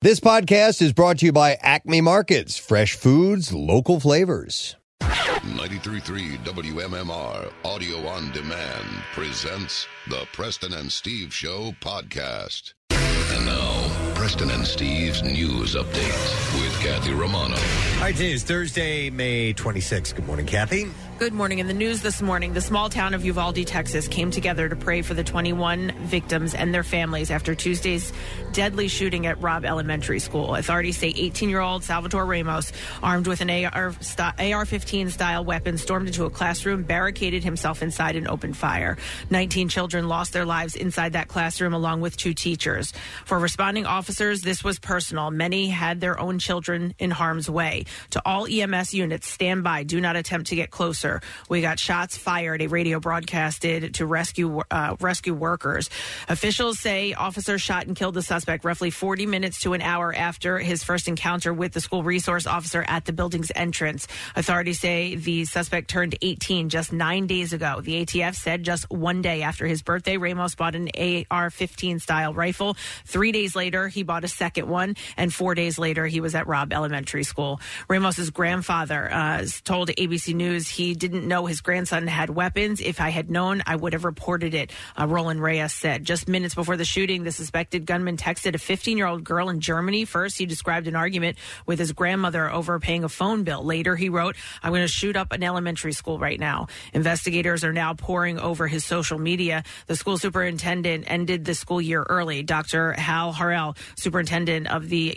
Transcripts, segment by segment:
This podcast is brought to you by Acme Markets, fresh foods, local flavors. 933 WMMR Audio on Demand presents the Preston and Steve Show podcast. And now, Preston and Steve's news update with Kathy Romano. All right, today is Thursday, May 26th. Good morning, Kathy. Good morning. In the news this morning, the small town of Uvalde, Texas came together to pray for the 21 victims and their families after Tuesday's deadly shooting at Robb Elementary School. Authorities say 18 year old Salvatore Ramos, armed with an AR 15 style weapon, stormed into a classroom, barricaded himself inside, and opened fire. 19 children lost their lives inside that classroom, along with two teachers. For responding officers, this was personal. Many had their own children in harm's way. To all EMS E units, stand by. Do not attempt to get closer. We got shots fired. A radio broadcasted to rescue uh, rescue workers. Officials say officers shot and killed the suspect roughly 40 minutes to an hour after his first encounter with the school resource officer at the building's entrance. Authorities say the suspect turned 18 just nine days ago. The ATF said just one day after his birthday, Ramos bought an AR 15 style rifle. Three days later, he bought a second one. And four days later, he was at Robb Elementary School. Ramos's grandfather uh, told ABC News he didn't know his grandson had weapons. If I had known, I would have reported it, uh, Roland Reyes said. Just minutes before the shooting, the suspected gunman texted a 15 year old girl in Germany. First, he described an argument with his grandmother over paying a phone bill. Later, he wrote, I'm going to shoot up an elementary school right now. Investigators are now pouring over his social media. The school superintendent ended the school year early. Dr. Hal Harrell, superintendent of the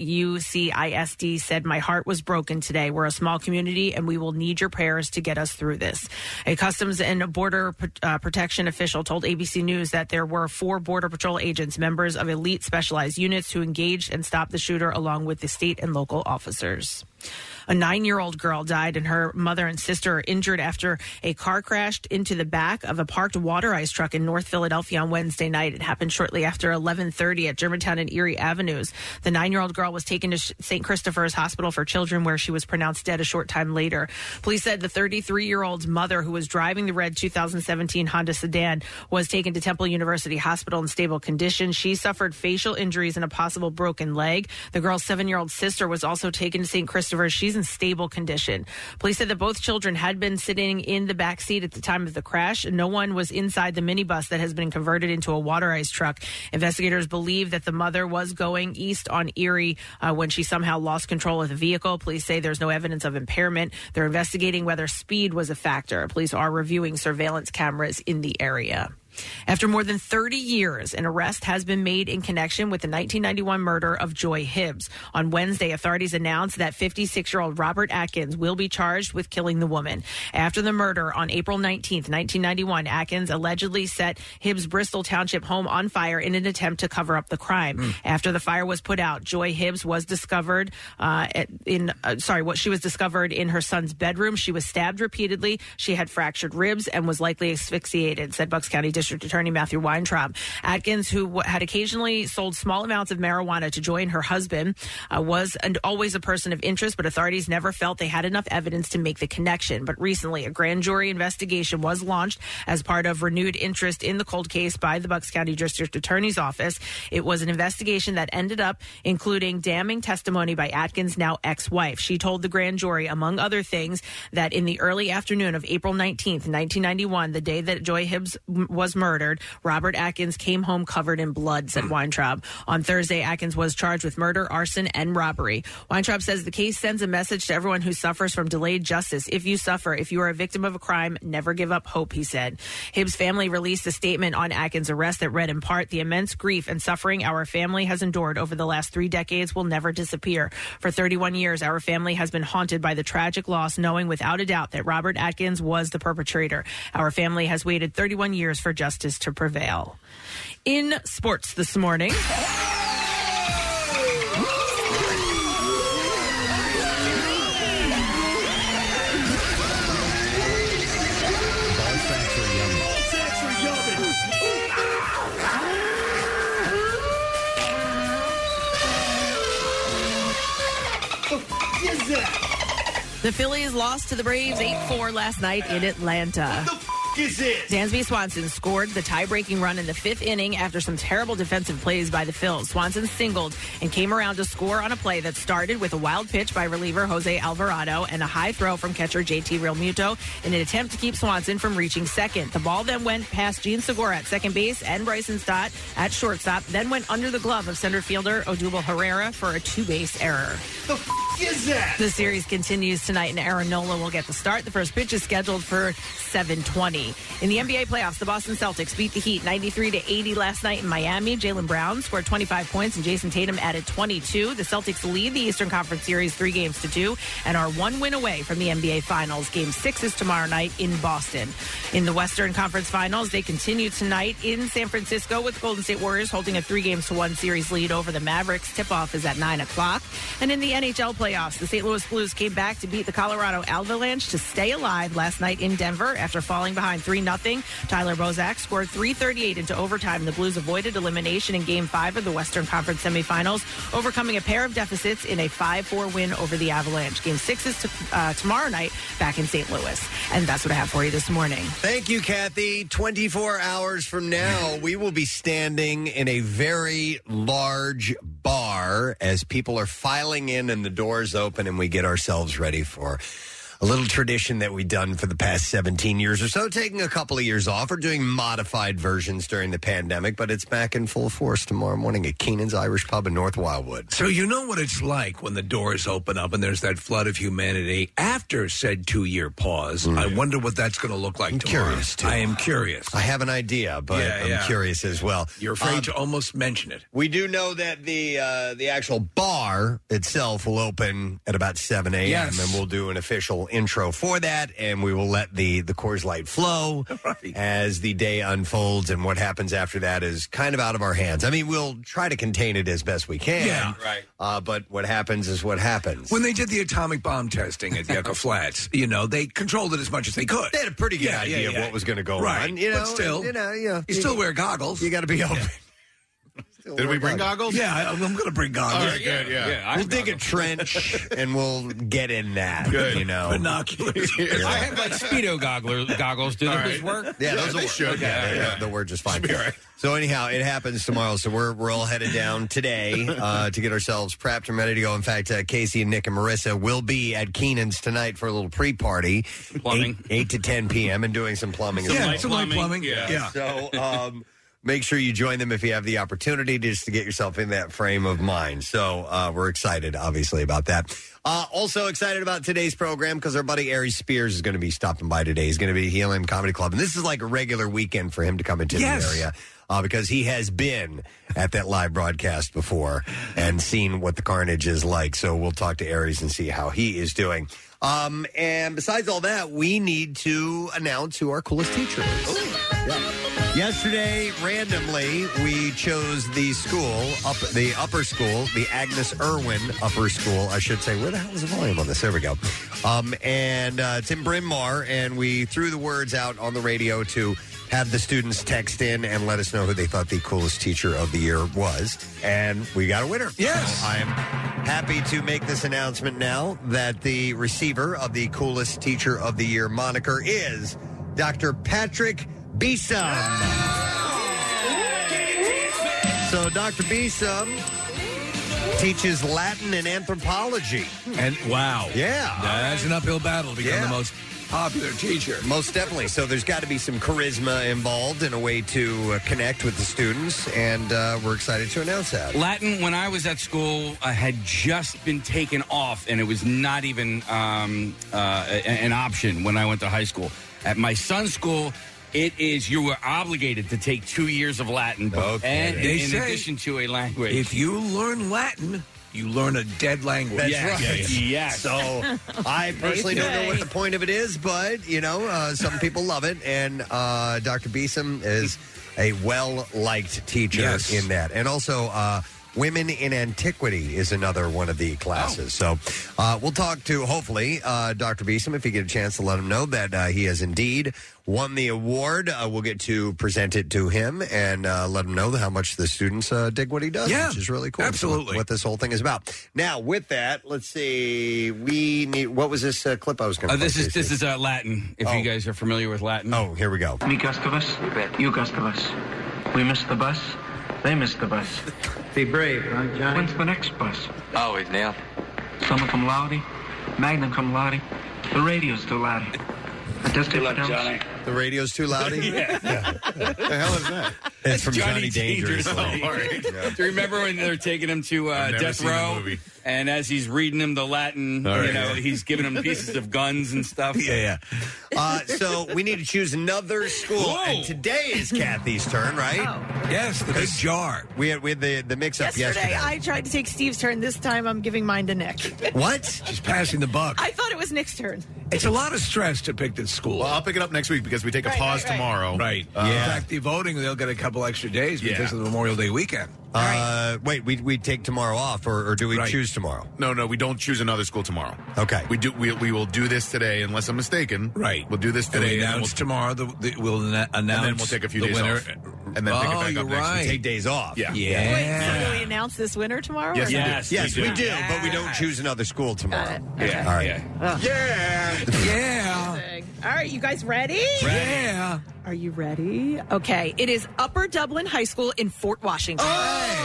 UCISD, said, My heart was broken today. We're a small community and we will need your prayers to get us through this. A Customs and Border uh, Protection official told ABC News that there were four Border Patrol agents, members of elite specialized units, who engaged and stopped the shooter along with the state and local officers. A nine year old girl died, and her mother and sister are injured after a car crashed into the back of a parked water ice truck in North Philadelphia on Wednesday night. It happened shortly after 11:30 at Germantown and Erie Avenues. The nine year old girl was taken to St. Christopher's Hospital for Children, where she was pronounced dead a short time later. Police said the 33 year old's mother, who was driving the red 2017 Honda sedan, was taken to Temple University Hospital in stable condition. She suffered facial injuries and a possible broken leg. The girl's seven year old sister was also taken to St. Christopher's She's in stable condition. Police said that both children had been sitting in the back seat at the time of the crash. No one was inside the minibus that has been converted into a water ice truck. Investigators believe that the mother was going east on Erie uh, when she somehow lost control of the vehicle. Police say there's no evidence of impairment. They're investigating whether speed was a factor. Police are reviewing surveillance cameras in the area. After more than 30 years, an arrest has been made in connection with the 1991 murder of Joy Hibbs. On Wednesday, authorities announced that 56 year old Robert Atkins will be charged with killing the woman. After the murder on April 19, 1991, Atkins allegedly set Hibbs' Bristol Township home on fire in an attempt to cover up the crime. Mm. After the fire was put out, Joy Hibbs was discovered uh, in, uh, sorry, what she was discovered in her son's bedroom. She was stabbed repeatedly. She had fractured ribs and was likely asphyxiated, said Bucks County District Attorney Matthew Weintraub. Atkins, who had occasionally sold small amounts of marijuana to join her husband, uh, was and always a person of interest, but authorities never felt they had enough evidence to make the connection. But recently, a grand jury investigation was launched as part of renewed interest in the cold case by the Bucks County District Attorney's Office. It was an investigation that ended up including damning testimony by Atkins' now ex-wife. She told the grand jury, among other things, that in the early afternoon of April 19th, 1991, the day that Joy Hibbs was murdered. Robert Atkins came home covered in blood, said Weintraub. On Thursday, Atkins was charged with murder, arson, and robbery. Weintraub says the case sends a message to everyone who suffers from delayed justice. If you suffer, if you are a victim of a crime, never give up hope, he said. Hibbs' family released a statement on Atkins' arrest that read in part, The immense grief and suffering our family has endured over the last three decades will never disappear. For 31 years, our family has been haunted by the tragic loss, knowing without a doubt that Robert Atkins was the perpetrator. Our family has waited 31 years for justice to prevail. In sports this morning. The Phillies lost to the Braves 8 4 last night in Atlanta. is it? Dansby Swanson scored the tie-breaking run in the fifth inning after some terrible defensive plays by the Phils. Swanson singled and came around to score on a play that started with a wild pitch by reliever Jose Alvarado and a high throw from catcher JT Realmuto in an attempt to keep Swanson from reaching second. The ball then went past Gene Segura at second base and Bryson Stott at shortstop, then went under the glove of center fielder Odubel Herrera for a two-base error. The f- is that? The series continues tonight, and Aaron Nola will get the start. The first pitch is scheduled for 7:20. In the NBA playoffs, the Boston Celtics beat the Heat 93 to 80 last night in Miami. Jalen Brown scored 25 points, and Jason Tatum added 22. The Celtics lead the Eastern Conference series three games to two, and are one win away from the NBA Finals. Game six is tomorrow night in Boston. In the Western Conference Finals, they continue tonight in San Francisco with the Golden State Warriors holding a three games to one series lead over the Mavericks. Tip off is at nine o'clock, and in the NHL playoffs, the St. Louis Blues came back to beat the Colorado Avalanche to stay alive last night in Denver after falling behind 3 0. Tyler Bozak scored 338 into overtime. The Blues avoided elimination in Game 5 of the Western Conference semifinals, overcoming a pair of deficits in a 5 4 win over the Avalanche. Game 6 is t- uh, tomorrow night back in St. Louis. And that's what I have for you this morning. Thank you, Kathy. 24 hours from now, we will be standing in a very large bar as people are filing in and the doors open, and we get ourselves ready for a little tradition that we've done for the past 17 years or so, taking a couple of years off or doing modified versions during the pandemic, but it's back in full force tomorrow morning at Keenan's Irish Pub in North Wildwood. So you know what it's like when the doors open up and there's that flood of humanity after said two-year pause. I wonder what that's going to look like tomorrow. Mm. curious, too. I am curious. I have an idea, but Yeah, I'm yeah. curious as well. You're afraid Um, to almost mention it. We do know that the uh, the actual bar itself will open at about seven a.m. Yes. and we'll do an official intro for that, and we will let the the Coors Light flow as the day unfolds, and what happens after that is kind of out of our hands. I mean, we'll try to contain it as best we can, Yeah. right. Uh, but what happens is what happens. When they did the atomic bomb testing at Yucca Flats, you know, they controlled it as much as they could. They had a pretty good Yeah, yeah, idea of yeah. what was going to go Right. on, you know. But still, you know, yeah, you still wear goggles. You got to be open. Did we bring goggles? Yeah, I- I'm going to bring goggles. All right, good. Yeah. we'll dig a trench and we'll get in that. Good. You know, Binoculars. I have like speedo goggler, goggles. Do those work? Yeah, those will they work. should. Okay, Yeah, yeah, yeah. they'll work just fine. So anyhow, it happens tomorrow. So we're we're all headed down today uh, to get ourselves prepped and ready to go. In fact, uh, Casey and Nick and Marissa will be at Keenan's tonight for a little pre-party, Plumbing. eight, eight to ten p.m. and doing some plumbing. as yeah, well. some light plumbing. yeah. yeah. So um, make sure you join them if you have the opportunity just to get yourself in that frame of mind. So uh, we're excited, obviously, about that. Uh, also excited about today's program because our buddy Ari Spears is going to be stopping by today. He's going to be at Helium Comedy Club. And this is like a regular weekend for him to come into Yes. the area. Uh, because he has been at that live broadcast before and seen what the carnage is like. So we'll talk to Aries and see how he is doing. Um, and besides all that, we need to announce who our coolest teacher is. Yesterday, randomly, we chose the school, up the upper school, the Agnes Irwin upper school. I should say, where the hell is the volume on this? There we go. Um, and uh, Tim Bryn Mawr, and we threw the words out on the radio to have the students text in and let us know who they thought the coolest teacher of the year was, and we got a winner. Yes. So I am happy to make this announcement now that the receiver of the coolest teacher of the year moniker is Dr. Patrick Beesum. So Dr. Beesum teaches Latin and anthropology. And wow. Yeah. That's an uphill battle to become Yeah. the most popular teacher. Most definitely. So there's got to be some charisma involved and a way to uh, connect with the students, and uh, we're excited to announce that. Latin, when I was at school, uh, had just been taken off, and it was not even um, uh, a- an option when I went to high school. At my son's school, it is you were obligated to take two years of Latin, Okay. and in, They in say- addition to a language. If you learn Latin, you learn a dead language. That's yes, right. yes. So I personally don't know what the point of it is, but you know, uh, some people love it, and uh, Dr. Beeson is a well-liked teacher Yes. in that, and also. Uh, Women in Antiquity is another one of the classes. So uh, we'll talk to, hopefully, uh, Dr. Beeson if you get a chance to let him know that uh, he has indeed won the award. Uh, we'll get to present it to him and uh, let him know how much the students uh, dig what he does, Yeah, which is really cool. absolutely. What, what this whole thing is about. Now, with that, let's see. We need, what was this uh, clip I was going Uh, to this is this is uh, Latin. If you guys are familiar with Latin. Oh, here we go. Me Gustavus, you Gustavus. We missed the bus. They missed the bus. Be brave, huh, Johnny? When's the next bus? Always, Neil. Summa cum laude, magna cum laude. The radio's too loud. I just Good luck, don't- Johnny. The radio's too loud? Yeah. the hell is that? It's from Johnny, Dangerously. Oh, all right. Do you remember when they're taking him to uh, never death seen the row? And as he's reading him the Latin, All you right. know, he's giving him pieces of guns and stuff. Yeah, yeah. Uh, so we need to choose another school, and today is Kathy's turn, right? Yes, the big jar. We had, we had the the mix up Oh. Yesterday, yesterday. I tried to take Steve's turn. This time, I'm giving mine to Nick. What? She's passing the buck. I thought it was Nick's turn. It's a lot of stress to pick this school. Well, I'll pick it up next week because we take a Right, pause right, right. tomorrow. Right. Uh, In fact, the voting, they'll get a couple extra days because of Yeah. the Memorial Day weekend. Uh, wait, we we take tomorrow off, or, or do we Right. choose tomorrow? No, no, we don't choose another school tomorrow. Okay. We do. We, we will do this today, unless I'm mistaken. Right. We'll do this And today. we and then announce we'll- tomorrow. The, the, we'll anno- announce. and then we'll take a few the days winner. off, and then oh, pick it back you're up next right. week. Take days off. Yeah. Yeah. Wait, so do we announce this winner tomorrow? Yes, or we not? do. yes, we do, but we don't choose another school tomorrow. Yeah. All right. Yeah. Yeah. All right, you guys ready? Yeah. Are you ready? Okay, it is Upper Dublin High School in Fort Washington. Oh!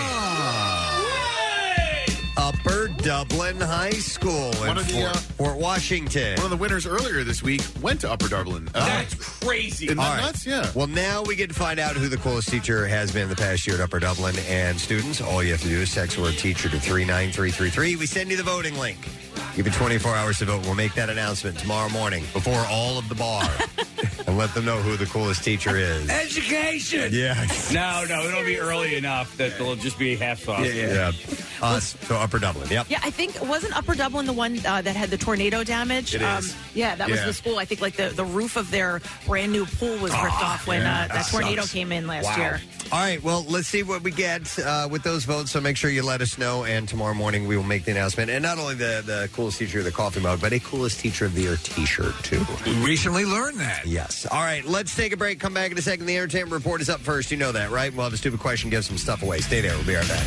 Upper Dublin High School in One of the, Fort, uh, Fort Washington. One of the winners earlier this week went to Upper Dublin. Uh, That's crazy. Isn't that All right. nuts? Yeah. Well, now we get to find out who the coolest teacher has been the past year at Upper Dublin. And students, all you have to do is text word teacher to 39333. We send you the voting link. Give it 24 hours to vote. We'll make that announcement tomorrow morning before all of the bar and let them know who the coolest teacher is. Education. Yes. No, no, it'll be early enough that they'll just be half soft. uh, Us. So Upper Dublin. Yep. Yeah, I think wasn't Upper Dublin the one uh, that had the tornado damage? Um, It is. yeah, that was Yeah. the school. I think like the, the roof of their brand new pool was ripped off when Ah, Oh, yeah, uh, that, that tornado sucks. came in last Wow. year. All right, well, let's see what we get uh, with those votes. So make sure you let us know, and tomorrow morning we will make the announcement. And not only the, the coolest teacher of the coffee mug, but a coolest teacher of the year T-shirt too. We recently learned that. Yes. All right, let's take a break. Come back in a second. The entertainment report is up first. You know that, right? We'll have a stupid question, give some stuff away. Stay there. We'll be right back.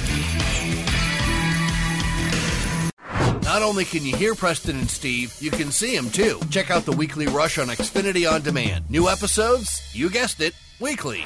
Not only can you hear Preston and Steve, you can see them too. Check out the weekly rush on Xfinity On Demand. New episodes, you guessed it, weekly.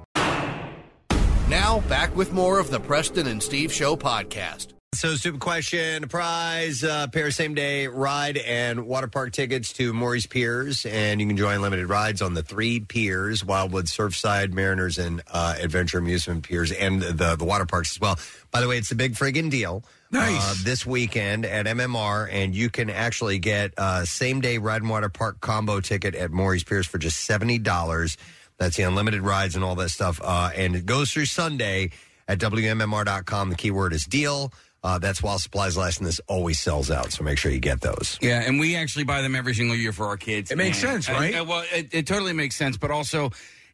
Now, back with more of the Preston and Steve Show podcast. So, stupid question, prize, uh, pair of same day ride and water park tickets to Maury's Piers. And you can enjoy unlimited rides on the three piers Wildwood, Surfside, Mariners, and uh, Adventure Amusement Piers, and the, the water parks as well. By the way, it's a big friggin' deal. Nice. this weekend at MMR, and you can actually get uh, same day ride and water park combo ticket at Maury's Piers for just $70. That's the unlimited rides and all that stuff. Uh, and it goes through Sunday at WMMR.com. The keyword is deal. Uh, that's while supplies last, and this always sells out. So make sure you get those. Yeah, and we actually buy them every single year for our kids. It makes And- sense, right? uh, well, it, it totally makes sense, but also.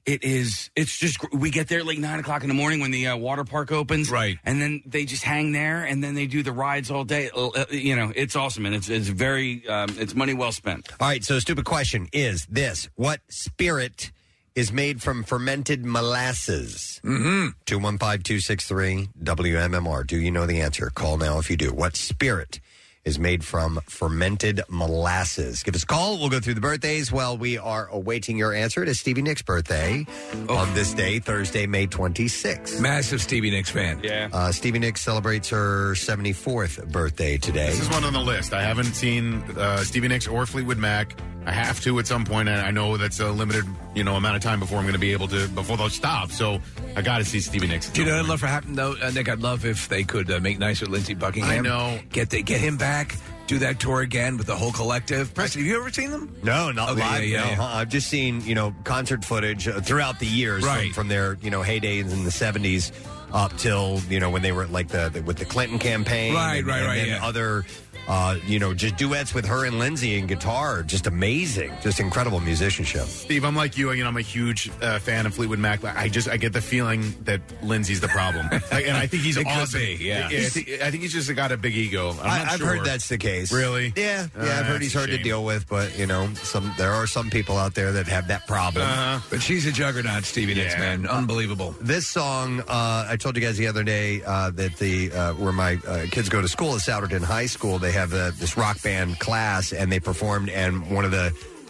It is. It's just gr- we get there like nine o'clock in the morning when the uh, water park opens, right? And then they just hang there, and then they do the rides all day. Uh, uh, You know, it's awesome, and it's it's very um, it's money well spent. All right. So, stupid question is this: What spirit is made from fermented molasses? Mm-hmm. Two one five two six three WMMR. Do you know the answer? Call now if you do. What spirit? Is made from fermented molasses. Give us a call. We'll go through the birthdays while we are awaiting your answer. It is Stevie Nicks' birthday on this day, Thursday, May 26th. Massive Stevie Nicks fan. Yeah. Uh, Stevie Nicks celebrates her 74th birthday today. This is one on the list. I haven't seen uh, Stevie Nicks or Fleetwood Mac. I have to at some point. I, I know that's a limited, you know, amount of time before I'm going to be able to before they'll stop. So I got to see Stevie Nicks. Do you know what I'd love for happen though, uh, Nick? I'd love if they could uh, make nice with Lindsey Buckingham. I know. Get they get him back. Do that tour again with the whole collective. Preston, have you ever seen them? No, not Okay, live. yeah, yeah, no. yeah. Uh, I've just seen you know concert footage uh, throughout the years from- Right. from, their you know heydays in the seventies up till you know when they were at, like the, the- with the Clinton campaign, Right, and, right, and right, then yeah. Other. Uh, you know, just duets with her and Lindsay and guitar, just amazing, just incredible musicianship. Steve, I'm like you. You know, I'm a huge uh, fan of Fleetwood Mac. But I just I get the feeling that Lindsay's the problem, like, and I think he's It could awesome. be, yeah. I think, I think he's just got a big ego. I'm I, not have sure. heard that's the case. Really? Yeah, yeah. Uh, I've heard that's he's a hard to shame. deal with, but you know, some there are some people out there that have that problem. Uh-huh. But she's a juggernaut, Stevie Nicks, man. Unbelievable. This song, uh, I told you guys the other day uh, that the uh, where my uh, kids go to school is Souderton High School. They have uh, this rock band class, and they performed, and one of the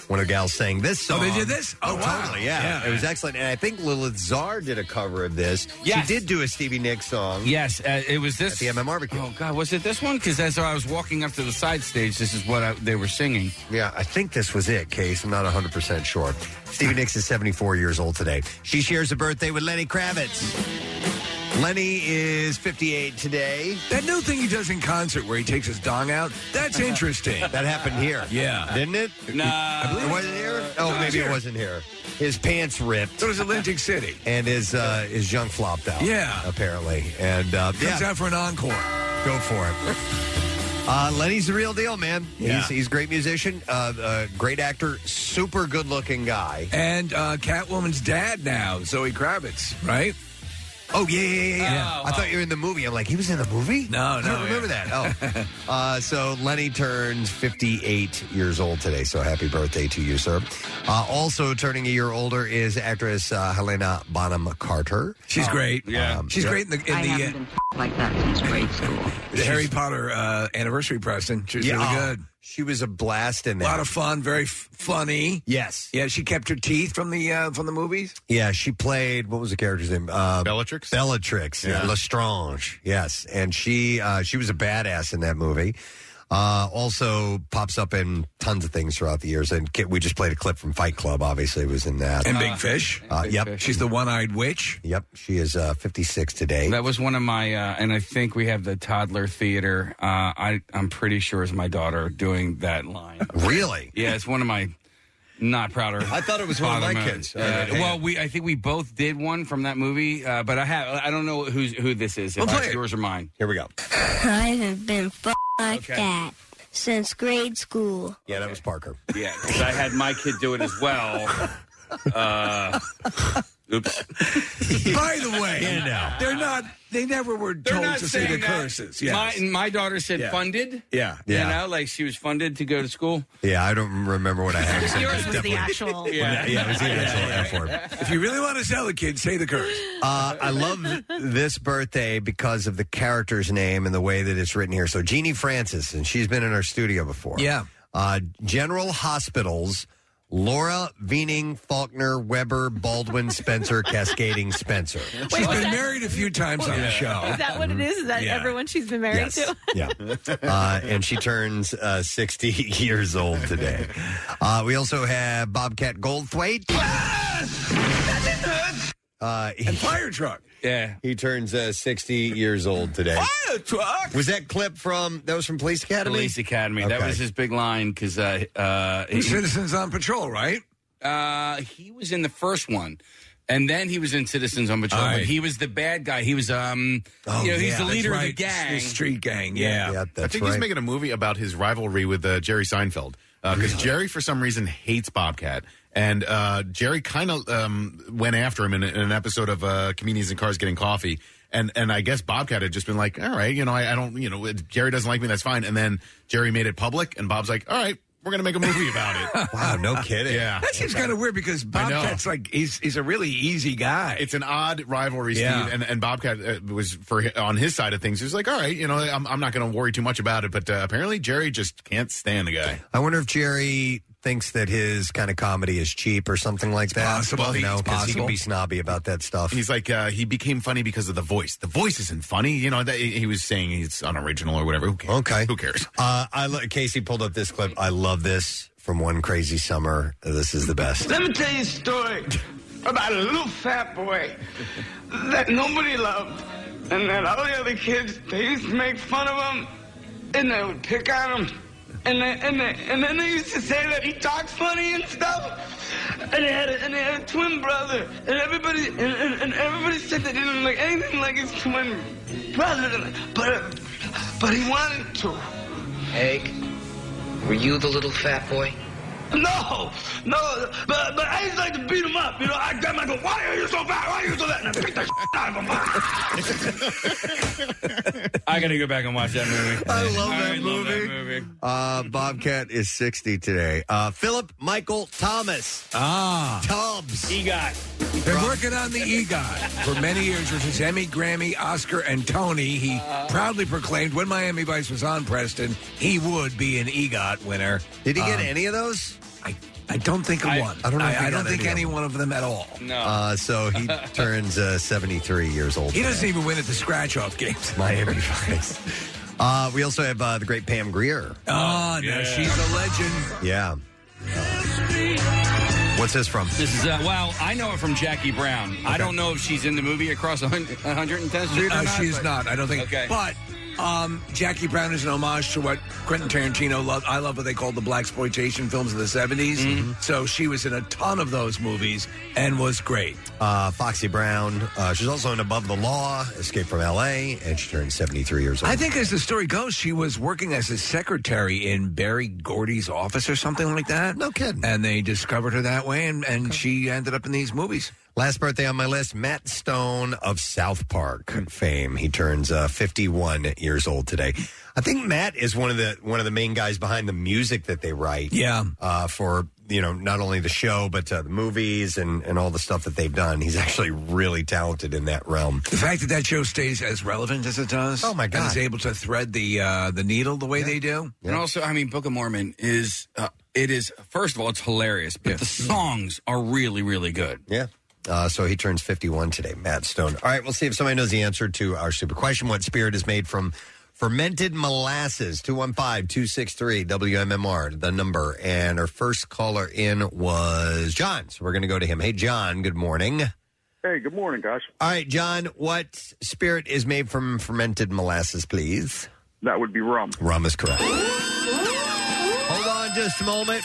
one of the gals sang this Oh, song. they did this? Oh, Oh, wow. totally! Yeah. Yeah. it was excellent. And I think Lilith Czar did a cover of this. Yes. She did do a Stevie Nicks song. Yes, uh, it was this. At the MMR barbecue. Oh God, was it this one? Because as I was walking up to the side stage, this is what I, they were singing. Yeah, I think this was it, Case. I'm not 100% sure. Stevie Nicks is 74 years old today. She shares a birthday with Lenny Kravitz. Lenny is 58 today. That new thing he does in concert where he takes his dong out, that's interesting. That happened here. Yeah. Didn't it? Nah. I believe it wasn't here. Oh, No, it was maybe it here. wasn't here. His pants ripped So it was Atlantic City. and his uh, his junk flopped out. Yeah. Apparently. And uh, Comes yeah, out for an encore. go for it. Uh, Lenny's the real deal, man. Yeah. He's, he's a great musician, uh, uh, great actor, super good looking guy. And uh, Catwoman's dad now, Zoe Kravitz, right? Oh yeah, yeah, yeah, yeah. Yeah. I thought you were in the movie. I'm like, he was in the movie? No, I no, don't remember that. Oh, uh, so Lenny turns 58 years old today. So happy birthday to you, sir. Uh, also turning a year older is actress uh, Helena Bonham Carter. Uh, She's great. Oh. Um, Yeah. She's great in the, in I the, haven't uh, been like that since grade school. the Harry Potter uh, anniversary, Preston. She's really oh, good. She was a blast in A that. lot of fun, very f- funny. yes. Yeah, she kept her teeth from the uh, from the movies. Yeah, she played what was the character's name? Uh, Bellatrix. Bellatrix yeah. Lestrange. Yes, and she uh, she was a badass in that movie. Uh, also pops up in tons of things throughout the years, and ki- we just played a clip from Fight Club. Obviously, was in that. And Big Fish. Uh, yep, She's the one-eyed witch. yep. She is uh, fifty six today. That was one of my, uh, and I think we have the toddler theater. Uh, I I'm pretty sure is my daughter doing that line. Really? yeah, it's one of my. Not proud of. I thought it was one of father my moments. kids. All right, Uh, hang well, on. we I think we both did one from that movie, uh, but I have I don't know who's who this is. If Well, play it's it. yours or mine. Here we go. I have been f- like Okay. that since grade school. Yeah, that was Parker. Yeah, 'cause I had my kid do it as well. Uh, oops. By the way, Yeah, no. they're not. They never were told to say the curses. Yes. My, my daughter said Yeah. funded. yeah. Yeah. You know, like she was funded to go to school. Yeah, I don't remember what I had. It Yours was the definitely- actual. Yeah, yeah, it was the actual F word. If you really want to sell a kid, say the curse. Uh, I love th- this birthday because of the character's name and the way that it's written here. So Jeannie Francis, and she's been in our studio before. Yeah. Uh, General Hospitals, Laura Veening, Faulkner, Weber, Baldwin, Spencer, Cascading Spencer. She's was been that- married a few times on the show. Is that what it is? Is that Yeah. everyone she's been married to? Yeah. Uh, and she turns uh, 60 years old today. Uh, we also have Bobcat Goldthwait. Uh, he, Fire truck. Yeah. he turns uh, 60 years old today. Fire truck. Was that clip from, that was from Police Academy? Police Academy. That Okay. was his big line because uh, uh, he, Citizens on patrol, right? uh, he was in the first one. And then he was in Citizens on Patrol. All right. But he was the bad guy. He was, um, Oh, you know, he's yeah, the that's leader of right. the gang. The street gang. Yeah. Yeah, I that's think right. he's making a movie about his rivalry with uh, Jerry Seinfeld because Jerry, for some reason, hates Bobcat, and uh, Jerry kind of um, went after him in, in an episode of uh, Comedians in Cars Getting Coffee. And and I guess Bobcat had just been like, all right, you know, I, I don't, you know, Jerry doesn't like me, that's fine. And then Jerry made it public, and Bob's like, all right, we're gonna make a movie about it. wow, no kidding. yeah, That seems kind of weird because I know. Bobcat's like he's he's a really easy guy. it's an odd rivalry, Steve. Yeah. And, and Bobcat uh, was for hi- on his side of things. He was like, all right, you know, I'm, I'm not going to worry too much about it. But uh, apparently, Jerry just can't stand the guy. I wonder if Jerry thinks that his kind of comedy is cheap or something like that. possible. You know, It's 'cause he can possible. be snobby about that stuff. He's like, uh, he became funny because of the voice. The voice isn't funny. You know, that, he was saying it's unoriginal or whatever. Who cares? Okay. Who cares? Uh, I lo- Casey pulled up this clip. I love this from one crazy summer. This is the best. Let me tell you a story about a little fat boy that nobody loved, and that all the other kids they used to make fun of him, and they would pick on him, and they, and they, and then they used to say that he talks funny and stuff. And they had a, and they had a twin brother, and everybody and, and, and everybody said they didn't look anything like his twin brother, but but he wanted to. Hank, were you the little fat boy? No, no, but, but I used to like to beat him up. You know, I grabbed him, I go, why are you so fat? Why are you so fat? And I beat the shit out of him. I gotta go back and watch that movie. I love, that movie. Uh, Bobcat is 60 today. Uh, Philip Michael Thomas. Ah. Tubbs. EGOT. Been working on the EGOT for many years, which is Emmy, Grammy, Oscar, and Tony. He proudly proclaimed when Miami Vice was on Preston, he would be an EGOT winner. Um, Did he get any of those? I, I don't think of one. I don't know if he I, got don't think any of any one of them at all. No. Uh, so he turns uh, 73 years old. He today. doesn't even win at the scratch-off games. Miami Vice. Uh, we also have uh, the great Pam Greer. Oh, no, she's a legend. Yeah. What's this from? This is uh, well, I know it from Jackie Brown. I don't know if she's in the movie across 100, 110th Street. Uh, or not, she is but- not. I don't think. Okay, But um, Jackie Brown is an homage to what Quentin Tarantino loved. I love what they called the black exploitation films of the 70s Mm-hmm. So she was in a ton of those movies and was great. Uh, Foxy Brown. Uh, she's also in Above the Law, Escape from L.A., and she turned 73 years old. I think, as the story goes, she was working as a secretary in Barry Gordy's office or something like that. No kidding. And they discovered her that way, and, and she ended up in these movies. Last birthday on my list, Matt Stone of South Park fame. He turns uh, 51 years old today. I think Matt is one of the one of the main guys behind the music that they write. Yeah. uh, for you know not only the show but uh, the movies and and all the stuff that they've done. He's actually really talented in that realm. The fact that that show stays as relevant as it does. Oh, my And is God. able to thread the uh, the needle the way they do. and also, I mean, Book of Mormon is uh, it is first of all, it's hilarious, but the songs are really, really good. Yeah. Uh, so he turns 51 today, Matt Stone. All right, we'll see if somebody knows the answer to our super question. What spirit is made from fermented molasses? 215 263 WMMR, the number. And our first caller in was John. So we're going to go to him. Hey, John, good morning. Hey, good morning, guys. All right, John, what spirit is made from fermented molasses, please? That would be rum. Rum is correct. Hold on just a moment.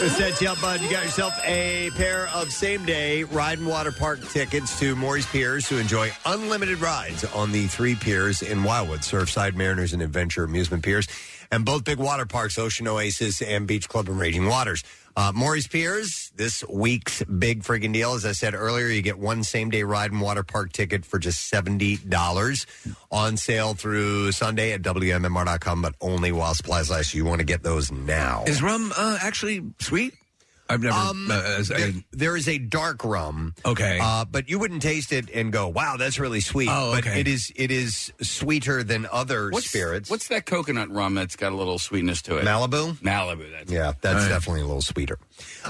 It sets you up, bud. You got yourself a pair of same day ride and water park tickets to Maury's Piers to enjoy unlimited rides on the three piers in Wildwood Surfside, Mariners, and Adventure Amusement Piers, and both big water parks, Ocean Oasis and Beach Club and Raging Waters. Uh, Maury's Piers, this week's big friggin' deal. As I said earlier, you get one same day ride and water park ticket for just $70 on sale through Sunday at WMMR.com, but only while supplies last. You want to get those now. Is rum uh, actually sweet? I've never. Um, uh, as- there- there is a dark rum. Okay. Uh, but you wouldn't taste it and go, "Wow, that's really sweet." Oh, But okay. it is it is sweeter than other spirits. What's that coconut rum that's got a little sweetness to it? Malibu? Malibu. That's Yeah, that's All right. definitely a little sweeter.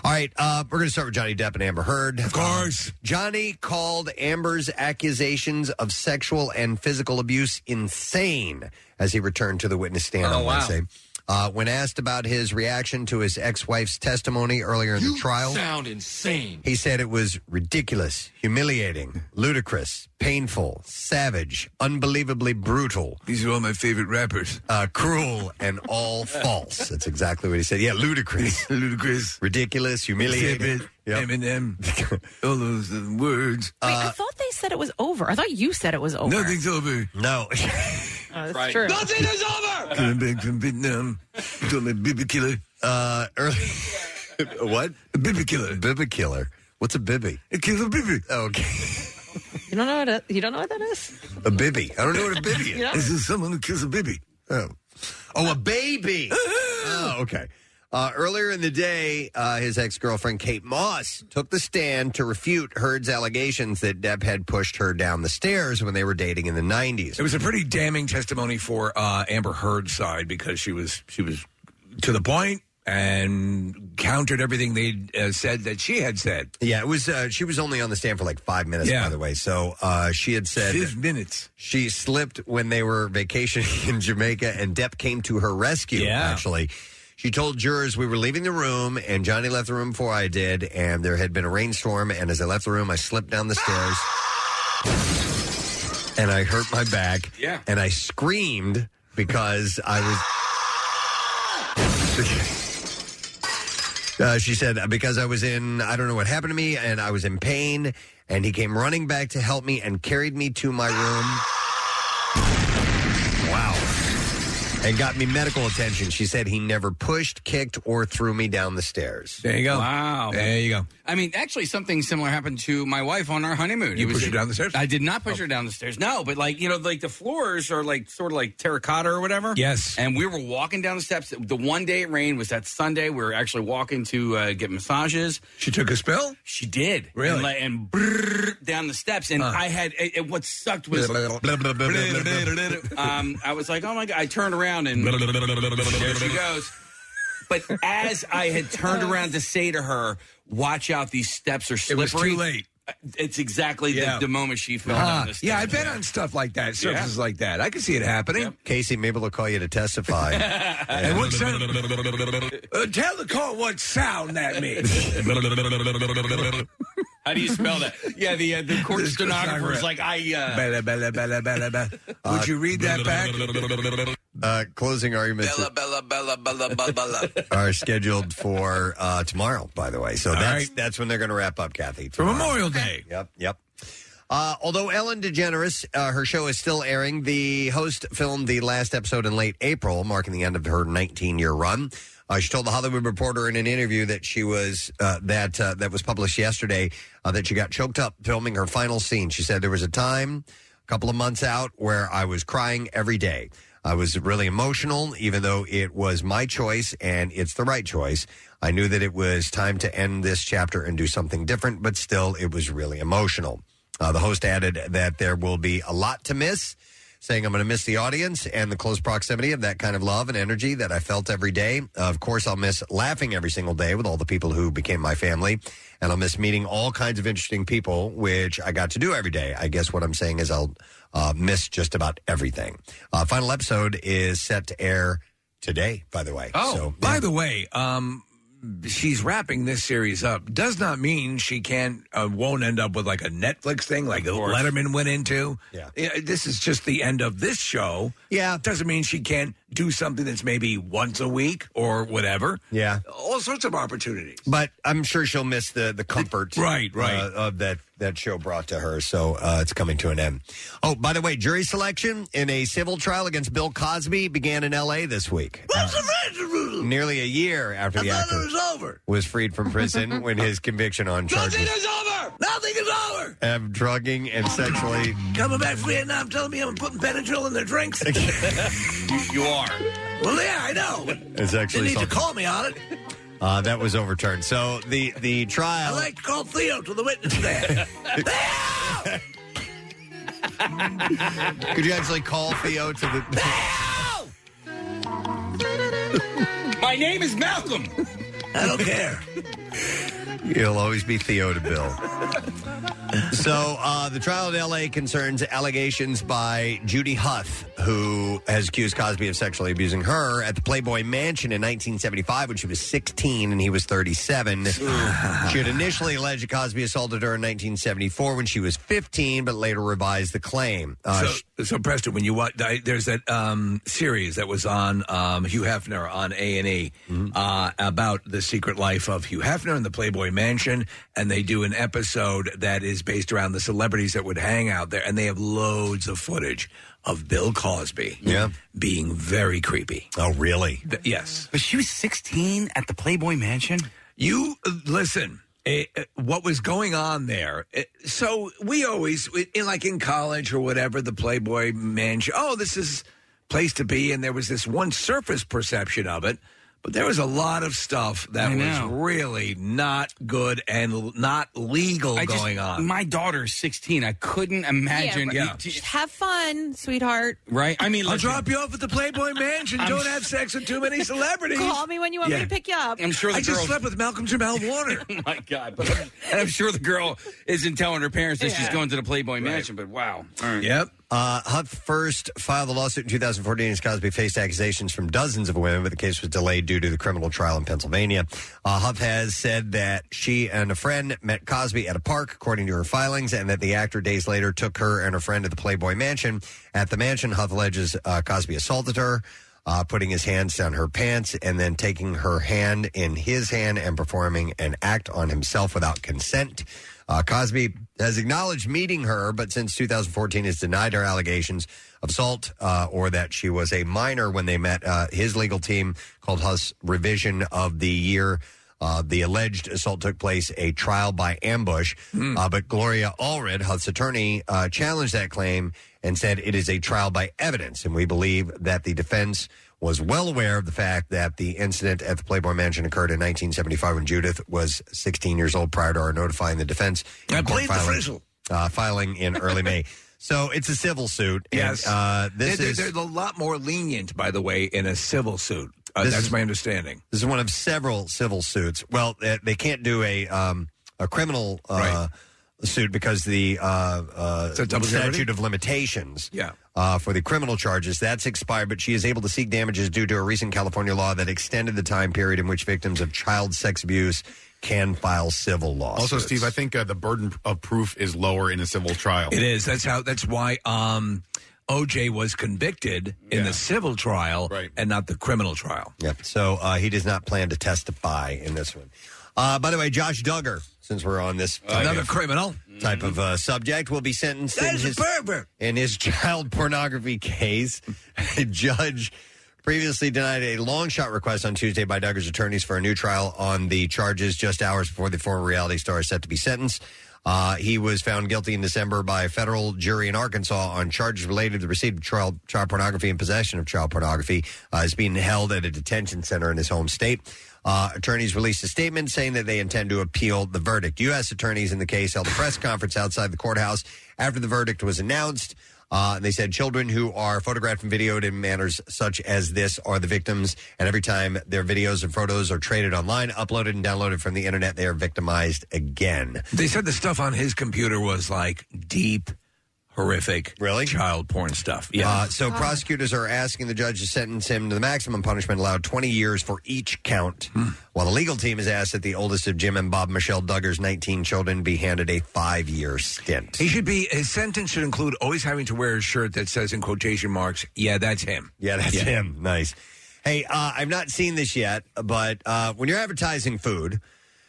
All right, uh, we're going to start with Johnny Depp and Amber Heard. Of course, Johnny called Amber's accusations of sexual and physical abuse insane as he returned to the witness stand Oh, on wow. Wednesday. Uh, when asked about his reaction to his ex-wife's testimony earlier in the trial, insane. He said it was ridiculous, humiliating, ludicrous, painful, savage, unbelievably brutal. These are all my favorite rappers. Uh, cruel and all false. That's exactly what he said. Yeah, ludicrous. ludicrous. Ridiculous, humiliating. Exhibit, Eminem, all those uh, words. Uh, Wait, I thought they said it was over. I thought you said it was over. Nothing's over. No. Oh, that's true. is over! Coming back from Vietnam. Told my baby killer. Uh, early. what? A baby killer. Baby killer. What's a bibby? A killer baby. Okay. You don't know what it, you don't know what that is? A bibby. I don't know what a bibby is. Yeah. This is someone who kills a baby. Oh. Oh, a baby. oh, okay. Uh, earlier in the day, uh, his ex girlfriend Kate Moss took the stand to refute Heard's allegations that Depp had pushed her down the stairs when they were dating in the 90s. It was a pretty damning testimony for uh, Amber Heard's side because she was she was to the point and countered everything they uh, said that she had said. Yeah, it was. Uh, she was only on the stand for like five minutes, Yeah. by the way. So uh, she had said Five minutes. She slipped when they were vacationing in Jamaica, and Depp came to her rescue. Yeah. Actually, She told jurors we were leaving the room, and Johnny left the room before I did, and there had been a rainstorm. And as I left the room, I slipped down the stairs, and I hurt my back. Yeah. and I screamed because I was. Uh, she said, because I was in, I don't know what happened to me, and I was in pain, and he came running back to help me and carried me to my room. Wow. And got me medical attention. She said he never pushed, kicked, or threw me down the stairs. There you go. Wow. There you go. I mean, actually, something similar happened to my wife on our honeymoon. You It was- pushed her down the stairs? Oh. I did not push her down the stairs. No, but like you know, like the floors are like sort of like terracotta or whatever. Yes. And we were walking down the steps. The one day it rained was that Sunday. We were actually walking to uh, get massages. She took a spill. She did. Really? And, like, and brrrr down the steps. And Huh. I had. And and what sucked was. um, I was like, oh my god! I turned around and there she goes. But as I had turned around to say to her, "Watch out, these steps are slippery." uh, was too late. It's exactly Yeah. the, the moment she fell Ah, down the stairs. yeah, I've been on stuff like that, surfaces Yeah. like that. I can see it happening. Casey, maybe they'll call you to testify. and what sound? uh, tell the court what sound that makes. How do you spell that? Yeah, the uh, the court stenographer is like, "I." Uh, Bella, bella, bella, bella, bella. Uh, Would you read that back? Uh, closing arguments are scheduled for uh, tomorrow, by the way. So All that's right. that's when they're going to wrap up, Kathy. For tomorrow. Memorial Day. Yep, yep. Uh, although Ellen DeGeneres, uh, her show is still airing. The host filmed the last episode in late April, marking the end of her 19-year run. Uh, she told the Hollywood Reporter in an interview that she was uh, that uh, that was published yesterday uh, that she got choked up filming her final scene. She said there was a time, a couple of months out, where I was crying every day. I was really emotional, even though it was my choice and it's the right choice. I knew that it was time to end this chapter and do something different, but still, it was really emotional. Uh, the host added that there will be a lot to miss, saying, I'm going to miss the audience and the close proximity of that kind of love and energy that I felt every day. Of course, I'll miss laughing every single day with all the people who became my family, and I'll miss meeting all kinds of interesting people, which I got to do every day. I guess what I'm saying is I'll uh, miss just about everything. Uh, final episode is set to air today, by the way. Oh, So- by the way, um, she's wrapping this series up. Does not mean she can't uh, won't end up with like a Netflix thing, like Letterman went into. Yeah. this is just the end of this show. Yeah, doesn't mean she can't do something that's maybe once a week or whatever. yeah. All sorts of opportunities. But I'm sure she'll miss the the comfort, Right, right. uh, of that that show brought to her. So uh, it's coming to an end. Oh, by the way, jury selection in a civil trial against Bill Cosby began in L.A. this week. Nearly a year after the actor over. was freed from prison when his conviction on charges over. Nothing is over. of drugging and sexually Coming back from Vietnam, telling me I'm putting Benadryl in their drinks. you are. Well, yeah, I know. It's actually They need to something. call me on it. uh, that was overturned. So the the I trial. like to call Theo to the witness stand. Could you actually call Theo to the? My name is Malcolm. I don't care. He'll always be Theo to Bill. so uh, the trial in L.A. concerns allegations by Judy Huth, who has accused Cosby of sexually abusing her at the Playboy Mansion in 1975 when she was 16 and he was 37. she had initially alleged that Cosby assaulted her in 1974 when she was 15, but later revised the claim. Uh, she- so, so Preston, when you watch, I, there's that um, series that was on um, Hugh Hefner on A and E Mm-hmm. about the secret life of Hugh Hefner and the Playboy Mansion, and they do an episode that is based around the celebrities that would hang out there, and they have loads of footage of Bill Cosby, yeah, being very creepy. Oh, really? yes, but she was 16 at the Playboy Mansion. You uh, listen. It, uh, what was going on there? It, so we always, we- in, like in college or whatever, the Playboy Mansion. Oh, this is place to be, and there was this one surface perception of it, but there was a lot of stuff that I was know. really not good and l- not legal I just- going on. My daughter's 16. I couldn't imagine. Yeah, but- Just have fun, sweetheart. Right? I mean, I'll listen. drop you off at the Playboy Mansion. I'm Don't s- have sex with too many celebrities. Call me when you want Yeah. me to pick you up. I'm sure the I just girls- slept with Malcolm Jamal Warner. Oh my God! But I'm, and I'm sure the girl isn't telling her parents that she's Yeah. going to the Playboy Mansion. But wow, All right. Yep. Uh, Huck first filed a lawsuit in 2014 as Cosby faced accusations from dozens of women, but the case was delayed due to the criminal trial in Pennsylvania. Uh, Huff has said that she and a friend met Cosby at a park, according to her filings, and that the actor days later took her and her friend to the Playboy Mansion. At the mansion, Huff alleges uh, Cosby assaulted her, uh, putting his hands down her pants, and then taking her hand in his hand and performing an act on himself without consent. Uh, Cosby has acknowledged meeting her, but since 2014 has denied her allegations of assault uh, or that she was a minor when they met. Uh, his legal team called Huss Revision of the Year. Uh, the alleged assault took place a trial by ambush, Hmm. uh, but Gloria Allred, Huff's attorney, uh, challenged that claim and said it is a trial by evidence, and we believe that the defense was well aware of the fact that the incident at the Playboy Mansion occurred in 1975 when Judith was 16 years old prior to our notifying the defense. I played the filing, frizzle. uh, filing in early May. So it's a civil suit. and, Yes. uh, this they're, is they're, they're a lot more lenient, by the way, in a civil suit. Uh, This that's is- my understanding. This is one of several civil suits. Well, they, they can't do a um, a criminal uh, suit because the uh, uh, It's a double statute jeopardy? of limitations Yeah. uh, for the criminal charges that's expired. But she is able to seek damages due to a recent California law that extended the time period in which victims of child sex abuse can file civil lawsuits. Also, Steve, I think uh, the burden of proof is lower in a civil trial. It is. That's how. That's why um, OJ was convicted in the civil trial and not the criminal trial. Yep. So uh, he does not plan to testify in this one. Uh, by the way, Josh Duggar, since we're on this type Another of- criminal. type of uh, subject, will be sentenced That in is a his pervert. in his child pornography case. A judge previously denied a long shot request on Tuesday by Duggar's attorneys for a new trial on the charges just hours before the former reality star is set to be sentenced. Uh, he was found guilty in December by a federal jury in Arkansas on charges related to the receipt of child, child pornography and possession of child pornography. Uh, is being held at a detention center in his home state. Uh, attorneys released a statement saying that they intend to appeal the verdict. U.S. attorneys in the case held a press conference outside the courthouse after the verdict was announced. Uh, they said children who are photographed and videoed in manners such as this are the victims, and every time their videos and photos are traded online, uploaded and downloaded from the internet, they are victimized again. They said the stuff on his computer was like deep, horrific, really child porn stuff. Yeah. Uh, so prosecutors are asking the judge to sentence him to the maximum punishment allowed 20 years for each count, while the legal team has asked that the oldest of Jim and Bob Michelle Duggar's 19 children be handed a five year stint. he should be. His sentence should include always having to wear a shirt that says in quotation marks, "Yeah, that's him." Yeah, that's him. Nice. Hey, uh, I've not seen this yet, but uh, when you're advertising food,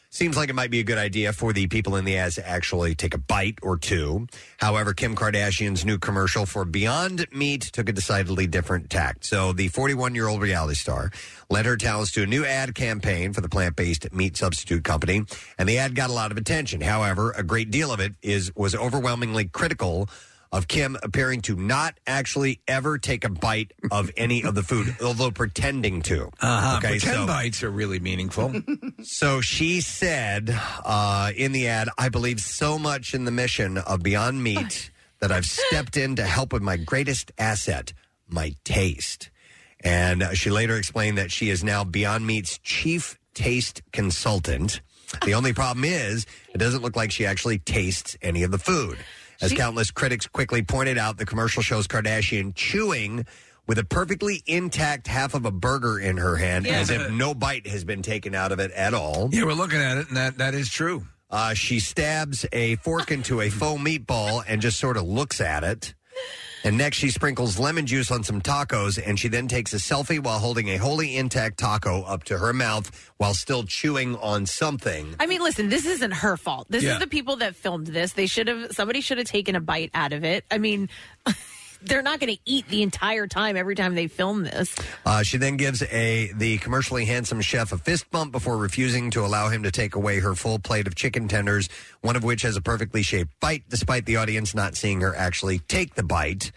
seems like it might be a good idea for the people in the ads to actually take a bite or two. However, Kim Kardashian's new commercial for Beyond Meat took a decidedly different tact. So the 41 year old reality star led her talents to a new ad campaign for the plant based meat substitute company, and the ad got a lot of attention. However, a great deal of it is was overwhelmingly critical of Kim appearing to not actually ever take a bite of any of the food, although pretending to. Uh-huh. Okay, Pretend so- bites are really meaningful. so she said uh, in the ad, I believe so much in the mission of Beyond Meat that I've stepped in to help with my greatest asset, my taste. And uh, she later explained that she is now Beyond Meat's chief taste consultant. The only problem is, it doesn't look like she actually tastes any of the food. As countless critics quickly pointed out, the commercial shows Kardashian chewing with a perfectly intact half of a burger in her hand, Yeah. as if no bite has been taken out of it at all. yeah, we're looking at it, and that that is true. Uh, she stabs a fork into a faux meatball and just sort of looks at it. And next, she sprinkles lemon juice on some tacos, and she then takes a selfie while holding a wholly intact taco up to her mouth while still chewing on something. I mean, listen, this isn't her fault. This Yeah. is the people that filmed this. They should have, somebody should have taken a bite out of it. I mean, they're not going to eat the entire time every time they film this. Uh, she then gives a the commercially handsome chef a fist bump before refusing to allow him to take away her full plate of chicken tenders, one of which has a perfectly shaped bite, despite the audience not seeing her actually take the bite.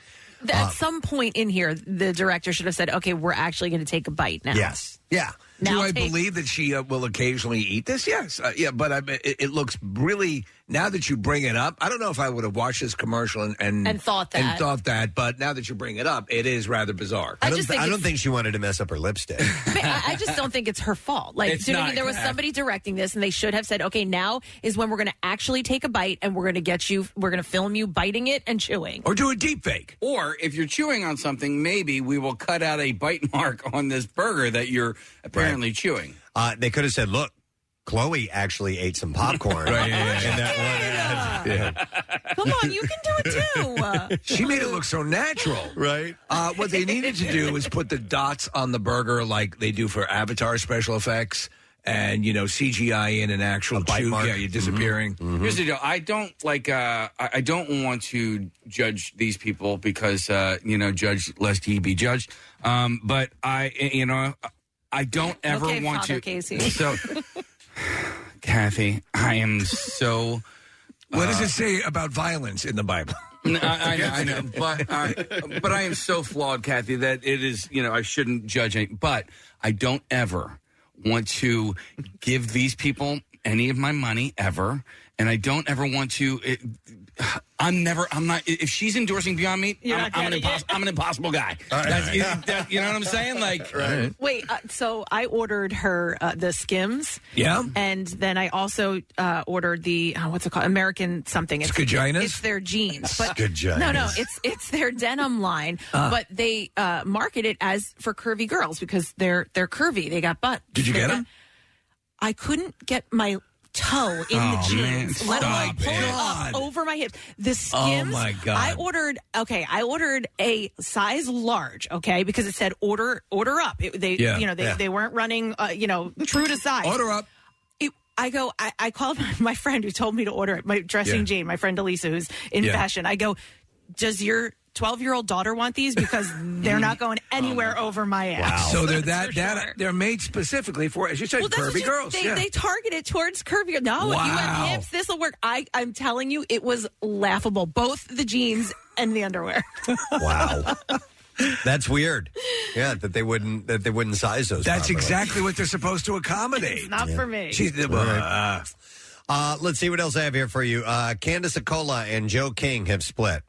At some point in here, the director should have said, okay, we're actually going to take a bite now. Yes. Yeah. Do I believe that she uh, will occasionally eat this? Yes. Uh, yeah, but I, it, it looks really. Now that you bring it up, I don't know if I would have watched this commercial and and, And thought and that. thought that. But now that you bring it up, it is rather bizarre. I I don't just th- think I don't it's- think she wanted to mess up her lipstick. But I, I just don't think it's her fault. Like, It's do you know what I not. mean? There was somebody directing this, and they should have said, "Okay, now is when we're going to actually take a bite, and we're going to get you. We're going to film you biting it and chewing." Or do a deep fake. Or if you're chewing on something, maybe we will cut out a bite mark on this burger that you're apparently chewing. Uh, they could have said, "Look, Chloe actually ate some popcorn." Right, yeah, in that one ad. Come on, you can do it too. Uh, She made it look so natural. Right. Uh, what they needed to do is put the dots on the burger like they do for Avatar special effects and, you know, CGI in an actual bite chew. mark. Yeah, you're disappearing. Mm-hmm. Here's the deal. I don't like. Uh, I I don't want to judge these people because uh, you know, judge lest he be judged. Um, but I, you know, I don't ever okay, want Father to. Casey. So, Kathy, I am so. What does uh, it say about violence in the Bible? No, I, I know, I know, but I, but I am so flawed, Kathy, that it is you know I shouldn't judge. Any, but I don't ever want to give these people any of my money ever, and I don't ever want to. It, I'm never. I'm not. If she's endorsing Beyond Meat, You're I'm, not I'm an getting it. impossible. I'm an impossible guy. That's, that- you know what I'm saying? Like, Wait, uh, so I ordered her uh, the Skims. Yeah. And then I also uh, ordered the uh, what's it called? American something. It's Skaginas? It's their jeans. But Skaginas. No, no, it's it's their denim line, Ah. but they uh, market it as for curvy girls because they're they're curvy. They got butt. Did you They get got- them? I couldn't get my toe in Oh, the jeans. man, let stop alone pull it up it. over my hips. The Oh, Skims. my God. I ordered okay i ordered a size large okay because it said order order up it, they Yeah, you know they, yeah. they weren't running uh, you know true to size Order up. It- I go. I, I called my, my friend who told me to order it. My dressing Yeah. Jane, my friend Elisa, who's in Yeah. fashion. I go. Does your twelve-year-old daughter want these? Because they're not going anywhere over my Oh, ass. So they're that, that they're made specifically for, as you said, Well, that's curvy what you- girls. They, yeah. they target it towards curvy. No, if you Wow. have hips, this will work. I, I'm telling you, it was laughable. Both the jeans and the underwear. Wow. That's weird. Yeah, that they wouldn't that they wouldn't size those. That's properly. exactly what they're supposed to accommodate. not for me. She's, All right. Uh, let's see what else I have here for you. Uh, Candace Acola and Joe King have split.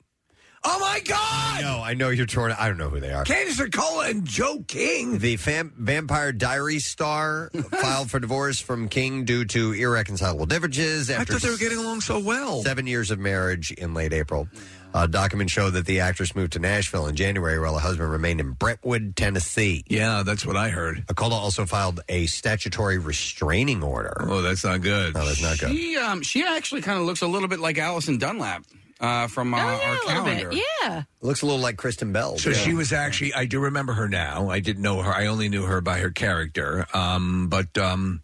Oh my God! No, I know you're torn. I don't know who they are. Candace Acola and Joe King. The fam- Vampire Diary star filed for divorce from King due to irreconcilable differences. I After thought they were getting along so well. Seven years of marriage in late April. Uh, documents show that the actress moved to Nashville in January while her husband remained in Brentwood, Tennessee. Yeah, that's what I heard. Acola also filed a statutory restraining order. Oh, that's not good. No, that's not good. she um, she actually kind of looks a little bit like Allison Dunlap uh, from uh, our calendar. Yeah. Looks a little like Kristen Bell. So she was actually, I do remember her now. I didn't know her. I only knew her by her character. Um, but um,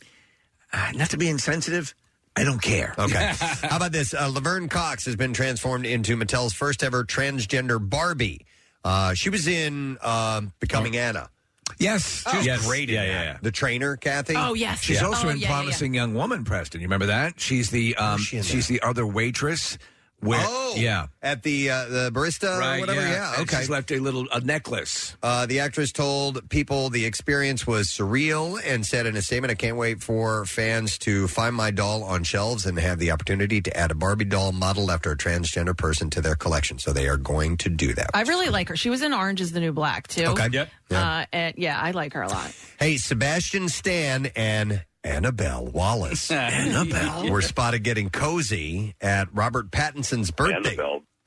uh, not to be insensitive, I don't care. Okay. How about this? Uh, Laverne Cox has been transformed into Mattel's first ever transgender Barbie. Uh, she was in um Becoming Anna. Oh. Yes. She was Yes. great in Yeah, that. yeah, yeah. The trainer, Kathy. Oh, yes. She's Yeah. also Oh, in yeah, yeah, Promising Young Woman, Preston. You remember that? She's the um, she's the other waitress. Where, Oh, yeah. At the uh, the barista or Right, whatever. yeah. Yeah, And okay. she's left a little a necklace. Uh, the actress told people the experience was surreal and said in a statement, I can't wait for fans to find my doll on shelves and have the opportunity to add a Barbie doll modeled after a transgender person to their collection. So they are going to do that. I really like her. She was in Orange is the New Black too. Okay. Yep. Uh, and yeah, I like her a lot. Hey, Sebastian Stan and Annabelle Wallace. Annabelle. Were spotted getting cozy at Robert Pattinson's birthday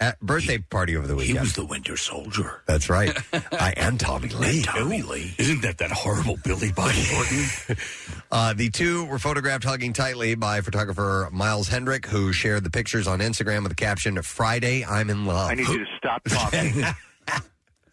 at birthday party over the weekend. He was the Winter Soldier. That's right. I am Tommy Lee. Tommy Lee. Isn't that that horrible Billy Bob Thornton? uh, the two were photographed hugging tightly by photographer Miles Hendrick, who shared the pictures on Instagram with the caption "Friday, I'm in love." I need you to stop talking.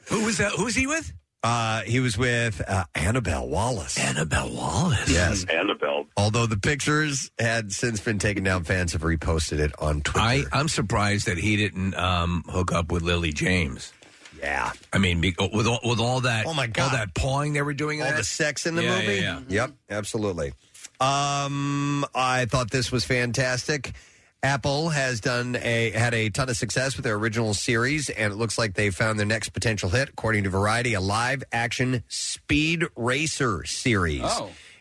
Who was that? Who was he with? Uh, he was with uh, Annabelle Wallace. Annabelle Wallace. Yes. Annabelle. Although the pictures had since been taken down, fans have reposted it on Twitter. I, I'm surprised that he didn't um, hook up with Lily James. Yeah. I mean, be- with all, with all that, Oh, my all God. that pawing they were doing, in all that- the sex in the Yeah, movie. yeah, yeah. Yep, absolutely. Um, I thought this was fantastic. Apple has done a had a ton of success with their original series, and it looks like they found their next potential hit, according to Variety. A live action speed racer series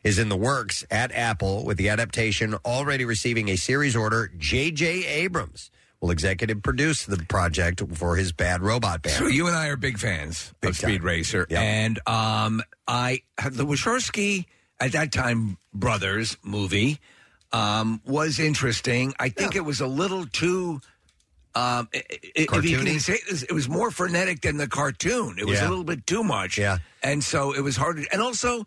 is in the works at Apple, with the adaptation already receiving a series order. J.J. Abrams will executive produce the project for his Bad Robot band. So you and I are big fans of Speed Racer, and um, I the Wachowski at that time brothers movie um, was interesting. I think it was a little too. Um, i- i- if you can Cartoony? say this, it was more frenetic than the cartoon. It was Yeah. a little bit too much, Yeah. and so it was harder. And also,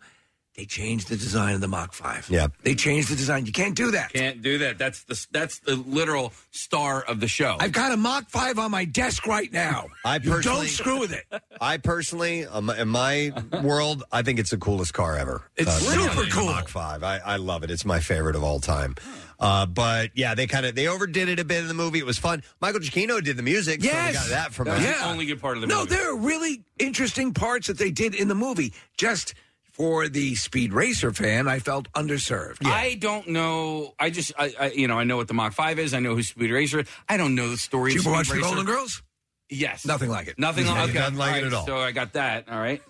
they changed the design of the Mach Five. Yeah, They changed the design. You can't do that. Can't do that. That's the that's the literal star of the show. I've got a Mach 5 on my desk right now. I You personally don't screw with it. I personally, um, in my world, I think it's the coolest car ever. It's super the cool. Mach Five. I, I love it. It's my favorite of all time. Uh, but yeah, they kind of they overdid it a bit in the movie. It was fun. Michael Giacchino did the music. so we Yes. got that from That him. was the only good part of no, there are really interesting parts that they did in the movie. Just for the Speed Racer fan, I felt underserved. I don't know. I just, I, I, you know, I know what the Mach Five is. I know who Speed Racer. is. I don't know the story. Did you of ever Speed watch The Racer. Golden Girls? Yes. Nothing like it. Nothing Yeah, like, okay. nothing like it at all. So I got that. All right.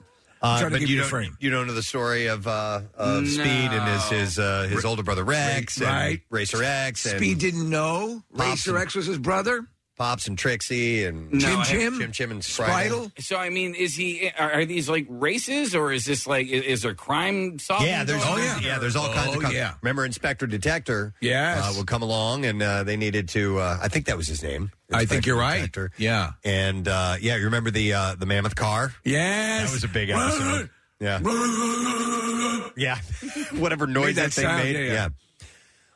Uh, but you don't, you don't know the story of uh, of Speed and his his uh, his older brother Rex and right. Racer X. And Speed didn't know Racer X was his brother. Pops and Trixie and No, I- Jim Jim and Spritel. So I mean, is he? Are, are these like races, or is this like? Is, is there crime solving? Yeah, there's going yeah. on? there's all kinds of Oh, com- yeah. Remember Inspector Detector? Yes. uh, would come along, and uh, they needed to. Uh, I think that was his name. I think you're right. Detector. Yeah. And uh, yeah, you remember the uh, the mammoth car? Yes, that was a big episode. yeah, yeah. Whatever noise that that, thing sound, made. yeah, yeah.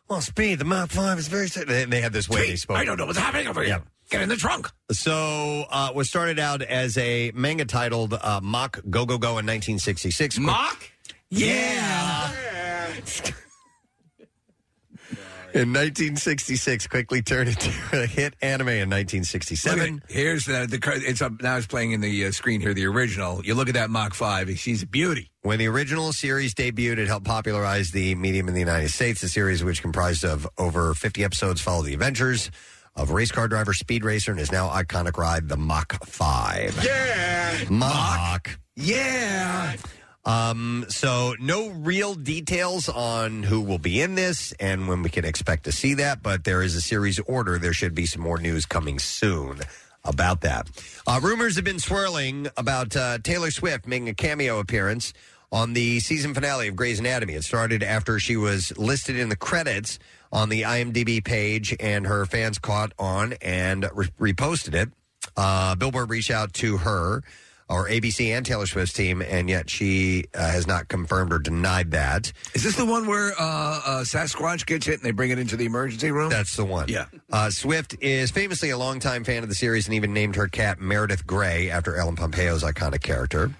Well, speed. The Mach Five is very. They, they had this way they spoke. I don't know what's happening over Yeah. here. Get in the trunk. So, uh, was started out as a manga titled uh, Mock Go Go Go in 1966. Mock? Yeah. In 1966, quickly turned into a hit anime in 1967. Look at it. Here's the, the cur- it's up now. It's playing in the uh, screen here. The original. You look at that Mach Five. She's a beauty. When the original series debuted, it helped popularize the medium in the United States. The series, which comprised of over 50 episodes, followed the adventures of race car driver Speed Racer and his now iconic ride, the Mach 5. Yeah. Mach. Yeah. Um, so no real details on who will be in this and when we can expect to see that, but there is a series order. There should be some more news coming soon about that. Uh, rumors have been swirling about uh, Taylor Swift making a cameo appearance on the season finale of Grey's Anatomy. It started after she was listed in the credits on the IMDb page, and her fans caught on and re- reposted it. Uh, Billboard reached out to her or ABC and Taylor Swift's team, and yet she uh, has not confirmed or denied that. Is this the one where uh, uh, Sasquatch gets hit and they bring it into the emergency room? That's the one. Yeah. Uh, Swift is famously a longtime fan of the series and even named her cat Meredith Grey after Ellen Pompeo's iconic character.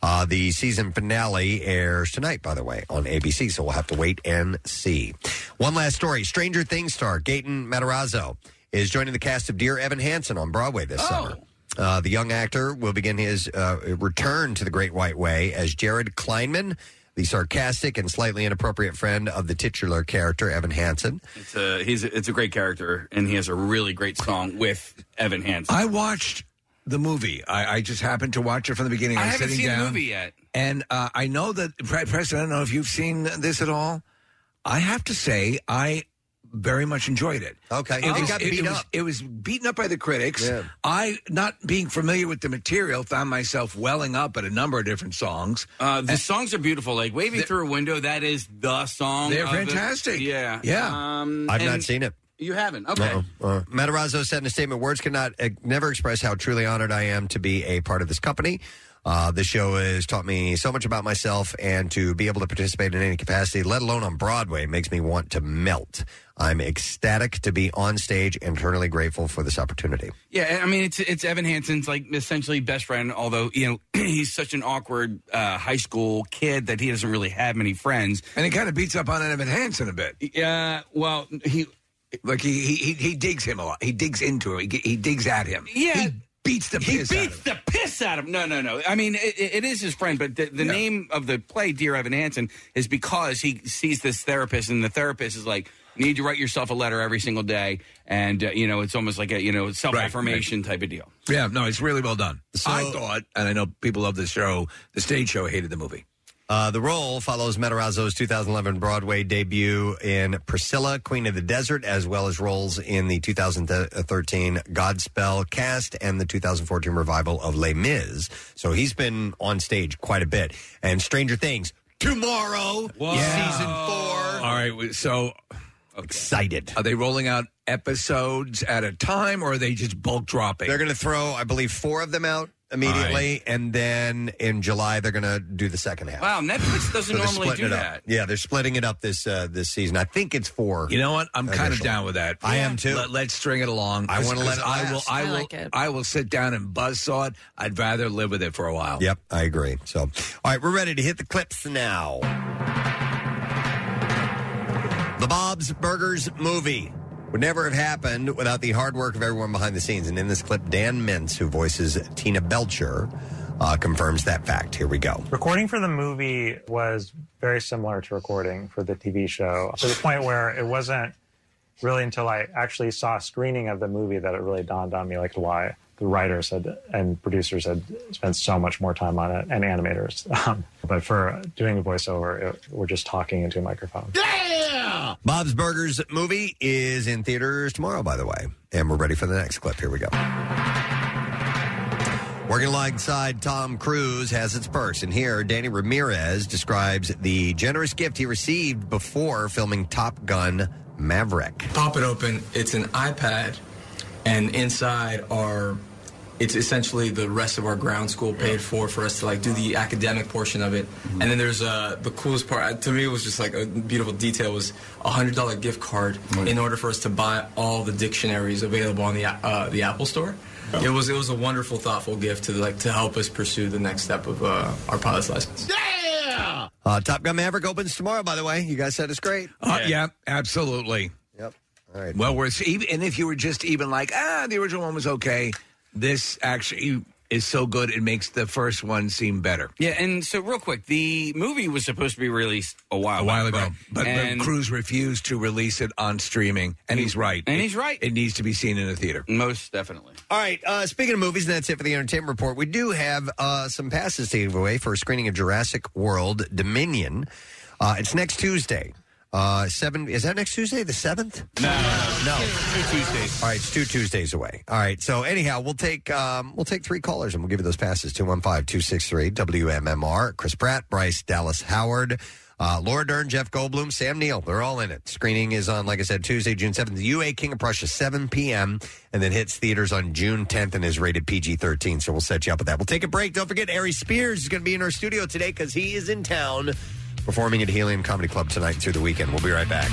Uh, the season finale airs tonight, by the way, on ABC, so we'll have to wait and see. One last story Stranger Things star Gaten Matarazzo is joining the cast of Dear Evan Hansen on Broadway this Oh. summer. Uh, the young actor will begin his uh, return to the Great White Way as Jared Kleinman, the sarcastic and slightly inappropriate friend of the titular character, Evan Hansen. It's a he's a, it's a great character, and he has a really great song with Evan Hansen. I watched the movie. I, I just happened to watch it from the beginning. I was haven't sitting seen the down, movie yet. And uh, I know that, Pre- Preston, I don't know if you've seen this at all. I have to say, I very much enjoyed it. Okay. It got beat was, up. It was beaten up by the critics. Yeah. I, not being familiar with the material, found myself welling up at a number of different songs. Uh, the songs are beautiful. Like "Waving Through a Window," that is the song. They're of the- fantastic. yeah, Yeah. Um, I've not and seen it. You haven't. Oh. Okay. Uh, Matarazzo said in a statement, "Words cannot uh, never express how truly honored I am to be a part of this company. Uh, this show has taught me so much about myself, and to be able to participate in any capacity, let alone on Broadway, makes me want to melt. I'm ecstatic to be on stage and eternally grateful for this opportunity." Yeah, I mean it's it's Evan Hansen's like essentially best friend, although you know he's such an awkward uh, high school kid that he doesn't really have many friends. And he kind of beats up on Evan Hansen a bit. Yeah, well, he like he he he digs him a lot. He digs into him. He, he digs at him. Yeah, he beats the he piss out of beats the piss out of him. No, no, no. I mean, it, it is his friend, but the, the name of the play, Dear Evan Hansen, is because he sees this therapist, and the therapist is like, "You need to write yourself a letter every single day," and uh, you know, it's almost like a you know self affirmation type of deal. Yeah, no, it's really well done. I thought, and I know people love the show. The stage show hated the movie. Uh, the role follows Matarazzo's 2011 Broadway debut in Priscilla, Queen of the Desert, as well as roles in the 2013 Godspell cast and the 2014 revival of Les Mis. So he's been on stage quite a bit. And Stranger Things, tomorrow, season four. All right, we- so excited. Are they rolling out episodes at a time, or are they just bulk dropping? They're going to throw, I believe, four of them out immediately. And then in July, they're going to do the second half. Wow, Netflix doesn't So they're normally splitting do it up. that. Yeah, they're splitting it up this uh, this season. I think it's four. You know what? I'm kind of initially. down with that. I am too. Let, us string it along. I wanna let it I will. last. I I will. I, like it. will sit down and buzzsaw it. I'd rather live with it for a while. Yep, I agree. So, all right, we're ready to hit the clips now. The Bob's Burgers movie would never have happened without the hard work of everyone behind the scenes. And in this clip, Dan Mintz, who voices Tina Belcher, uh, confirms that fact. Here we go. Recording for the movie was very similar to recording for the TV show to the point where it wasn't really until I actually saw a screening of the movie that it really dawned on me like why the writers had and producers had spent so much more time on it and animators. Um, but for doing a voiceover, it, we're just talking into a microphone. Yeah! Bob's Burgers movie is in theaters tomorrow, by the way. And we're ready for the next clip. Here we go. Working alongside Tom Cruise has its perks. And here, Danny Ramirez describes the generous gift he received before filming Top Gun Maverick. Pop it open. It's an iPad, and inside are it's essentially the rest of our ground school paid for for us to like do the academic portion of it. And then there's uh, the coolest part uh, to me was just like a beautiful detail was a hundred dollar gift card in order for us to buy all the dictionaries available on the a- uh, the Apple Store. It was it was a wonderful, thoughtful gift to like to help us pursue the next step of uh, our pilot's license. Yeah! Uh, Top Gun Maverick opens tomorrow, by the way. You guys said it's great. Uh, yeah. absolutely. Yep. All right. Well, we're even, and if you were just even like ah, the original one was okay. This actually is so good it makes the first one seem better. Yeah, and so real quick, the movie was supposed to be released a while A while ago, back, but, but and- Cruz refused to release it on streaming, and he's right. and It- he's right. It needs to be seen in a theater, most definitely. All right. Uh, speaking of movies, and that's it for the entertainment report. We do have uh, some passes to give away for a screening of Jurassic World Dominion. Uh, it's next Tuesday. Uh, seven is that next Tuesday, the seventh? No, no, two Tuesdays. All right, it's two Tuesdays away. All right, so anyhow, we'll take um, we'll take three callers and we'll give you those passes 215-263 WMMR. Chris Pratt, Bryce Dallas Howard, uh, Laura Dern, Jeff Goldblum, Sam Neill. They're all in it. Screening is on, like I said, Tuesday, June seventh. UA King of Prussia, seven p.m. and then hits theaters on June tenth and is rated PG thirteen. So we'll set you up with that. We'll take a break. Don't forget, Ari Spears is going to be in our studio today because he is in town performing at Helium Comedy Club tonight and through the weekend. We'll be right back.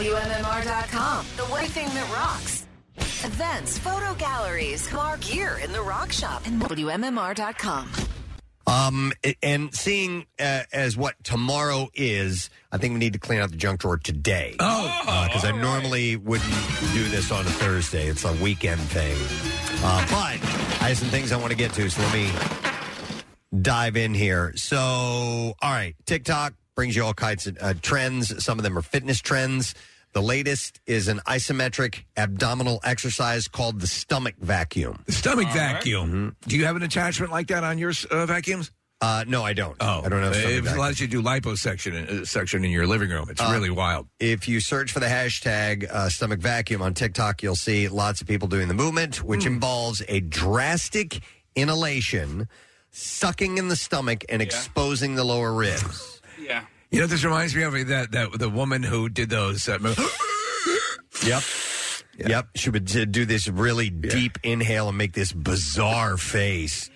WMMR.com, the one thing that rocks. Events, photo galleries, Mark here in the Rock Shop, and WMMR.com. Um, and seeing uh, as what tomorrow is, I think we need to clean out the junk drawer today. Oh, because I normally wouldn't do this on a Thursday. It's a weekend thing. Uh, but I have some things I want to get to, so let me dive in here. So, all right, TikTok brings you all kinds of uh, trends. Some of them are fitness trends. The latest is an isometric abdominal exercise called the stomach vacuum. The stomach vacuum. Mm-hmm. Do you have an attachment like that on your uh, vacuums? Uh, no, I don't. Oh, I don't have a stomach It vacuum. allows you to do liposuction uh, section in your living room. It's Uh, really wild. If you search for the hashtag uh, stomach vacuum on TikTok, you'll see lots of people doing the movement, which Hmm. involves a drastic inhalation, sucking in the stomach, and exposing the lower ribs. Yeah. You know, this reminds me of that that the woman who did those. Uh, mo- yep. Yep, she would d- do this really deep inhale and make this bizarre face,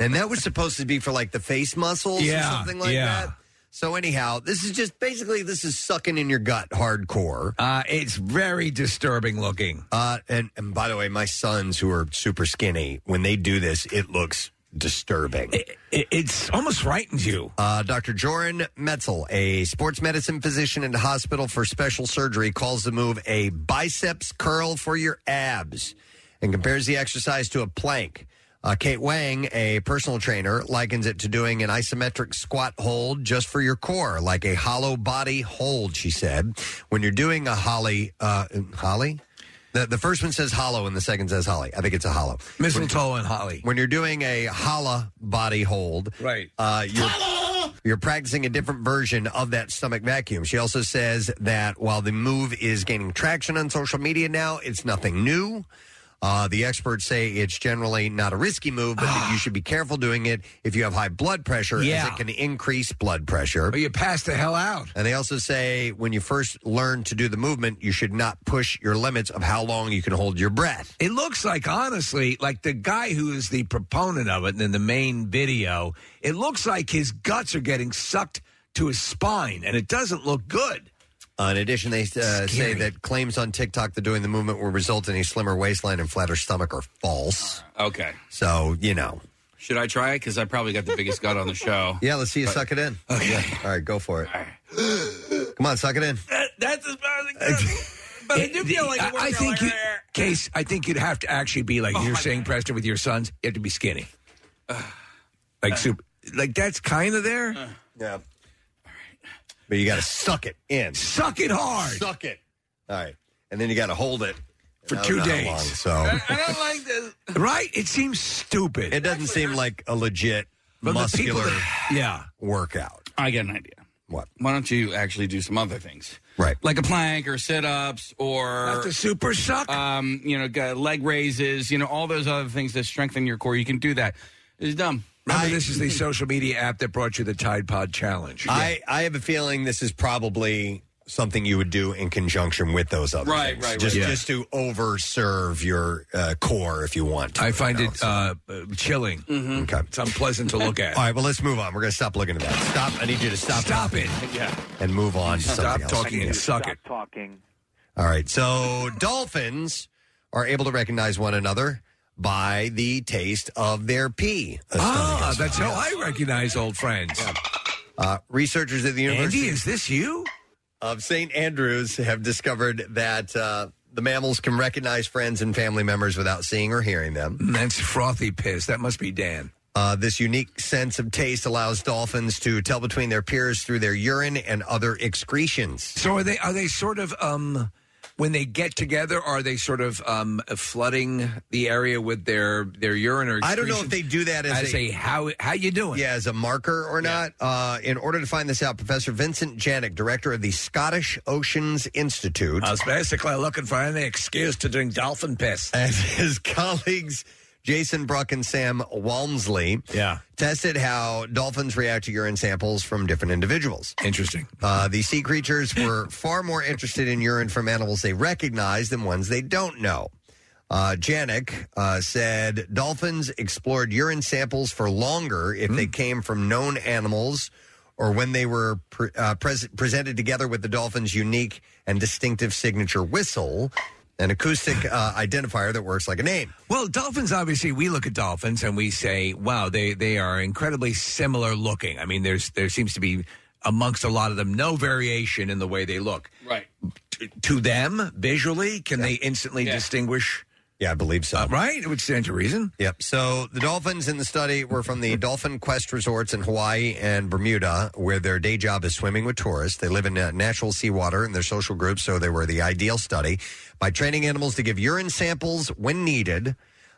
and that was supposed to be for like the face muscles Yeah, or something like yeah. that. So anyhow, this is just basically this is sucking in your gut hardcore. Uh, it's very disturbing looking. Uh, and, and by the way, my sons who are super skinny, when they do this, it looks disturbing. It, it's almost frightens you. Uh, Dr. Joran Metzel, a sports medicine physician in the hospital for special surgery, calls the move a biceps curl for your abs and compares the exercise to a plank. Uh, Kate Wang, a personal trainer, likens it to doing an isometric squat hold just for your core, like a hollow body hold, she said. When you're doing a holly, uh, holly? The, the first one says hollow and the second says holly. I think it's a hollow. Mistletoe and holly. When you're doing a holla body hold, Right. uh, you're, you're practicing a different version of that stomach vacuum. She also says that while the move is gaining traction on social media now, it's nothing new. Uh, the experts say it's generally not a risky move, but that you should be careful doing it if you have high blood pressure, Ah. Yeah. as it can increase blood pressure. Or Oh, you pass the hell out. And they also say when you first learn to do the movement, you should not push your limits of how long you can hold your breath. It looks like, honestly, like the guy who is the proponent of it in the main video, it looks like his guts are getting sucked to his spine, and it doesn't look good. Uh, in addition, they uh, say that claims on TikTok that doing the movement will result in a slimmer waistline and flatter stomach are false. Okay. So, you know. Should I try it? Because I probably got the biggest gut on the show. Yeah, let's see you But- suck it in. Okay. All right, go for it. Come on, suck it in. That's as bad as it gets. But Eh, I do feel like Oh, I, think you, Case, I think you'd have to actually be like you're saying, Preston, with your sons, you have to be skinny, like super, like that's kind of there. yeah. But you got to suck it in. Suck it hard. Suck it. All right. And then you got to hold it For I don't two know how days. long, so I don't like this. Right? It seems stupid. it doesn't seem like a legit But the people muscular that- yeah. workout. I got an idea. What? Why don't you actually do some other things? Right. Like a plank or sit ups or. Not the super suck. Um, you know, got leg raises, you know, all those other things that strengthen your core. You can do that. It's dumb. Remember, this is the social media app that brought you the Tide Pod Challenge. I, I have a feeling this is probably something you would do in conjunction with those other Right, things. right, right. Just, Yeah. just to overserve your uh, core if you want. I find it uh, uh, chilling. Okay. It's unpleasant to look at. All right, well, let's move on. We're going to stop looking at that. Stop. I need you to stop. Stop it. Yeah. And move on to Stop something else. talking and suck it. Talking. All right. So dolphins are able to recognize one another by the taste of their pee. Ah, that's how I recognize old friends. Uh, researchers at the Andy, University is this you? of St. Andrews have discovered that uh, the mammals can recognize friends and family members without seeing or hearing them. That's frothy piss. That must be Dan. Uh, this unique sense of taste allows dolphins to tell between their peers through their urine and other excretions. So are they? Are they sort of um, when they get together? Are they sort of um, flooding the area with their their urine? Or I don't know if they do that as a- a, how how you doing? Yeah, as a marker or not. Uh, in order to find this out, Professor Vincent Janik, director of the Scottish Oceans Institute, I was basically looking for any excuse to drink dolphin piss. and his colleagues Jason Bruck and Sam Walmsley Yeah. tested how dolphins react to urine samples from different individuals. Interesting. Uh, the sea creatures were far more interested in urine from animals they recognize than ones they don't know. Uh, Janik uh, said dolphins explored urine samples for longer if they came from known animals or when they were pre- uh, pres- presented together with the dolphin's unique and distinctive signature whistle, an acoustic uh, identifier that works like a name. Well, dolphins obviously we look at dolphins and we say, "Wow, they they are incredibly similar looking." I mean, there's there seems to be amongst a lot of them no variation in the way they look. Right. To, to them, visually, can they instantly distinguish? Yeah, I believe so. right? It would stand to reason. Yep. So the dolphins in the study were from the Dolphin Quest resorts in Hawaii and Bermuda, where their day job is swimming with tourists. They live in uh, natural seawater in their social groups, so they were the ideal study. By training animals to give urine samples when needed,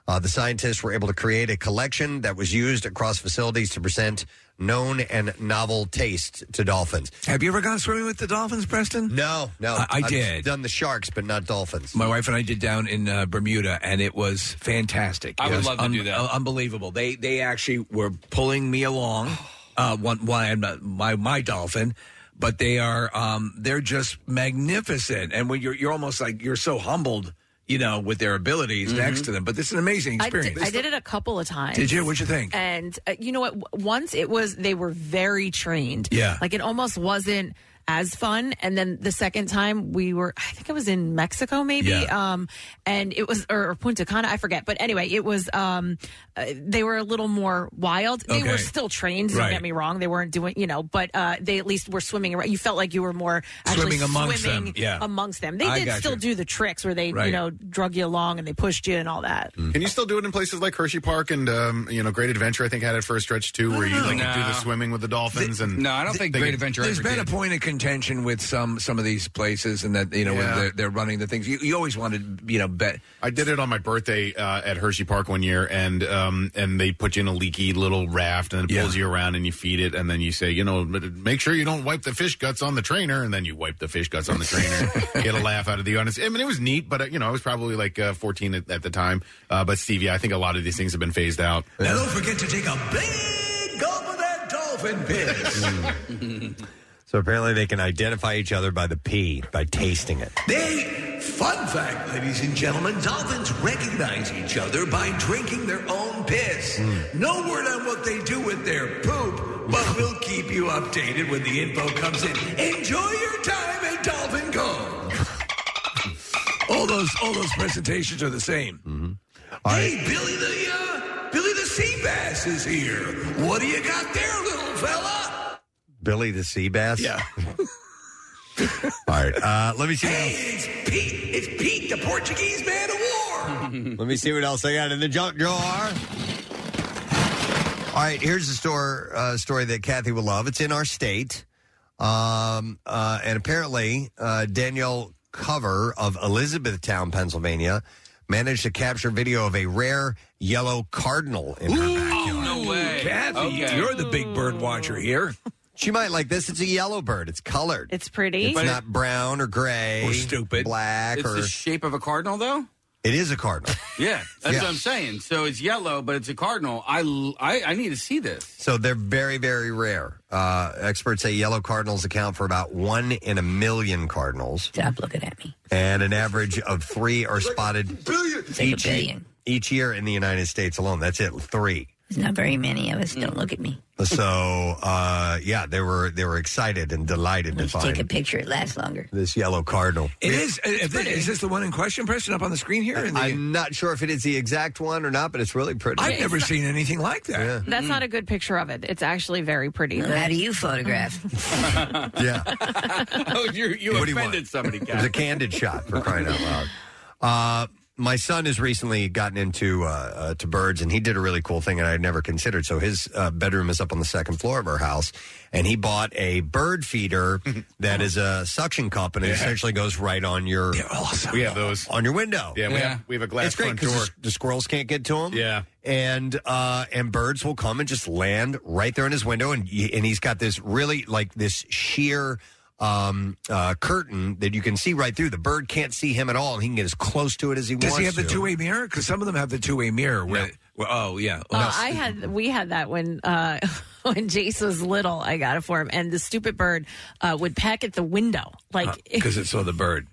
uh, the scientists were able to create a collection that was used across facilities to present known and novel tastes to dolphins. Have you ever gone swimming with the dolphins, Preston? No, no. I, I I've did. done the sharks, but not dolphins. My wife and I did down in uh, Bermuda, and it was fantastic. I It would was love to do that. uh, unbelievable. They they actually were pulling me along. Uh, one, one my my dolphin, but they are um, they're just magnificent. And when you're you're almost like you're so humbled, you know, with their abilities next to them. But it's an amazing I did, experience. I did it a couple of times. Did you? What'd you think? And uh, you know what? W- Once it was, they were very trained. Yeah. Like it almost wasn't as fun. And then the second time we were, I think it was in Mexico, maybe. Yeah. Um, and it was or, or Punta Cana, I forget. But anyway, it was. Um, uh, they were a little more wild. They Okay. were still trained. Don't Right. get me wrong. They weren't doing, you know, but uh, they at least were swimming. around. You felt like you were more actually Swimming amongst them, swimming yeah. amongst them. They I did gotcha. still do the tricks where they, Right. you know, drug you along and they pushed you and all that. Can you still do it in places like Hershey Park and um, you know Great Adventure? I think had it for a stretch too, where you like No. do the swimming with the dolphins and they could- There's been a point of contention with some some of these places, and that you know Yeah. when they're, they're running the things. You, you always wanted, you know, bet. I did it on my birthday uh, at Hershey Park one year, and um, and they put you in a leaky little raft, and it pulls you around, and you feed it, and then you say, you know, "But make sure you don't wipe the fish guts on the trainer, and then you wipe the fish guts on the trainer. Get a laugh out of the audience. I mean, it was neat, but uh, you know, I was probably like uh, 14 at, at the time. Uh, but Stevie, I think a lot of these things have been phased out. Now don't forget to take a big gulp of that dolphin piss. So apparently they can identify each other by the pee by tasting it. They, fun fact, ladies and gentlemen, dolphins recognize each other by drinking their own piss. No word on what they do with their poop, but we'll keep you updated when the info comes in. Enjoy your time at Dolphin Cove. all those, all those presentations are the same. Hey, Billy the uh, Billy the Sea Bass is here. What do you got there, little fella? Billy the sea bass. Yeah. All right. Uh, let me see. It's Pete. It's Pete, the Portuguese man of war. Let me see what else I got in the junk drawer. All right, here's a store uh, story that Kathy will love. It's in our state, um, uh, and apparently uh, Danielle Cover of Elizabethtown, Pennsylvania, managed to capture video of a rare yellow cardinal in her backyard. No way. Kathy, you're the big bird watcher here. She might like this. It's a yellow bird. It's colored. It's pretty. It's not brown or gray Or stupid, black It's or the shape of a cardinal, though. it is a cardinal. Yeah, that's Yeah. what I'm saying. So it's yellow, but it's a cardinal. I, l- I, I need to see this. So they're very, very rare. Uh, experts say yellow cardinals account for about one in a million cardinals. Stop looking at me. And an average of three are spotted like a each, billion. each year in the United States alone. That's it, three. There's not very many of us. Don't look at me. So uh, yeah, they were they were excited and delighted to Take a find picture. It Mm. lasts longer. this yellow cardinal. It is. uh, Is this- is this the one in question, Preston, up on the screen here? I'm not sure if it is the exact one or not, but it's really pretty. I've never seen anything like that. That's not a good picture of it. It's actually very pretty. Uh, How do you photograph? yeah. oh, you you What do you offended somebody, It was guys. a candid shot for crying out loud. Uh, my son has recently gotten into uh, uh, to birds, and he did a really cool thing that I had never considered. So his uh, bedroom is up on the second floor of our house, and he bought a bird feeder that is a suction cup, and it Yeah. essentially goes right on your. awesome. We have those on your window. Yeah, we, Have, we have a glass It's great front door. the, the squirrels can't get to him. Yeah. and uh, and birds will come and just land right there in his window, and he- and he's got this really like this sheer um, uh, curtain that you can see right through. The bird can't see him at all, and he can get as close to it as he Does wants. he have the to. two way mirror? Because some of them have the two way mirror. Where, well, oh yeah. Uh, I had we had that when uh, when Jace was little. I got it for him, and the stupid bird uh, would peck at the window. Like because it saw the bird.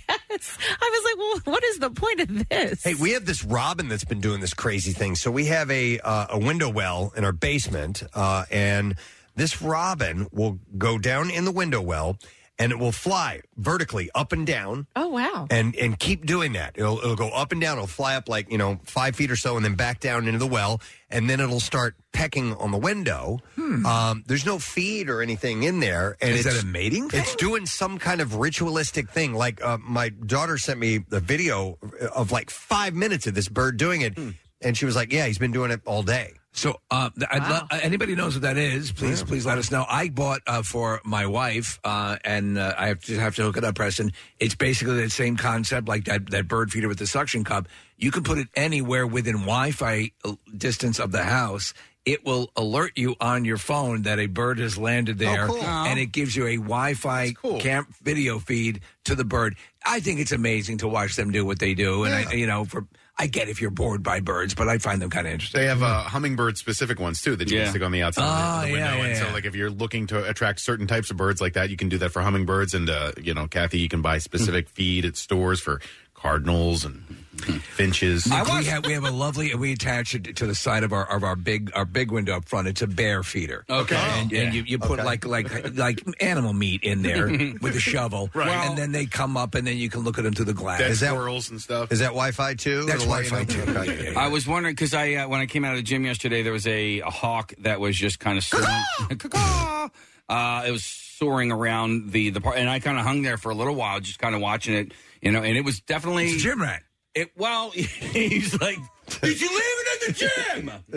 I was like, well, what is the point of this? Hey, we have this robin that's been doing this crazy thing. So we have a uh, a window well in our basement, uh, and this robin will go down in the window well, and it will fly vertically up and down. Oh wow! And and keep doing that. It'll it'll go up and down. It'll fly up like you know five feet or so, and then back down into the well, and then it'll start pecking on the window. Um, there's no feed or anything in there, and Is that it's- a mating It's doing some kind of ritualistic thing. Like uh, my daughter sent me a video of like five minutes of this bird doing it, and she was like, "Yeah, he's been doing it all day." So, uh, th- I'd lo- uh, anybody knows what that is? Please, please let us know. I bought uh, for my wife, uh, and uh, I have to have to hook it up, Preston. It's basically the same concept, like that that bird feeder with the suction cup. You can put it anywhere within Wi-Fi l- distance of the house. It will alert you on your phone that a bird has landed there, cool. Aw. and it gives you a Wi-Fi camp video feed to the bird. I think it's amazing to watch them do what they do, and I, you know, for I get if you're bored by birds, but I find them kind of interesting. They have uh, hummingbird specific ones too that you Yeah. can stick on the outside Ah, of the- the yeah, window. yeah, and so, yeah. like, if you're looking to attract certain types of birds like that, you can do that for hummingbirds. And uh, you know, Kathy, you can buy specific feed at stores for cardinals and finches. Nick, we have we have a lovely we attach it to the side of our of our big our big window up front. It's a bear feeder. Okay. and, Oh, yeah. and you, you put Okay. like like like animal meat in there with a shovel, Right. and then they come up, and then you can look at them through the glass. Dead squirrels and stuff. Is that Wi-Fi too? That's It'll let Wi-Fi you too. know. I was wondering because I uh, when I came out of the gym yesterday, there was a, a hawk that was just kind of soaring. Caw-caw! uh, it was soaring around the the park, and I kind of hung there for a little while, just kind of watching it, you know. And it was definitely It's a gym rat. It well, he's like, did you leave it in the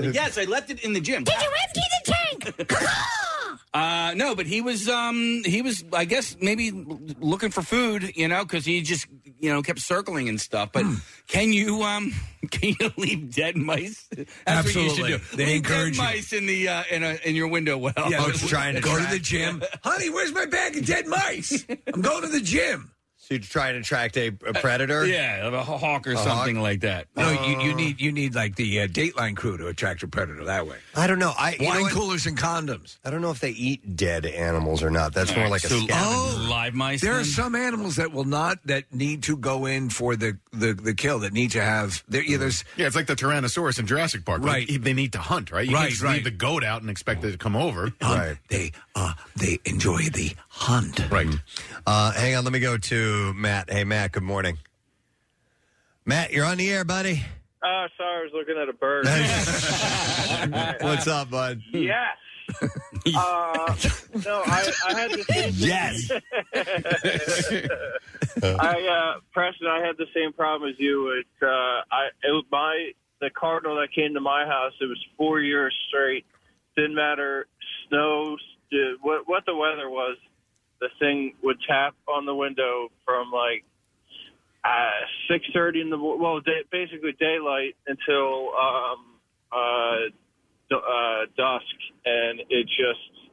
gym? yes, I left it in the gym. Did you empty the tank? Uh, no, but he was, um, he was, I guess, maybe looking for food, you know, because he just, you know, kept circling and stuff. But Hmm. can you, um, can you leave dead mice? That's What you should do. They leave encourage dead you. mice in the uh, in a, in your window well. Yeah, I was trying to go to the gym. Honey, where's my bag of dead mice? I'm going to the gym. So you're trying to attract a, a predator? yeah, a hawk or A hawk? something like that. No, you, you need you need like the uh, Dateline crew to attract a predator that way. I don't know. I you know Wine what? coolers and condoms. I don't know if they eat dead animals or not. That's more like a uh, scavenger. Oh! Oh. live mice. There are some animals that will not that need to go in for the the, the kill that need to have. There, yeah, there's yeah, it's like the Tyrannosaurus in Jurassic Park. Right. Like, they need to hunt, right? You Right, can't just right. leave the goat out and expect it to come over. right. They uh, they enjoy the hunt. Right. Uh, hang on, let me go to Matt. Hey, Matt. Good morning. Matt, you're on the air, buddy. Oh, sorry, I was looking at a bird. What's up, bud? yes. Uh, no, I, I had the same. Yes. I, uh, Preston, I had the same problem as you. It, uh, I, it was my the cardinal that came to my house. It was four years straight. Didn't matter snow, uh, what what the weather was. The thing would tap on the window from like uh, six thirty in the well, day, basically daylight until um, uh, d- uh, dusk, and it just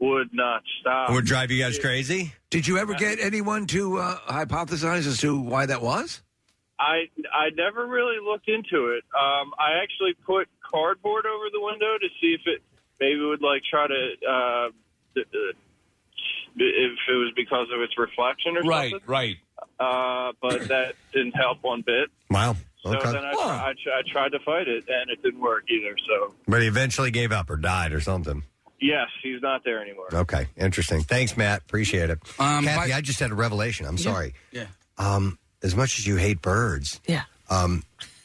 would not stop. Would drive you guys crazy? Did you ever get anyone to uh, hypothesize as to why that was? I I never really looked into it. Um, I actually put cardboard over the window to see if it maybe would like try to uh, th- uh, if it was because of its reflection or Right, something. right. Uh, but that didn't help one bit. Wow. So then I, I, I tried to fight it and it didn't work either. So But he eventually gave up or died or something. yes, he's not there anymore. Okay, interesting. Thanks, Matt. Appreciate it. Um, Kathy, my- I just had a revelation. I'm sorry. Yeah. Um, as much as you hate birds, Yeah. um,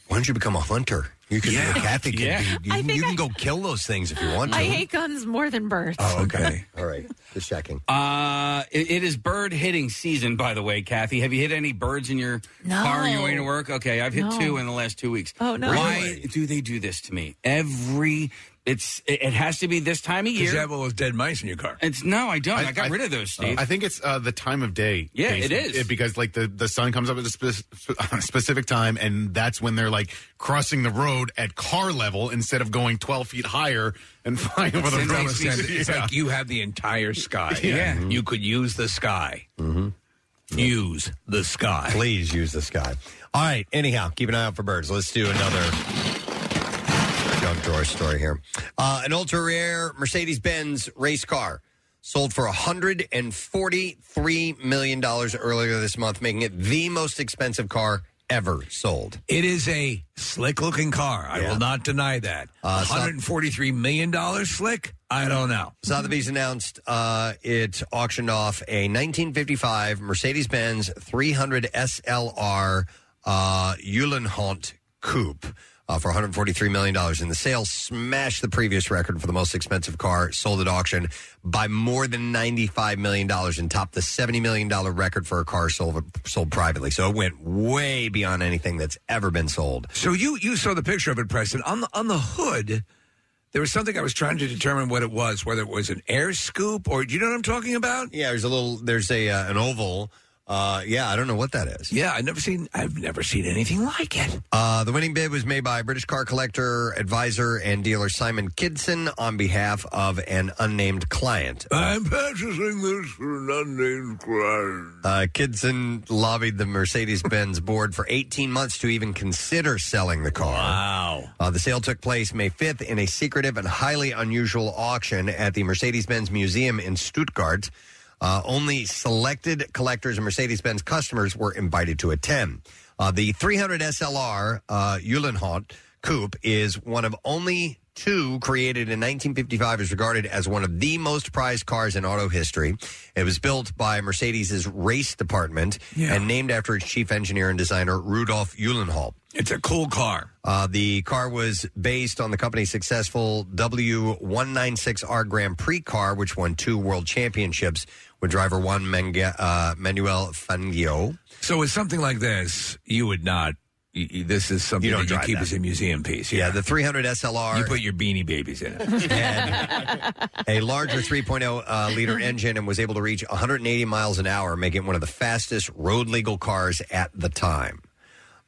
why don't you become a hunter? You can. Yeah. Kathy can. Yeah. You, you can go kill those things if you want to. I hate guns more than birds. Oh, okay. All right. Just checking. Uh, it, it is bird hitting season, by the way, Kathy. Have you hit any birds in your No. car on your way to work? Okay, I've hit No. two in the last two weeks. Oh, no. Why do they do this to me every? It's it, it has to be this time of 'Cause year. you have all those dead mice in your car. It's no, I don't. I, got rid of those, Steve. I think it's uh, the time of day. Yeah, it Jason. is. because like the, the sun comes up at a spe- spe- specific time, and that's when they're like crossing the road at car level instead of going twelve feet higher and flying over the It road. makes me- It's Yeah. like you have the entire sky. Yeah. Mm-hmm. Mhm. You could use the sky. Use the sky. Please use the sky. All right. Anyhow, keep an eye out for birds. Let's do another junk drawer story here. Uh, an ultra rare Mercedes Benz race car sold for $143 million earlier this month, making it the most expensive car ever sold. It is a slick looking car. I will not deny that. Uh, so- $143 million slick? I don't know. Sotheby's announced uh, it auctioned off a 1955 Mercedes Benz 300 SLR uh, Uhlenhunt Coupe. Uh, for $143 million in the sale, smashed the previous record for the most expensive car sold at auction by more than $95 million and topped the $70 million record for a car sold, sold privately. So it went way beyond anything that's ever been sold. So you you saw the picture of it, Preston. On the on the hood, there was something I was trying to determine what it was, whether it was an air scoop or do you know what I'm talking about? Yeah, there's a little, there's a uh, an oval. Uh, yeah, I don't know what that is. Yeah, I've never seen, I've never seen anything like it. Uh, the winning bid was made by British car collector, advisor, and dealer Simon Kidson on behalf of an unnamed client. I'm purchasing this for an unnamed client. Uh, Kidson lobbied the Mercedes Benz board for 18 months to even consider selling the car. Wow. Uh, the sale took place May 5th in a secretive and highly unusual auction at the Mercedes Benz Museum in Stuttgart. Uh, only selected collectors and Mercedes Benz customers were invited to attend. Uh, the 300 SLR uh, Uhlenhaut Coupe is one of only two created in 1955 is regarded as one of the most prized cars in auto history. It was built by Mercedes's race department and named after its chief engineer and designer Rudolf Uhlenhaut. It's a cool car. Uh, the car was based on the company's successful W196R Grand Prix car, which won two world championships with driver Juan Menge- uh, Manuel Fangio. So with something like this, you would not. y- y- This is something You don't that you drive keep that. as a museum piece. Yeah, the 300 SLR. You put your beanie babies in it. a larger 3.0 uh, liter engine and was able to reach 180 miles an hour, making it one of the fastest road legal cars at the time.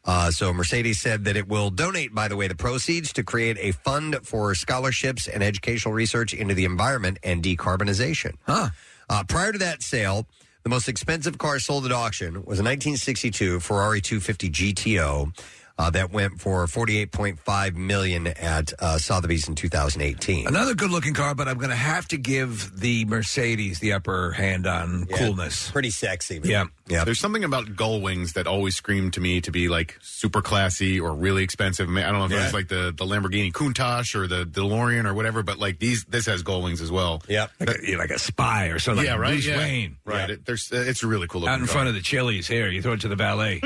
Uh, so Mercedes said that it will donate, by the way, the proceeds to create a fund for scholarships and educational research into the environment and decarbonization. Huh. Uh, prior to that sale, the most expensive car sold at auction was a 1962 Ferrari 250 GTO uh, that went for 48.5 million at uh, Sotheby's in 2018. Another good looking car, but I'm going to have to give the Mercedes the upper hand on coolness. Pretty sexy. Yeah. Yeah. There's something about gull wings that always scream to me to be like super classy or really expensive. I mean, I don't know if Yeah. it's like the, the Lamborghini Countach or the DeLorean or whatever, but like these, this has gull wings as well. Yeah. Like a, spy or something. Yeah, like right. Bruce yeah. Wayne. Right. It, there's, uh, it's a really cool looking Out in car. front of the Chili's here, you throw it to the valet.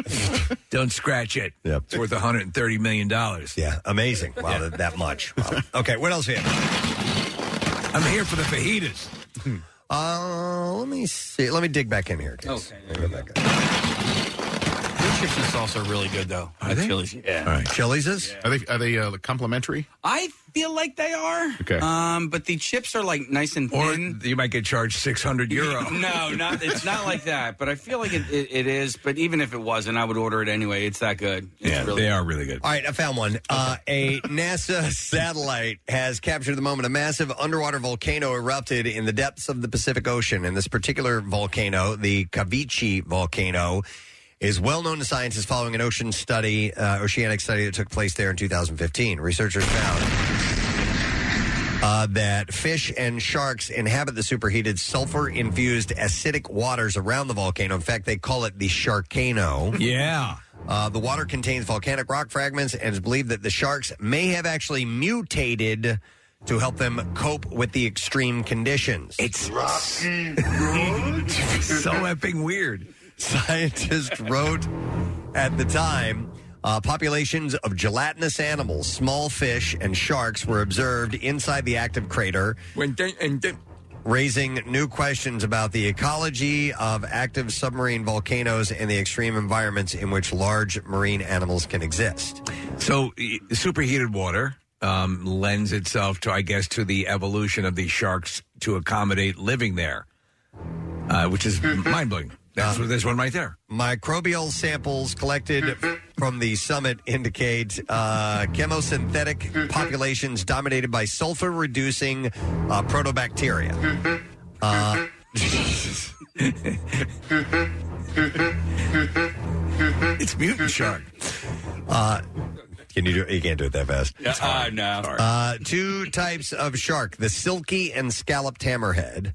Don't scratch it. Yep. It's worth 130 million dollars. Yeah, amazing. Wow, that, that much. Wow. Okay, what else we have? I'm here for the fajitas. Hmm. Uh, let me see. Let me dig back in here. Case. Okay. Their chips and salsa are really good, though. Are they? Chili's, yeah. All right. Chili's is? Are they, are they uh, complimentary? I feel like they are. Okay. Um, but the chips are like nice and thin. Or you might get charged 600 euro. no, not it's not like that. But I feel like it, it, it is. But even if it wasn't, I would order it anyway. It's that good. It's yeah, really they are really good. All right, I found one. Uh, a NASA satellite has captured the moment a massive underwater volcano erupted in the depths of the Pacific Ocean. And this particular volcano, the Caviche volcano, is well known to scientists following an ocean study, uh, oceanic study that took place there in 2015. Researchers found uh, that fish and sharks inhabit the superheated sulfur infused acidic waters around the volcano. In fact, they call it the Sharkano. Yeah. Uh, the water contains volcanic rock fragments and is believed that the sharks may have actually mutated to help them cope with the extreme conditions. It's Rocky so effing weird. Scientists wrote at the time. Uh, populations of gelatinous animals, small fish, and sharks were observed inside the active crater, When they, and they- raising new questions about the ecology of active submarine volcanoes and the extreme environments in which large marine animals can exist. so e- superheated water um, lends itself to, I guess, to the evolution of these sharks to accommodate living there, uh, which is mind blowing. That's what this one right there. Microbial samples collected from the summit indicate uh, chemosynthetic populations dominated by sulfur reducing uh, protobacteria. Uh, it's mutant shark. Uh, can you do You can't do it that fast. Yeah, uh, no. Uh, two types of shark, the silky and scalloped hammerhead,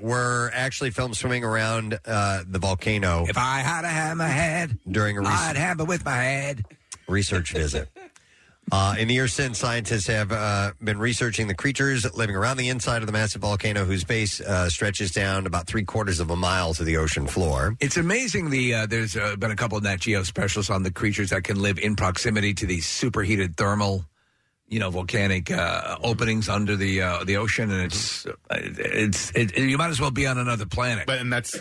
were actually filmed swimming around uh, the volcano. If I had a hammerhead, during a recent- I'd have it with my head. research visit. Uh, in the years since, scientists have uh, been researching the creatures living around the inside of the massive volcano, whose base uh, stretches down about three quarters of a mile to the ocean floor. It's amazing. The uh, there's uh, been a couple of Nat Geo specials on the creatures that can live in proximity to these superheated thermal, you know, volcanic uh, openings under the uh, the ocean, and it's uh, it's it, you might as well be on another planet. But and that's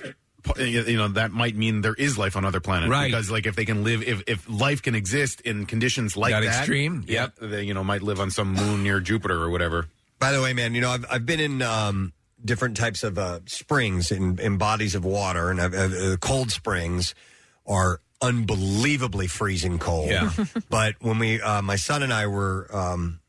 you know that might mean there is life on other planets, Right. Because like if they can live, if if life can exist in conditions like That that, extreme, yeah, they you know might live on some moon near Jupiter or whatever. By the way, man, you know I've I've been in um, different types of uh, springs and and bodies of water, and I've, uh, uh, cold springs are unbelievably freezing cold. Yeah. but when we, uh, my son and I were um,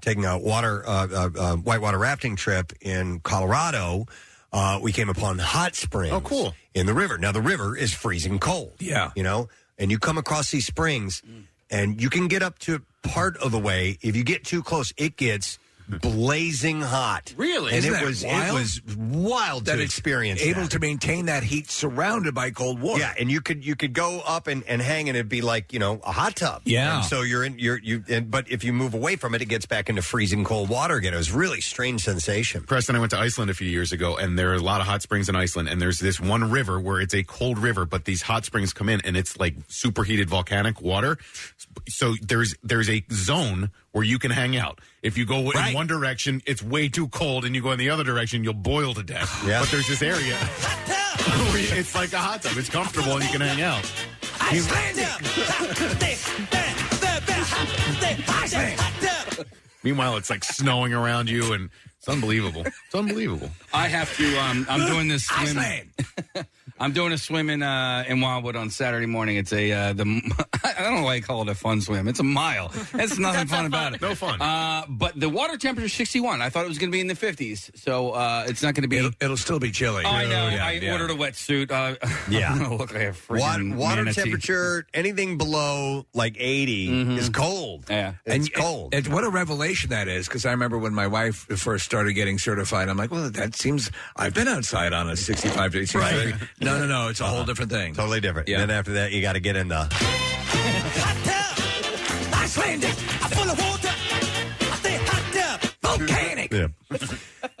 taking a water uh, uh, uh, whitewater rafting trip in Colorado, uh, we came upon hot springs. Oh, cool! In the river. Now the river is freezing cold. Yeah. you know, and you come across these springs, and you can get up to part of the way. If you get too close, it gets blazing hot. Really? And Isn't it that was it wild? was wild That to it's experience. able that. to maintain that heat surrounded by cold water. Yeah, and you could you could go up and, and hang and it'd be like you know a hot tub. Yeah. And so you're in you're you and but if you move away from it, it gets back into freezing cold water again. It was really strange sensation. Preston, I went to Iceland a few years ago, and there are a lot of hot springs in Iceland. And there's this one river where it's a cold river, but these hot springs come in, and it's like superheated volcanic water. So there's there's a zone where you can hang out. If you go in one direction, it's way too cold, and you go in the other direction, you'll boil to death. But there's this area where you- it's like a hot tub. It's comfortable, and you can hang out. Meanwhile, it's like snowing around you, and it's unbelievable. It's unbelievable. I have to. Um, I'm doing this swim. I'm doing a swim in uh, in Wildwood on Saturday morning. It's a uh, the I don't know why I call it a fun swim. It's a mile. That's nothing fun about it. No fun. Uh, but the water temperature is 61. I thought it was going to be in the 50s, so uh, it's not going to be. It'll, it'll still be chilly. Oh, I know. Yeah, I yeah. ordered a wetsuit. Uh, Yeah. I'm gonna look like a Water, freaking water manatee. Mm-hmm. temperature, anything below like 80 is cold. Yeah, it's cold. And what a revelation that is! Because I remember when my wife first started getting certified, I'm like, "Well, that seems I've been outside on a 65 degree." Right. No, no, no. It's a whole different thing. Uh-huh. Totally different. And then after that, you got to get in the. Icelandic, I'm full of water. I stay hot up, volcanic. Yeah.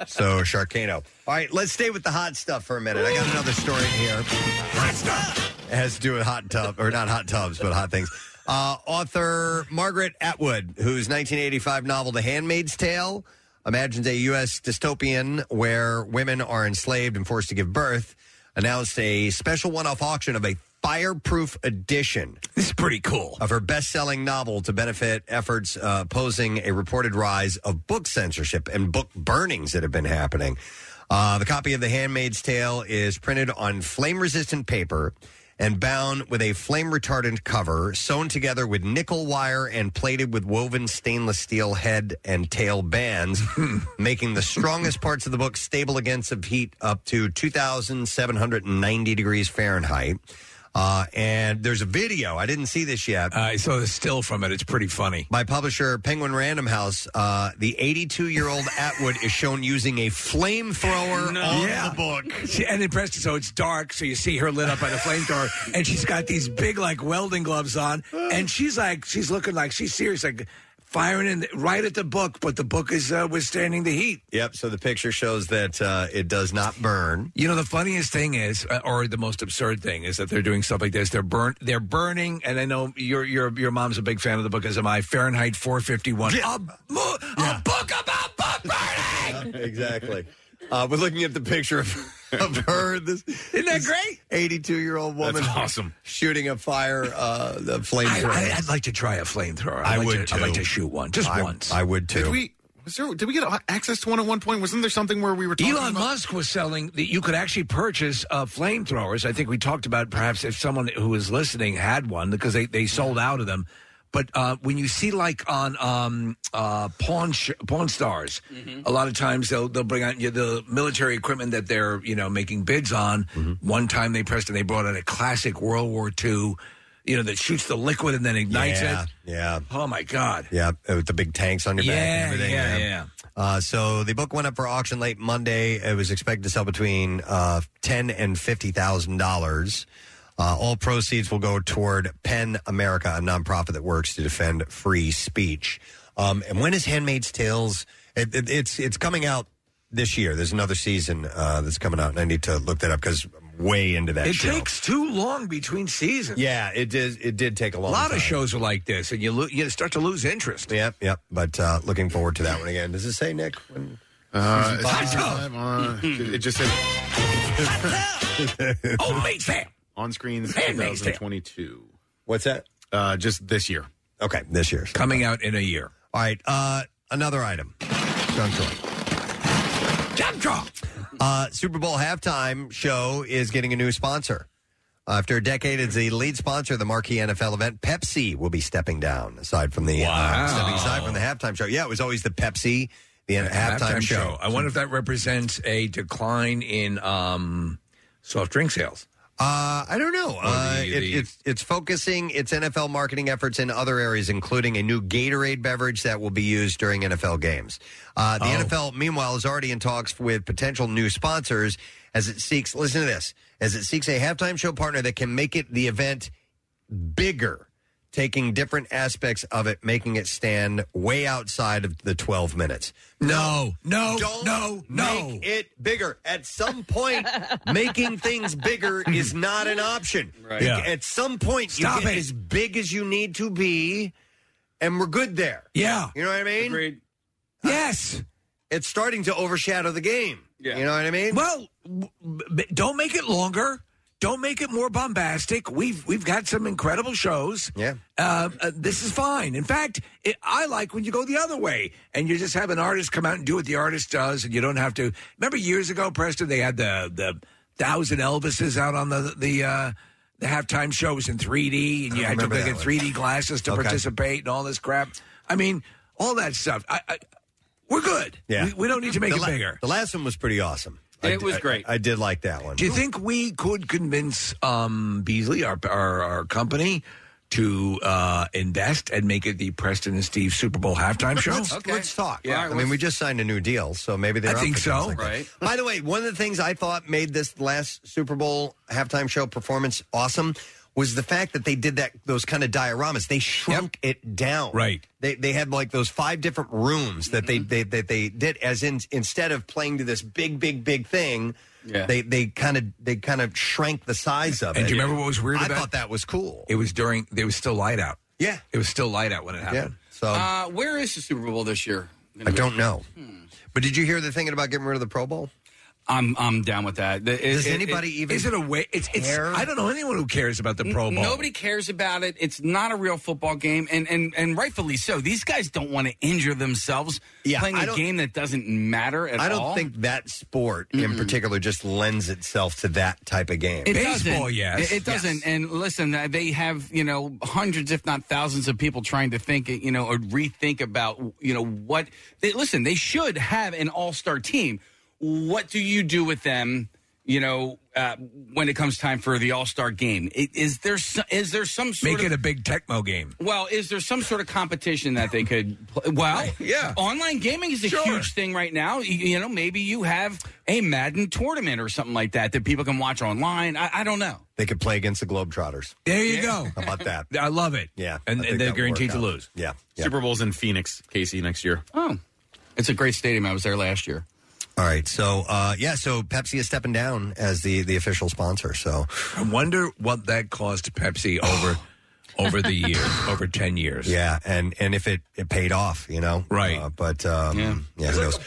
so Sharkano. All right, let's stay with the hot stuff for a minute. I got another story here. Hot stuff has to do with hot tub or not hot tubs, but hot things. Uh, author Margaret Atwood, whose 1985 novel *The Handmaid's Tale* imagines a U.S. dystopian where women are enslaved and forced to give birth, announced a special one-off auction of a fireproof edition. This is pretty cool. Of her best selling novel to benefit efforts uh, opposing a reported rise of book censorship and book burnings that have been happening. Uh, the copy of The Handmaid's Tale is printed on flame resistant paper and bound with a flame retardant cover, sewn together with nickel wire and plated with woven stainless steel head and tail bands, making the strongest parts of the book stable against of heat up to 2,790 degrees Fahrenheit. Uh, and there's a video. I didn't see this yet. I saw the still from it. It's pretty funny. By publisher Penguin Random House, uh, the 82 year old Atwood is shown using a flamethrower on the book. She, and impressed, so it's dark, so you see her lit up by the flamethrower, and she's got these big like welding gloves on, and she's like she's looking like she's serious, like firing in right at the book, but the book is uh, withstanding the heat. Yep, so the picture shows that uh, it does not burn. You know, the funniest thing is, uh, or the most absurd thing is that they're doing stuff like this. They're burn, they're burning, and I know your your your mom's a big fan of the book, as am I. Fahrenheit 451. A mo- a book about book burning. exactly. Uh, we're looking at the picture of, of her. This isn't that great. Eighty-two year old woman. That's awesome. Shooting a fire, uh, the flamethrower. I, I, would like to try a flamethrower. I I'd like would, To, I'd like too. to shoot one, just I- once. I would, too. Did we? Was there, did we get access to one at one point? Wasn't there something where we were talking Elon about? Musk was selling that you could actually purchase uh, flamethrowers. I think we talked about perhaps if someone who was listening had one because they, they sold out of them. But uh, when you see like on um, uh, pawn sh- pawn stars, a lot of times they'll they'll bring out you know, the military equipment that they're you know making bids on. One time they pressed and they brought out a classic World War II, you know that shoots the liquid and then ignites yeah, it. Yeah. Oh my God. Yeah, with the big tanks on your back Yeah, and everything. yeah, yeah. Uh, so the book went up for auction late Monday. It was expected to sell between uh, ten and fifty thousand dollars. Uh, all proceeds will go toward PEN America, a nonprofit that works to defend free speech. Um, and when is *Handmaid's Tales*? It, it, it's it's coming out this year. There's another season uh, that's coming out, and I need to look that up because I'm way into that. It show. takes too long between seasons. Yeah, it did. It did take a long. A lot time. of shows are like this, and you lo- you start to lose interest. Yep, yep. But uh, looking forward to that one again. Does it say Nick? When Uh, season five? it's- uh, Hmm. it just said. oh, mate, fam. On screens Handmaid's Tale. 2022. What's that? Uh, just this year. Okay, this year. Coming out in a year. All right. Uh, another item. Junk drawer. Junk drawer. Uh, Super Bowl halftime show is getting a new sponsor. After a decade as the lead sponsor of the marquee NFL event, Pepsi will be stepping down. Aside from the uh, Wow. stepping aside from the halftime show, yeah, it was always the Pepsi, the halftime, show. I wonder if that represents a decline in um, soft drink sales. Uh, I don't know. Uh, it, it's it's focusing its NFL marketing efforts in other areas, including a new Gatorade beverage that will be used during NFL games. Uh, Oh. the NFL, meanwhile, is already in talks with potential new sponsors as it seeks. Listen to this: as it seeks a halftime show partner that can make it the event bigger, taking different aspects of it, making it stand way outside of the twelve minutes. No, no, Don't no, no. Make it bigger. At some point, making things bigger is not an option. Right. You- Yeah. At some point, Stop you get it. as big as you need to be, and we're good there. Yeah. You know what I mean? Uh, Yes. It's starting to overshadow the game. You know what I mean? Well, w- b- don't make it longer. Don't make it more bombastic. We've we've got some incredible shows. Yeah. Uh, uh, this is fine. In fact, it, I like when you go the other way and you just have an artist come out and do what the artist does, and you don't have to. Remember years ago, Preston, they had the the thousand Elvises out on the the. Uh, the halftime show was in 3D, and you I had to remember look that at one. 3D glasses to Okay. participate, and all this crap. I mean, all that stuff. I, I, we're good. Yeah. We, we don't need to make The it la- bigger. The last one was pretty awesome. I It d- was I- great. I, did like that one. Do you think we could convince um, Beasley, our, our our company, to uh, invest and make it the Preston and Steve Super Bowl halftime show? Let's, let's talk. Yeah, I mean, we just signed a new deal, so maybe they're. I up think for things so. like that. Right. By the way, one of the things I thought made this last Super Bowl halftime show performance awesome was the fact that they did that those kind of dioramas. They shrunk it down. Right. They they had like those five different rooms that Mm-hmm. they they that they did as in instead of playing to this big big big thing. Yeah. They they kind of they kind of shrank the size of it. And do you remember what was weird I about thought that was cool. It was during. There was still light out. Yeah. It was still light out when it happened. So Uh, where is the Super Bowl this year? Uh, I don't know. But did you hear the thing about getting rid of the Pro Bowl? Hmm. I'm I'm down with that. The- it- Does it- anybody it- even? care? cares about the Pro N- Bowl. Nobody cares about it. It's not a real football game, and and, and rightfully so. These guys don't want to injure themselves Yeah, playing I a don't- game that doesn't matter at all. I don't think that sport in particular just lends itself to that type of game. It doesn't. It, it doesn't. And listen, uh, they have you know hundreds, if not thousands, of people trying to think, you know, or rethink about you know what. They, listen, they should have an all-star team. What do you do with them? You know, uh, when it comes time for the all-star game, I- is there so, is there some sort Make of it a big Tecmo game. well, is there some sort of competition that they could? Play? Well, yeah. Online gaming is a huge thing right now. You, you know, maybe you have a Madden tournament or something like that that people can watch online. I, I don't know. They could play against the Globetrotters. There you Yeah. go. How about that? I love it. Yeah, And- I and think they're that would guaranteed work to out. lowers. Yeah, yeah. Super Bowl's in Phoenix, Casey, next year. Oh, it's a great stadium. I was there last year. All right, so uh, yeah, so Pepsi is stepping down as the the official sponsor. So I wonder what that cost Pepsi over over the years, over ten years. yeah, and and if it, it paid off, you know, right? Uh, but um, yeah, who knows?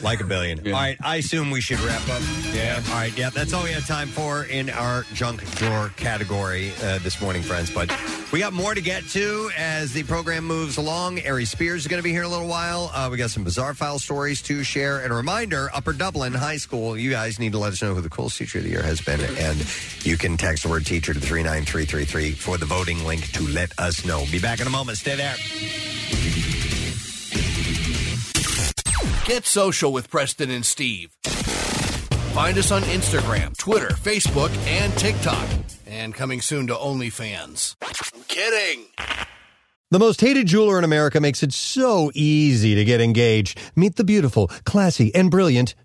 Like a billion. All right, I assume we should wrap up. Yeah. All right, yeah, that's all we have time for in our junk drawer category uh, this morning, friends. But we got more to get to as the program moves along. Ari Spears is going to be here in a little while. Uh, we got some bizarre file stories to share. And a reminder Upper Dublin High School, you guys need to let us know who the coolest teacher of the year has been. And you can text the word teacher to 39333 for the voting link to let us know. Be back in a moment. Stay there. Get social with Preston and Steve. Find us on Instagram, Twitter, Facebook, and TikTok. And coming soon to OnlyFans. I'm kidding. The most hated jeweler in America makes it so easy to get engaged. Meet the beautiful, classy, and brilliant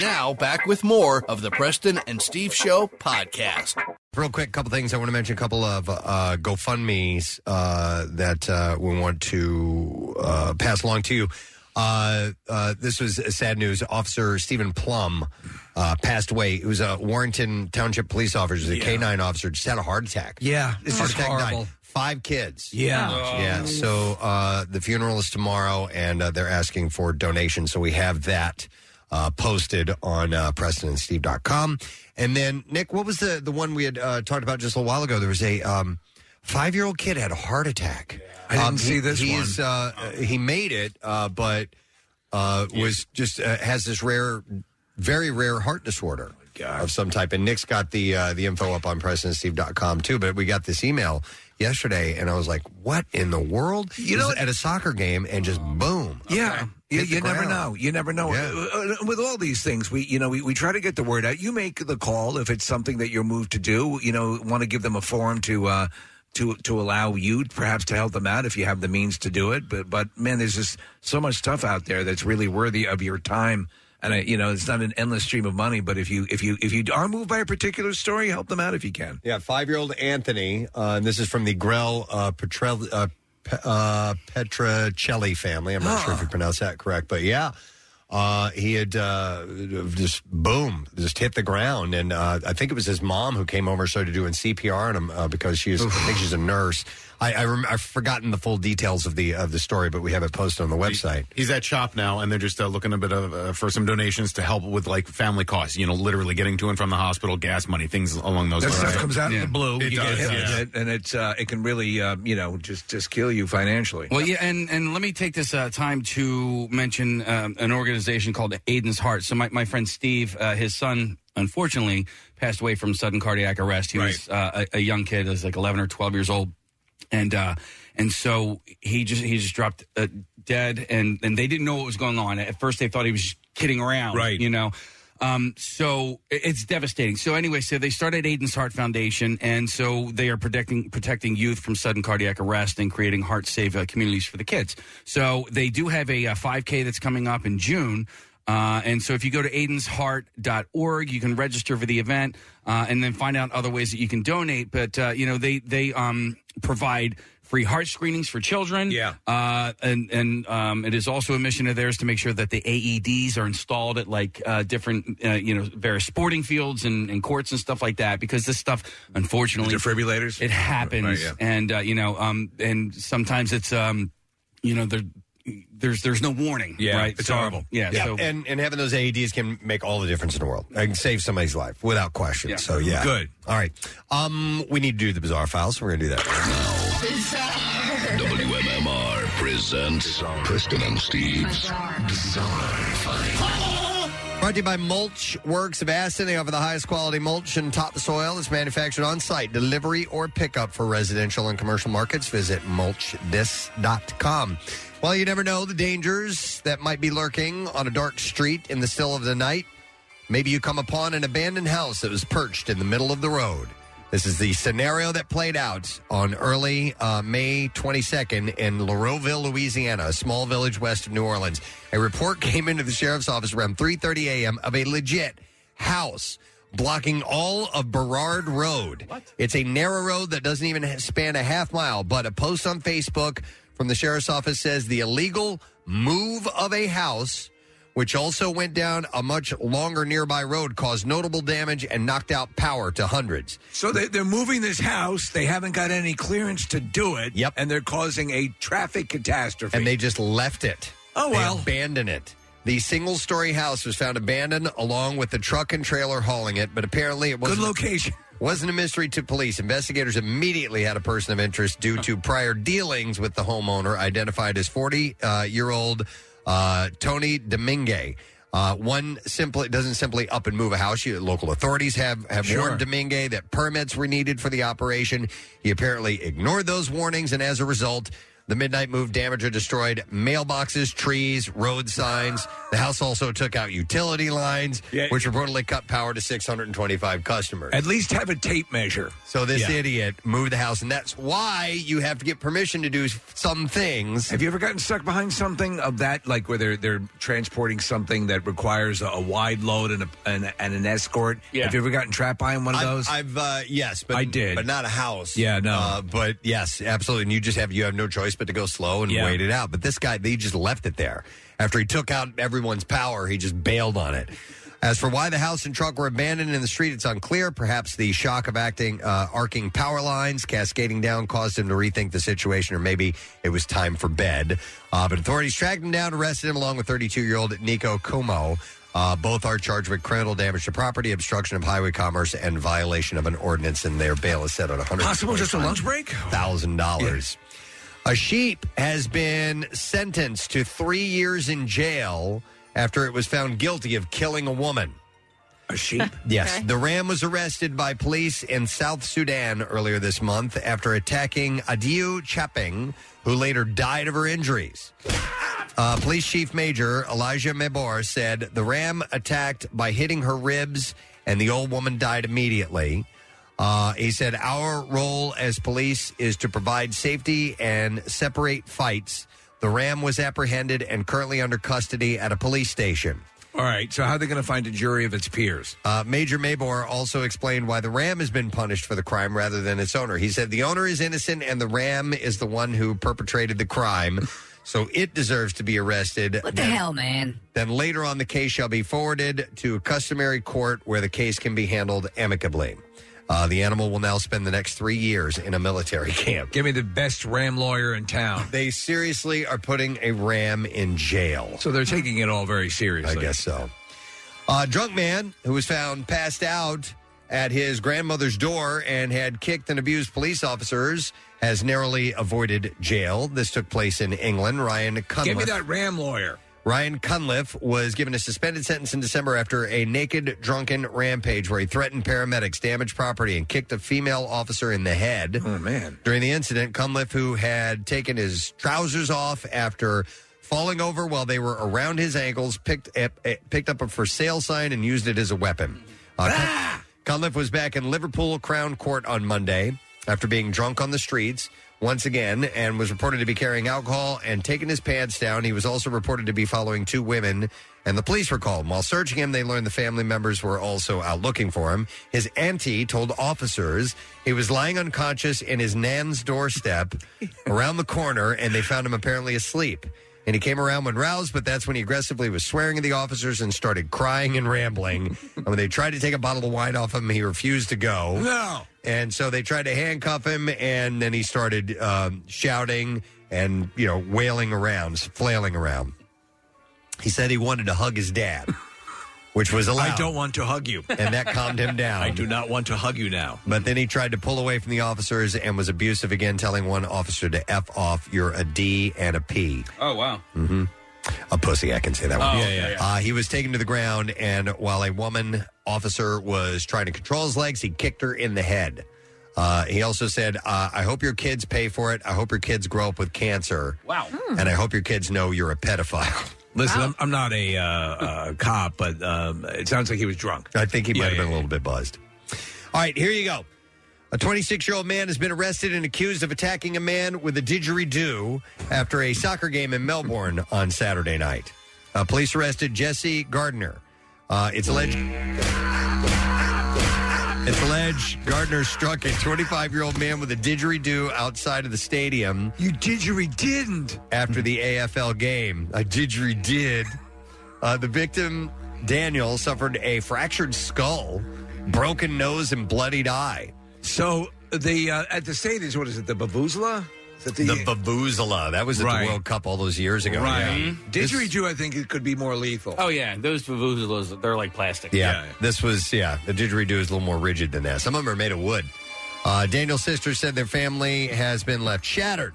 Now, back with more of the Preston and Steve Show podcast. Real quick, a couple things I want to mention. A couple of uh, GoFundmes uh, that uh, we want to uh, pass along to you. Uh, uh, this was sad news. Officer Stephen Plum uh, passed away. He was a Warrenton Township police officer, a K-9 officer, just had a heart attack. Yeah, this heart is attack horrible. died. Five kids. Yeah. Oh. yeah. So uh, the funeral is tomorrow, and uh, they're asking for donations. So we have that uh, posted on uh, PrestonandSteve.com. And then Nick, what was the the one we had uh, talked about just a little while ago? There was a um, Five year old kid had a heart attack. I didn't he- see this he one. Is, uh, uh, he made it, uh, but uh, was just uh, has this rare, very rare heart Oh, disorder of some type. And Nick's got the uh, the info up on PresidentSteve.com too. But we got this email yesterday, and I was like, "What in the world?" You It was know Oh, what- at a soccer game, and just boom. Yeah. You, Hit the you never ground. know. You never know. Yeah. Uh, uh, With all these things, we you know we, we try to get the word out. You make the call if it's something that you're moved to do. You know, want to give them a forum to uh, to to allow you perhaps to help them out if you have the means to do it. But but man, there's just so much stuff out there that's really worthy of your time. And I, you know, it's not an endless stream of money. But if you if you if you are moved by a particular story, help them out if you can. Yeah, five year old Anthony, uh, and this is from the Grell uh, Petrel, uh, Pe- uh, Petracelli family. I'm not sure if you pronounce that correct, but yeah. Uh, he had uh, just boom, just hit the ground, and uh, I think it was his mom who came over and started doing CPR on him uh, because she's I think she's a nurse. I, I rem- I've forgotten the full details of the of the story, but we have it posted on the website. He's at shop now, and they're just uh, looking a bit of uh, for some donations to help with like family costs. You know, literally getting to and from the hospital, gas money, things along those That lines. stuff comes out of the blue. It you does, get hit yeah. with it, and it's uh, it can really uh, you know just just kill you financially. Well, yeah, and, and let me take this uh, time to mention um, an organization called Aiden's Heart. So my, my friend Steve, uh, his son, unfortunately, passed away from sudden cardiac arrest. He was uh, a, a young kid, he was like 11 or 12 years old. And uh, and so he just he just dropped uh, dead, and, and they didn't know what was going on. At first, they thought he was just kidding around, Right. You know, um, so it- it's devastating. So anyway, so they started Aiden's Heart Foundation, and so they are protecting protecting youth from sudden cardiac arrest and creating heart save uh, communities for the kids. So they do have a, uh 5K that's coming up in June. Uh, and so if you go to aidensheart.org, you can register for the event uh, and then find out other ways that you can donate. But, uh, you know, they, they um, provide free heart screenings for children. Yeah. Uh, and and um, it is also a mission of theirs to make sure that the AEDs are installed at like uh, different, uh, you know, various sporting fields and, and courts and stuff like that because this stuff, unfortunately, defibrillators, it happens. Right, yeah. And, uh, you know, um, and sometimes it's, um, you know, there, there's, there's no warning. Right. So, Yeah. So, and and having those AEDs can make all the difference in the world. I can save somebody's life without question. So yeah, Good. All right, um, we need to do the bizarre files. So we're gonna do that. WMMR presents Preston and Steve's Bizarre Find. Brought to you by Mulch Works of Aston. They offer the highest quality mulch and topsoil. It's manufactured on site, delivery or pickup for residential and commercial markets. Visit mulchdis.com. Well, you never know the dangers that might be lurking on a dark street in the still of the night. Maybe you come upon an abandoned house that was perched in the middle of the road. This is the scenario that played out on early uh, May 22nd in LaRoville, Louisiana, a small village west of New Orleans. A report came into the sheriff's office around 3:30 a.m. of a legit house blocking all of Burrard Road. It's a narrow road that doesn't even ha- span a half mile, but a post on Facebook from the sheriff's office says the illegal move of a house which also went down a much longer nearby road, caused notable damage and knocked out power to hundreds. So they, they're moving this house. They haven't got any clearance to do it. Yep. And they're causing a traffic catastrophe. And they just left it. Oh, They well. abandoned it. The single story house was found abandoned along with the truck and trailer hauling it, but apparently it wasn't. Good location. Wasn't a mystery to police. Investigators immediately had a person of interest due to prior dealings with the homeowner, identified as 40 uh, year old uh, Tony Domingue. Uh, one simply doesn't simply up and move a house. You, local authorities have have Sure. warned Domingue that permits were needed for the operation. He apparently ignored those warnings, and as a result, the midnight move damaged or destroyed mailboxes, trees, road signs. The house also took out utility lines, Yeah. which reportedly cut power to 625 customers. At least have a tape measure. So this Yeah. idiot moved the house, and that's why you have to get permission to do some things. Have you ever gotten stuck behind something of that, like where they're they're transporting something that requires a, a wide load and a and, and an escort? Yeah. Have you ever gotten trapped behind one of I've- those? I've, uh, yes, but I did, but not a house. Yeah, no. Uh, but yes, absolutely. And you just have you have no choice but to go slow and Yeah. wait it out. But this guy, they just left it there. After he took out everyone's power, he just bailed on it. As for why the house and truck were abandoned in the street, it's unclear. Perhaps the shock of acting uh, arcing power lines cascading down caused him to rethink the situation, or maybe it was time for bed. Uh, but authorities tracked him down, arrested him, along with 32 year old Nico Como. Uh, Uh, both are charged with criminal damage to property, obstruction of highway commerce, and violation of an ordinance. And their bail is set at one hundred. Possible just a lunch break? Thousand dollars. A sheep has been sentenced to three years in jail after it was found guilty of killing a woman. A sheep? yes. The ram was arrested by police in South Sudan earlier this month after attacking Adiu Chaping, who later died of her injuries. Uh, Police Chief Major Elijah Mebor said the ram attacked by hitting her ribs, and the old woman died immediately. Uh, he said, Our role as police is to provide safety and separate fights. The ram was apprehended and currently under custody at a police station. All right. So how are they going to find a jury of its peers? Uh, Major Mabor also explained why the ram has been punished for the crime rather than its owner. He said the owner is innocent and the ram is the one who perpetrated the crime, so it deserves to be arrested. What the hell, man? Then later on, the case shall be forwarded to a customary court where the case can be handled amicably. Uh, the animal will now spend the next three years in a military camp. Give me the best ram lawyer in town. They seriously are putting a ram in jail. So they're taking it all very seriously. I guess so. A drunk man who was found passed out at his grandmother's door and had kicked and abused police officers has narrowly avoided jail. This took place in England. Ryan Cunliffe. Give me that ram lawyer. Ryan Cunliffe was given a suspended sentence in December after a naked, drunken rampage where he threatened paramedics, damaged property, and kicked a female officer in the head. Oh, man. During the incident, Cunliffe, who had taken his trousers off after falling over while they were around his ankles, picked up, eh, picked up a for sale sign and used it as a weapon. Uh, Cun- Cunliffe was back in Liverpool Crown Court on Monday after being drunk on the streets once again and was reported to be carrying alcohol and taking his pants down. He was also reported to be following two women, and the police were called. While searching him, they learned the family members were also out looking for him. His auntie told officers he was lying unconscious in his nan's doorstep around the corner, and they found him apparently asleep. And he came around when roused, but that's when he aggressively was swearing at the officers and started crying and rambling. and when they tried to take a bottle of wine off him, he refused to go. No. And so they tried to handcuff him, and then he started um, shouting and you know wailing around, flailing around. He said he wanted to hug his dad, which was allowed. I don't want to hug you. And that calmed him down. I do not want to hug you now. But then he tried to pull away from the officers and was abusive again, telling one officer to f off. You're a D and a P. Oh wow. Mm-hmm. A pussy, I can say that one. Oh, Yeah, yeah, yeah. Uh, he was taken to the ground, and while a woman officer was trying to control his legs, he kicked her in the head. Uh, he also said, uh, I hope your kids pay for it. I hope your kids grow up with cancer. Wow. And I hope your kids know you're a pedophile. Listen, I'm, I'm not a uh, uh, cop, but um, it sounds like he was drunk. I think he might have been a little bit buzzed. All right, here you go. A 26 year old man has been arrested and accused of attacking a man with a didgeridoo after a soccer game in Melbourne on Saturday night. Uh, police arrested Jesse Gardner. Uh, it's alleged. It's alleged Gardner struck a 25 year old man with a didgeridoo outside of the stadium. You didn't After the AFL game. I didgeridid. Uh, the victim, Daniel, suffered a fractured skull, broken nose, and bloodied eye. So the uh, at the stadiums, what is it? The Bavuzla? Is that the, The Vuvuzela. That was at Right. the World Cup all those years ago. right? Yeah. Didgeridoo, I think it could be more lethal. Oh yeah, those vuvuzelas they're like plastic. Yeah, this was yeah. The didgeridoo is a little more rigid than that. Some of them are made of wood. Uh, Daniel's sister said their family has been left shattered.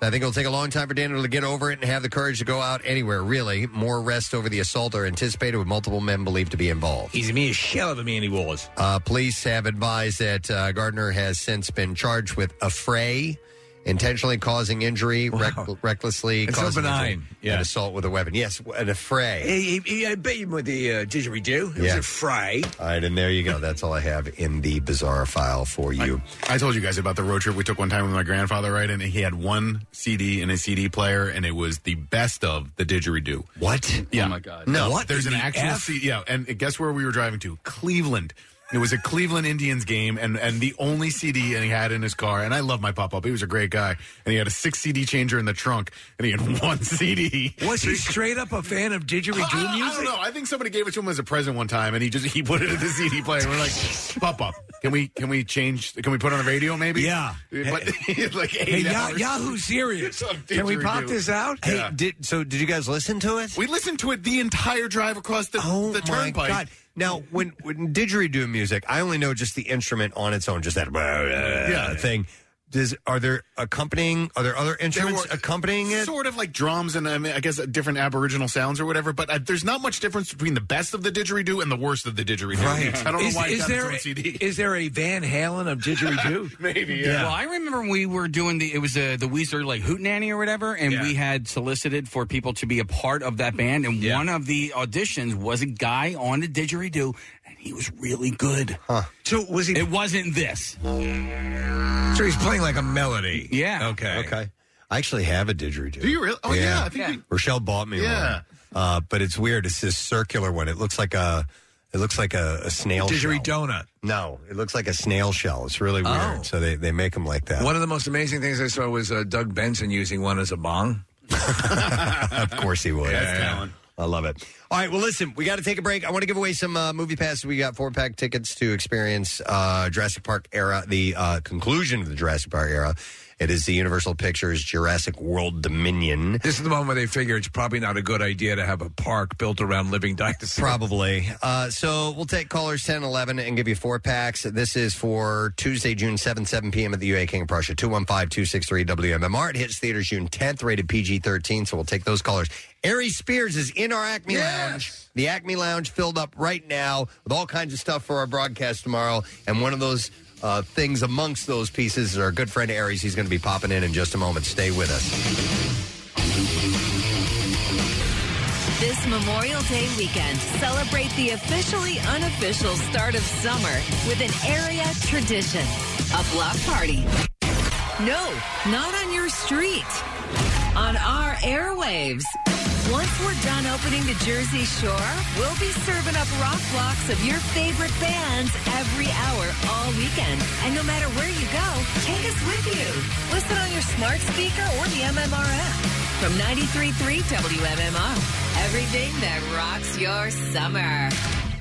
I think it'll take a long time for Daniel to get over it and have the courage to go out anywhere. Really, more arrests over the assault are anticipated, with multiple men believed to be involved. He's a mere shell of a man he was. Uh, police have advised that uh, Gardner has since been charged with affray, intentionally causing injury, rec- recklessly It's so causing benign. injury, and assault with a weapon. Yes, an affray. He, he, he, I bet you with the uh, didgeridoo. It was Yeah. a fry. All right, and there you go. That's all I have in the bizarre file for you. I told you guys about the road trip we took one time with my grandfather, right? And he had one CD in a CD player, and it was the best of the didgeridoo. What? Yeah. Oh my god. There's an The actual F? CD. Yeah. And guess where we were driving to? Cleveland. It was a Cleveland Indians game, and, and the only CD and he had in his car. And I love my pop up. He was a great guy, and he had a six CD changer in the trunk, and he had one CD. Was he straight up a fan of didgeridoo I, I, I don't music? know. I think somebody gave it to him as a present one time, and he just he put it in the CD player. And we're like, pop up. Can we can we change? Can we put on the radio maybe? Yeah. But like Hey, eight Ya- hours. Yahoo Serious. Some Can we pop didgeridoo. this out? Yeah. Hey, did, so did you guys listen to it? We listened to it the entire drive across the, oh the my turnpike. God. Now, when, when didgeridoo music, I only know just the instrument on its own, just that uh, Yeah. thing. Does are there accompanying? Are there other instruments were accompanying it? Sort of like drums and I, mean, I guess uh, different Aboriginal sounds or whatever. But uh, there's not much difference between the best of the didgeridoo and the worst of the didgeridoo. I don't Is- know why is it's there- Is there a Van Halen of didgeridoo? Maybe. Well, I remember we were doing the it was uh, the Weezer like Hootenanny or whatever, and we had solicited for people to be a part of that band, and one of the auditions was a guy on the didgeridoo, and he was really good. Huh. So was he? It wasn't this. So he's playing like a melody. Yeah. Okay. Okay. I actually have a didgeridoo. Do you really? Oh, yeah, I think Yeah. we- Rochelle bought me Yeah. one. Uh, but it's weird. It's this circular one. It looks like a. It looks like a, a snail Didgeridoo shell. donut. No, it looks like a snail shell. It's really weird. Oh. So they, they make them like that. One of the most amazing things I saw was uh, Doug Benson using one as a bong. of course he would. That's talent. I love it. All right, well, listen, we got to take a break. I want to give away some uh, movie passes. We got four pack tickets to experience uh, Jurassic Park era, the uh, conclusion of the Jurassic Park era. It is the Universal Pictures Jurassic World Dominion. This is the one where they figure it's probably not a good idea to have a park built around living dinosaurs. Probably. Uh, so we'll take callers 10, 11, and give you four packs. This is for Tuesday, June 7, 7 p.m. at the UA King of Prussia, 215 263 WMMR. It hits theaters June 10th, rated PG 13. So we'll take those callers. Ari Spears is in our Acme Lounge. The Acme Lounge filled up right now with all kinds of stuff for our broadcast tomorrow. And one of those uh, things amongst those pieces is our good friend Aries. He's going to be popping in in just a moment. Stay with us. This Memorial Day weekend, celebrate the officially unofficial start of summer with an area tradition a block party. No, not on your street, on our airwaves. Once we're done opening the Jersey Shore, we'll be serving up rock blocks of your favorite bands every hour all weekend. And no matter where you go, take us with you. Listen on your smart speaker or the MMR app from 93.3 WMMR. Everything that rocks your summer.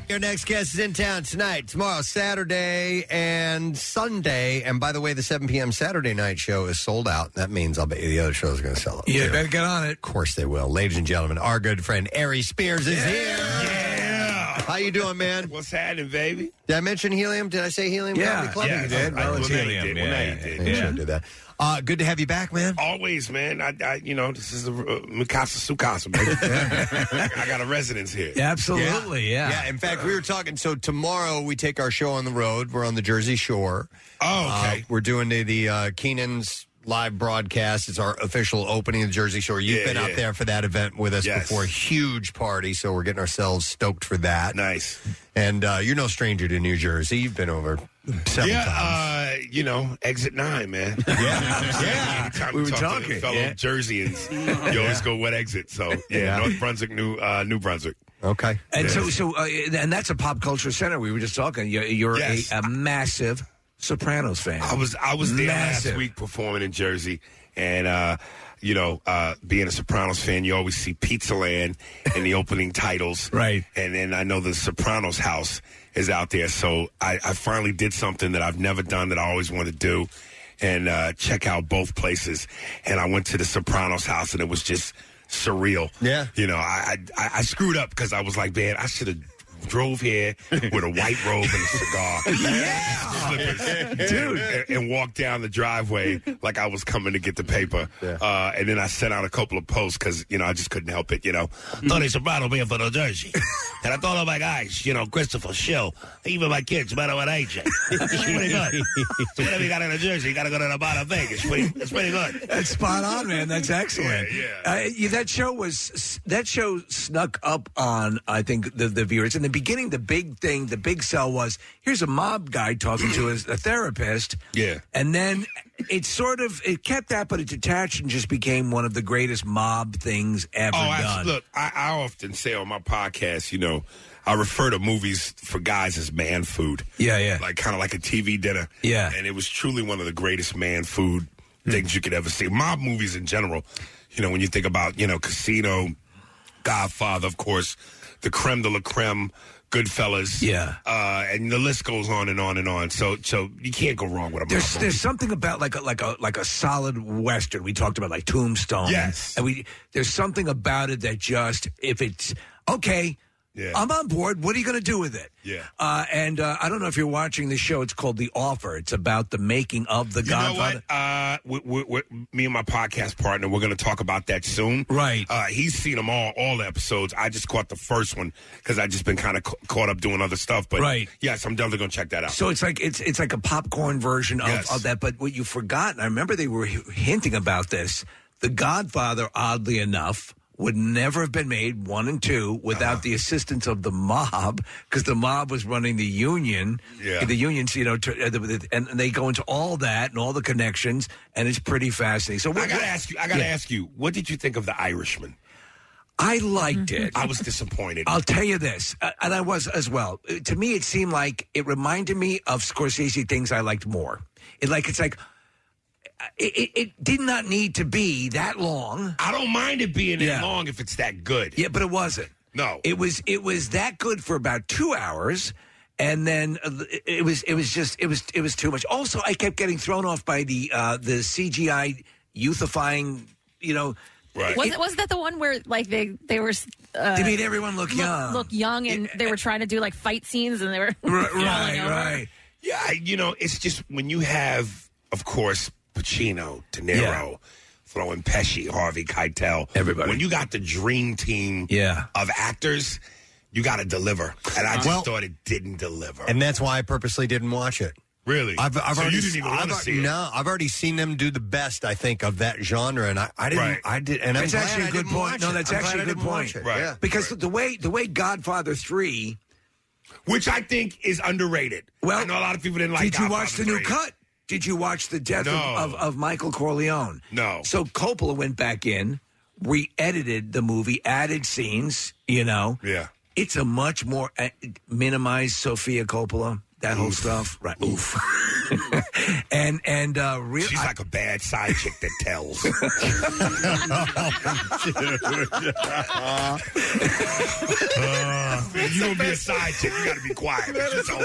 Your next guest is in town tonight, tomorrow, Saturday, and Sunday. And by the way, the 7 p.m. Saturday night show is sold out. That means I'll bet you the other show is going to sell out. Yeah, too. better get on it. Of course they will. Ladies and gentlemen, our good friend Ari Spears is here. Yeah. How you doing, man? What's happening, baby? Did I mention helium? Did I say helium? Comedy Club? yeah, I- well, now you did. Well, now you did. I should do that. Uh, good to have you back, man. Always, man. I, I you know, this is a uh, Mikasa Sukasa, baby. I got a residence here. yeah. in fact, we were talking. So tomorrow we take our show on the road. We're on the Jersey Shore. Oh, okay. we're doing the, the uh, Keenan's live broadcast. It's our official opening of the Jersey Shore. You've Yeah, been out yeah. there for that event with us Yes. before. Huge party. So we're getting ourselves stoked for that. Nice. And uh, you're no stranger to New Jersey. You've been over several yeah, times. Uh, you know, exit nine, man. Yeah. yeah. Anytime We you were talk to talking, fellow yeah. Jerseyans, you always go wet exit. So Yeah. yeah, North Brunswick, New uh, New Brunswick. Okay. And Yeah. so, so, uh, and that's a pop culture center. We were just talking. You're, you're Yes. a, a massive Sopranos fan. I was I was there massive. last week performing in Jersey, and uh, you know, uh, being a Sopranos fan, you always see Pizza Land in the opening titles, right? And then I know the Sopranos house is out there, so I, I finally did something that I've never done that I always wanted to do, and uh, check out both places. And I went to the Sopranos house, and it was just surreal. Yeah, you know, I I, I screwed up because I was like, man, I should have. Drove here with a white robe and a cigar. Slippers. dude, and, and walked down the driveway like I was coming to get the paper. Uh, and then I sent out a couple of posts because you know I just couldn't help it. You know, Tony Soprano being from New Jersey. and I thought, oh my gosh, you know, Christopher Schill, even my kids better with AJ. It's pretty good. So whatever you got in New Jersey, you got to go to the bottom of Vegas. It's pretty, it's pretty good. That's spot on, man. That's excellent. Yeah, Uh, yeah, that show was that show snuck up on I think the the viewers in the beginning. The big thing, the big sell was here's a mob guy talking to his, a therapist. Yeah. and then it sort of it kept that, but it detached and just became one of the greatest mob things ever oh, done. I, look, I, I often say on my podcast, you know, I refer to movies for guys as man food. Yeah, yeah. Like kind of like a TV dinner. Yeah. And it was truly one of the greatest man food things you could ever see. Mob movies in general, you know, when you think about, you know, Casino, Godfather, of course, the creme de la creme, Goodfellas. Yeah. Uh, and the list goes on and on and on. So so you can't go wrong with a mob There's movie. there's something about like a like a like a solid western. We talked about like Tombstone. Yes. and we there's something about it that just if it's okay, Yeah. I'm on board. What are you going to do with it? Yeah. Uh, and uh, I don't know if you're watching the show. It's called The Offer. It's about the making of the you Godfather. Know what? Uh, we, we, we- me and my podcast partner, we're going to talk about that soon. Right. Uh, he's seen them all, all episodes. I just caught the first one because I just been kind of ca- caught up doing other stuff. But Right. yes, I'm definitely going to check that out. So it's like it's it's like a popcorn version of, Yes. of that. But what you forgot, and I remember they were h- hinting about this. The Godfather, oddly enough, would never have been made one and two without Uh-huh. the assistance of the mob, because the mob was running the union. Yeah. the unions, you know, to, uh, the- and they go into all that and all the connections, and it's pretty fascinating. So I got to ask you. I got to Yeah. ask you. What did you think of the Irishman? I liked it. I was disappointed. I'll tell you this, uh, and I was as well. Uh, To me, it seemed like it reminded me of Scorsese things I liked more. It like it's like uh, it, it, it did not need to be that long. I don't mind it being that long if it's that good. Yeah, but it wasn't. No, it was it was that good for about two hours. And then uh, it- it was it was just it was it was too much. Also, I kept getting thrown off by the uh, the CGI youthifying, you know. Was it, wasn't that the one where like they they were? Uh, They made everyone look young. Look young, and they were trying to do like fight scenes, and they were right, right. Yeah, I- you know, it's just when you have, of course, Pacino, De Niro, throwing Pesci, Harvey Keitel, everybody. When you got the dream team, Yeah. of actors, you got to deliver, and I just Well- thought it didn't deliver. and that's why I purposely didn't watch it. Really? I've, I've So you already didn't even I've wanna al- see it. No, I've already seen them do the best. I think of that genre, and I, I didn't. Right. I did, and that's I'm glad actually I a good didn't watch point. No, it. that's I'm glad actually I a good didn't watch point. it. Right. Yeah. Because the way the way Godfather three, which I think is underrated. Well, I know a lot of people didn't like. Did you Godfather watch the new III. cut? Did you watch the death No. of, of, of Michael Corleone? No. So Coppola went back in, re-edited the movie, added scenes. You know. Yeah. It's a much more uh, minimized Sophia Coppola. That whole stuff, right? Oof. and and uh, real. She's like a bad side chick that tells. you don't be a side chick. You got to be quiet. That's just all.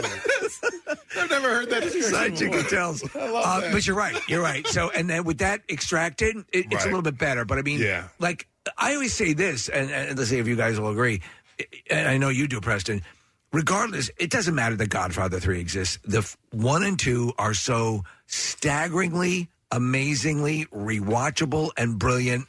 I've never heard that description Side chick before. hotels. I love Uh, that. But you're right. You're right. So, and then with that extracted, it, it's Right. a little bit better. But I mean, Yeah. like, I always say this, and, and let's see if you guys will agree. And I know you do, Preston. Regardless, it doesn't matter that Godfather 3 exists. The f- one and two are so staggeringly, amazingly rewatchable and brilliant.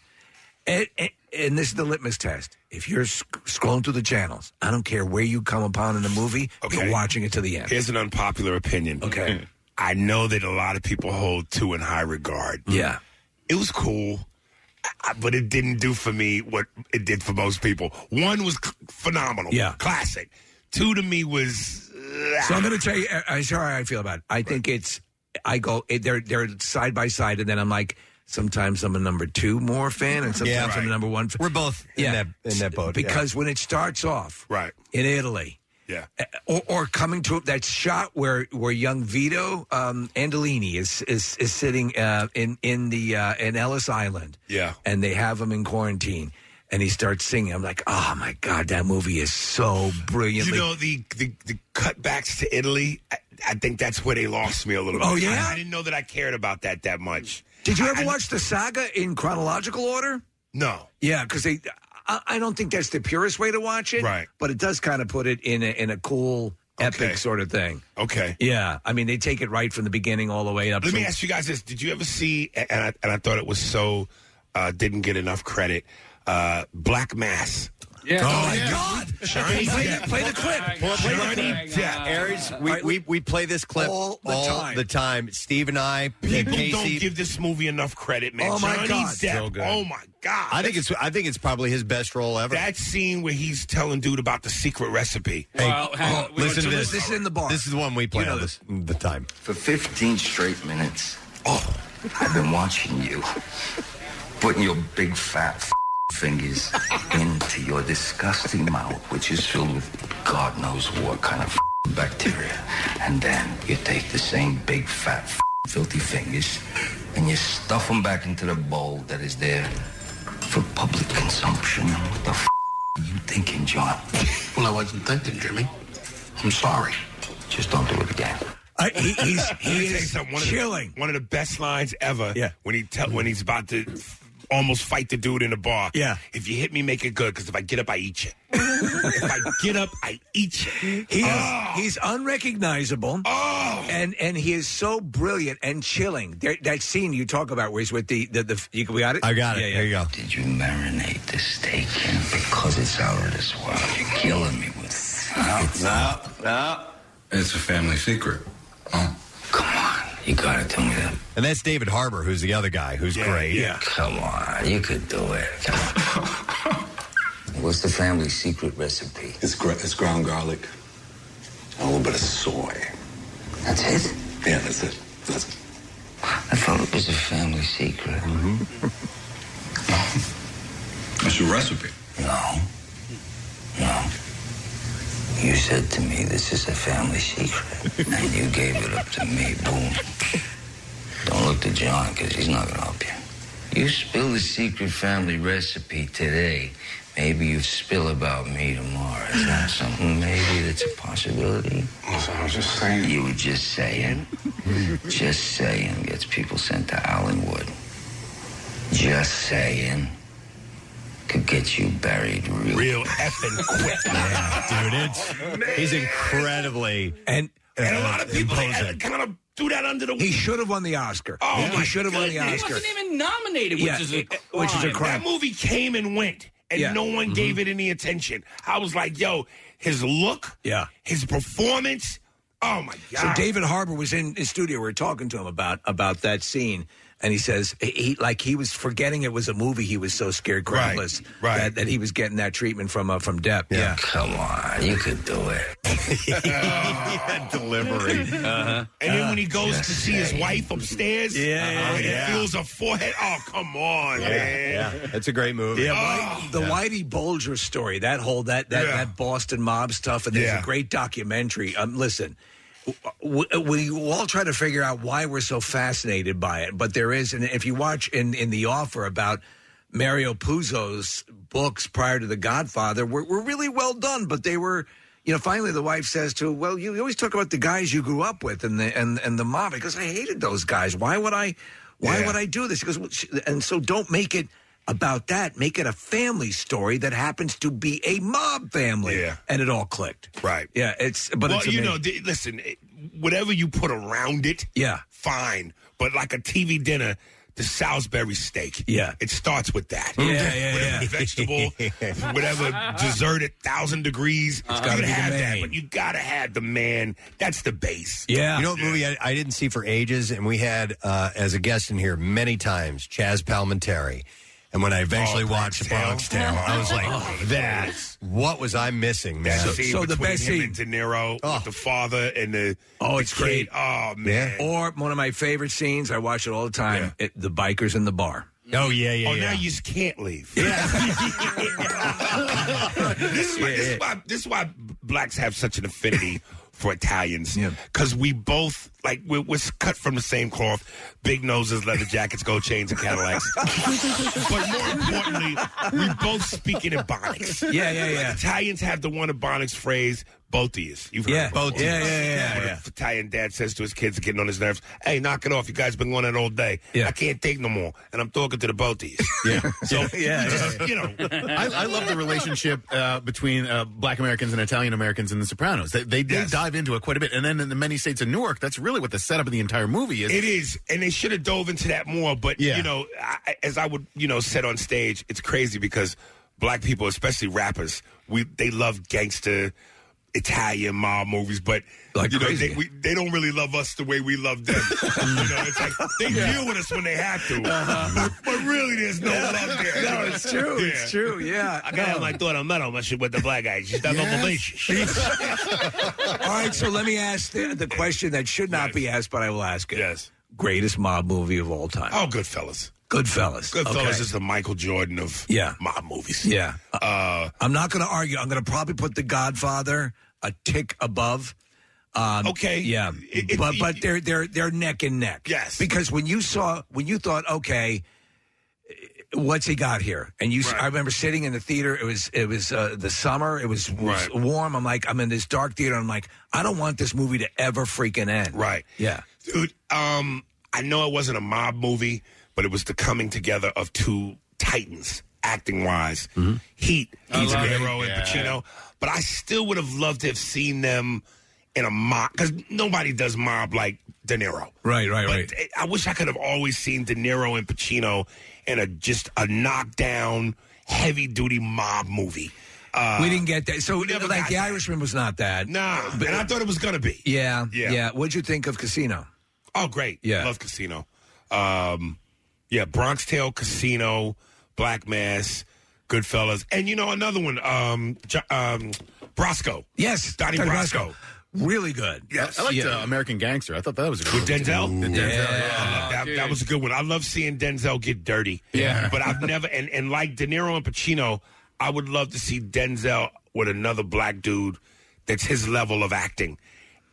And, and, and this is the litmus test. If you're sc- scrolling through the channels, I don't care where you come upon in the movie, you're watching it to the end. Here's an unpopular opinion. Okay. I know that a lot of people hold two in high regard. Mm. Yeah. It was cool, I- but it didn't do for me what it did for most people. One was c- phenomenal. Yeah. Classic. Two to me was. So I'm going to tell you. I- I'm sorry how I feel about it. I think it's. I go. it- They're they're side by side, and then I'm like. Sometimes I'm a number two more fan, and sometimes Yeah. I'm a number one. Fan. We're both in that- in that boat, yeah. because when it starts off right in Italy, uh, yeah, or, or coming to that shot where where young Vito um, Andolini is is is sitting uh, in in the uh, in Ellis Island, Yeah. and they have him in quarantine, and he starts singing. I'm like, oh my god, that movie is so brilliantly You know the, the the cutbacks to Italy. I, I think that's where they lost me a little. Oh, bit. yeah? I, I didn't know that I cared about that that much. Did you ever watch the saga in chronological order? No. Yeah, because they. I, I don't think that's the purest way to watch it. Right. But it does kind of put it in a, in a cool, epic sort of thing. Okay. Yeah, I mean they take it right from the beginning all the way up. Let to, me ask you guys this: Did you ever see? And I, and I thought it was so uh, didn't get enough credit. Uh, Black Mass. Yeah. Oh Yeah. my God! Play- play the clip. Play the clip. Yeah, Aries, we, we, we play this clip all the, time. Steve and I, and People Casey. don't give this movie enough credit, man. Oh, my Johnny God. Depp, So good. oh my God! I think it's I think it's probably his best role ever. that scene where he's telling dude about the secret recipe. Hey, oh, listen to this. in the bar. This is the one we play You know all this, the time. For 15 straight minutes, oh, I've been watching you. Putting your big fat f- fingers into your disgusting mouth, which is filled with God knows what kind of bacteria. And then you take the same big, fat, filthy fingers and you stuff them back into the bowl that is there for public consumption. What the f- are you thinking, John? Well, I wasn't thinking, Jimmy. I'm sorry. Just don't do it again. I, he, he's Let me tell you something. One of the- chilling. one of the best lines ever. Yeah. When he tell when he's about to f- almost fight the dude in the bar. Yeah. If you hit me, make it good. Because if I get up, I eat you. if I get up, I eat you. He is, He's unrecognizable. Oh, and and he is so brilliant and chilling. There, that scene you talk about, where he's with the the, the you, we got it. I got it. Yeah, yeah. There you go. Did you marinate the steak in because it's out of this world? You're killing me with secrets. No, no, It's a family secret. Oh, come on. You gotta tell me that. And that's David Harbour, who's the other guy, who's great. Come on, you could do it. What's the family secret recipe? It's, gr- it's ground garlic, a little bit of soy. That's it? Yeah, that's it. That's it. I thought it was a family secret. Mm-hmm. That's your recipe. No. No. You said to me, this is a family secret, and you gave it up to me. Boom. Don't look to John, because he's not going to help you. You spill the secret family recipe today. Maybe you spill about me tomorrow. Is that something maybe that's a possibility? I was just saying. You were just saying? just saying gets people sent to Allenwood. Just saying could get you buried real, real effing quick. dude, it's he's incredibly and and a lot of people kind of do that under the. uh, He should have won the Oscar. Oh, he should have won the goodness. Oscar. He wasn't even nominated, which Yeah, is a it- which is a crime. That movie came and went, and Yeah. Mm-hmm. no one gave it any attention. I was like, yo, his look, Yeah. his performance. Oh my god! So David Harbour was in his studio. We were talking to him about about that scene, and he says he- he like he was forgetting it was a movie. He was so scared Right, crapless right. That, that he was getting that treatment from uh, from Depp. Yeah. Come on, you could do it. delivery. Uh-huh. And then when he goes to see his wife upstairs, Yeah, yeah, and yeah. he feels her forehead. Oh, come on, man! It's a great movie. Yeah, White- the Whitey Bulger story, that whole that that, Yeah. that Boston mob stuff, and there's Yeah. a great documentary. Um, listen, w- w- we all try to figure out why we're so fascinated by it, but there is, and if you watch in in the offer about. Mario Puzo's books prior to The Godfather were, were really well done, but they were, you know. Finally, the wife says to, him, "Well, you always talk about the guys you grew up with and the and and the mob." He goes, "I hated those guys. Why would I? Why Yeah. would I do this?" He goes, "Well, sh- "And so don't make it about that. Make it a family story that happens to be a mob family." Yeah, and it all clicked. Right. Yeah, it's but well, it's you amazing. know, th- listen, it- whatever you put around it, yeah, fine. But like a TV dinner, the Salisbury steak, Yeah. it starts with that. Yeah, yeah, whatever yeah. vegetable, whatever dessert at thousand degrees, It's you gotta can be the have that. main. But you gotta have the man. That's the base. You know what movie I, I didn't see for ages, and we had uh, as a guest in here many times, Chaz Palminteri. And when I eventually watched Bronx Tale, I was like, Oh, that, what was I missing, man? That scene between him and De Niro, with the father and the Oh, the it's great. kid. Oh man, Or one of my favorite scenes. I watch it all the time. It, the bikers in the bar. Oh yeah, oh, now you just can't leave. this, is why, this, is why, this is why blacks have such an affinity for Italians. Because we both, like, we're, we're cut from the same cloth. Big noses, leather jackets, gold chains, and Cadillacs. but more importantly, we both speak in Ebonics. Yeah, yeah, yeah. Like, Italians have the one Ebonics phrase, both of yous. You've heard Yeah, it before. both of yous. Yeah, yeah, yeah, When yeah. a Italian dad says to his kids getting on his nerves, hey, knock it off. You guys been going on all day. I can't take no more. And I'm talking to the both of yous. Yeah. So, Yeah, just, yeah. you know, I, I love the relationship uh, between uh, Black Americans and Italian Americans in The Sopranos. They they, they dive into it quite a bit, and then in the many states of Newark, that's really what the setup of the entire movie is. It is, and they should have dove into that more. But Yeah. you know, I, as I would, you know, said on stage, it's crazy because black people, especially rappers, we they love gangster Italian mob movies, but Like you know, crazy. they, we, they don't really love us the way we love them. you know, it's like they deal with us when they have to, but, but really, there's no love there. No, Uh-huh. it's true. Yeah. It's true. Yeah. I got my daughter metal mushroom with the black guy. She's not Yes. on the leash. All right, so let me ask the, the question that should not be asked, but I will ask it. Yes. Greatest mob movie of all time. Oh, Goodfellas. Goodfellas. Goodfellas Okay. is the Michael Jordan of Yeah. mob movies. Yeah. Uh, Uh, I'm not going to argue. I'm going to probably put The Godfather a tick above. Um, okay. Yeah. but but they're they're they're neck and neck. Yes. Because when you saw when you thought okay, what's he got here? And you, s I I remember sitting in the theater. It was it was uh, the summer. It was, it was Right. warm. I'm like I'm in this dark theater. I'm like I don't want this movie to ever freaking end. Right. Yeah. Dude, um, I know it wasn't a mob movie, but it was the coming together of two titans acting wise. Mm-hmm. Heat, I Heath love it. Guerrero and Yeah. Pacino. But I still would have loved to have seen them in a mob because nobody does mob like De Niro. Right, right, but right. th- I wish I could have always seen De Niro and Pacino in a just a knockdown, heavy duty mob movie. Uh, we didn't get that. So we never like got the that. Irishman was not that. Nah, But- and I thought it was gonna be. Yeah, Yeah. yeah. What'd you think of Casino? Oh, great. Yeah. Love Casino. Um, yeah, Bronx Tale Casino, Black Mass, Goodfellas. And, you know, another one, um, Jo- um, Brosco. Yes. Donnie Donnie Brasco. Brasco. Really good. Yes. I liked Yeah. uh, American Gangster. I thought that was a good With Denzel? Ooh. Denzel, yeah. I love that, that was a good one. I love seeing Denzel get dirty. Yeah. But I've never, and, and like De Niro and Pacino, I would love to see Denzel with another black dude that's his level of acting.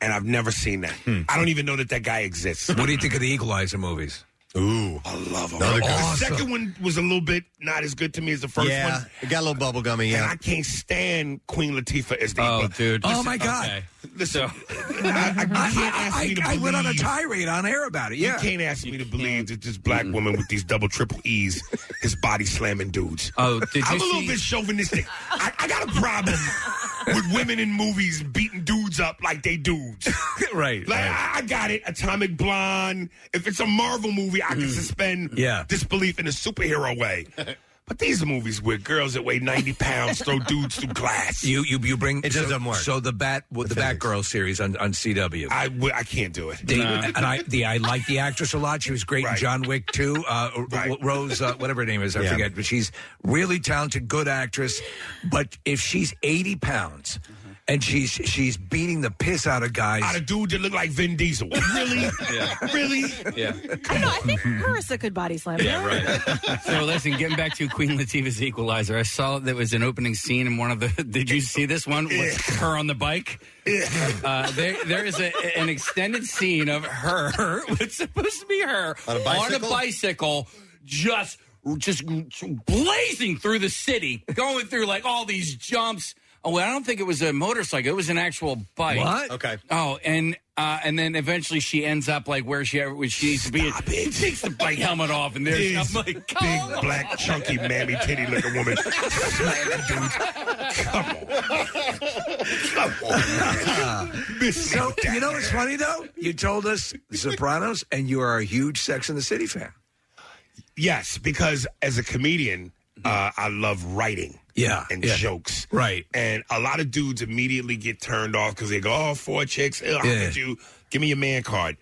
And I've never seen that. I don't even know that that guy exists. What do you think of the Equalizer movies? Ooh, I love them. Another good- The Awesome. second one was a little bit not as good to me as the first Yeah, one. it got a little bubblegummy, yeah. And I can't stand Queen Latifah as the. Oh, dude! Oh, my God. Listen, I, I, you can't ask I, me to I went on a believe- tirade on air about it. You Yeah. can't ask me to believe that this black woman with these double triple E's is body slamming dudes. Oh, did you I'm a little see- bit chauvinistic. I, I got a problem with women in movies beating dudes up like they dudes. right. Like I, I got it. Atomic Blonde. If it's a Marvel movie, I can suspend Mm. Yeah. disbelief in a superhero way. But these movies where girls that weigh 90 pounds throw dudes through glass. You you you bring It so- doesn't work. So the bat with the Batgirl series on, on CW. I w- I can't do it. They, Nah. And I the I like the actress a lot. She was great in John Wick too. Uh, R- Rose, uh, whatever her name is, I Yeah. forget, but she's really talented, good actress. But if she's eighty pounds and she's she's beating the piss out of guys, Out of dude that look like Vin Diesel. Really? Yeah. Really? Yeah. I don't know. I think Marissa could body slam. Yeah, right. so listen, getting back to Queen Latifah's Equalizer, I saw there was an opening scene in one of the. Did you see this one with her on the bike? Uh, there, there is a, an extended scene of her. It's supposed to be her On a bicycle? bicycle, just just blazing through the city, going through like all these jumps. Oh, well, I don't think it was a motorcycle; it was an actual bike. What? Okay. Oh, and uh, and then eventually she ends up like where she where she needs to be. She takes the bike helmet off, and there's These I'm like, big black chunky mammy titty looking woman. so you know what's funny though? You told us The Sopranos, and you are a huge Sex and the City fan. Yes, because as a comedian, uh, I love writing. Yeah, and yeah. jokes. Right. And a lot of dudes immediately get turned off because they go, "Oh, four chicks. Ew, how Yeah. could you give me your man card?"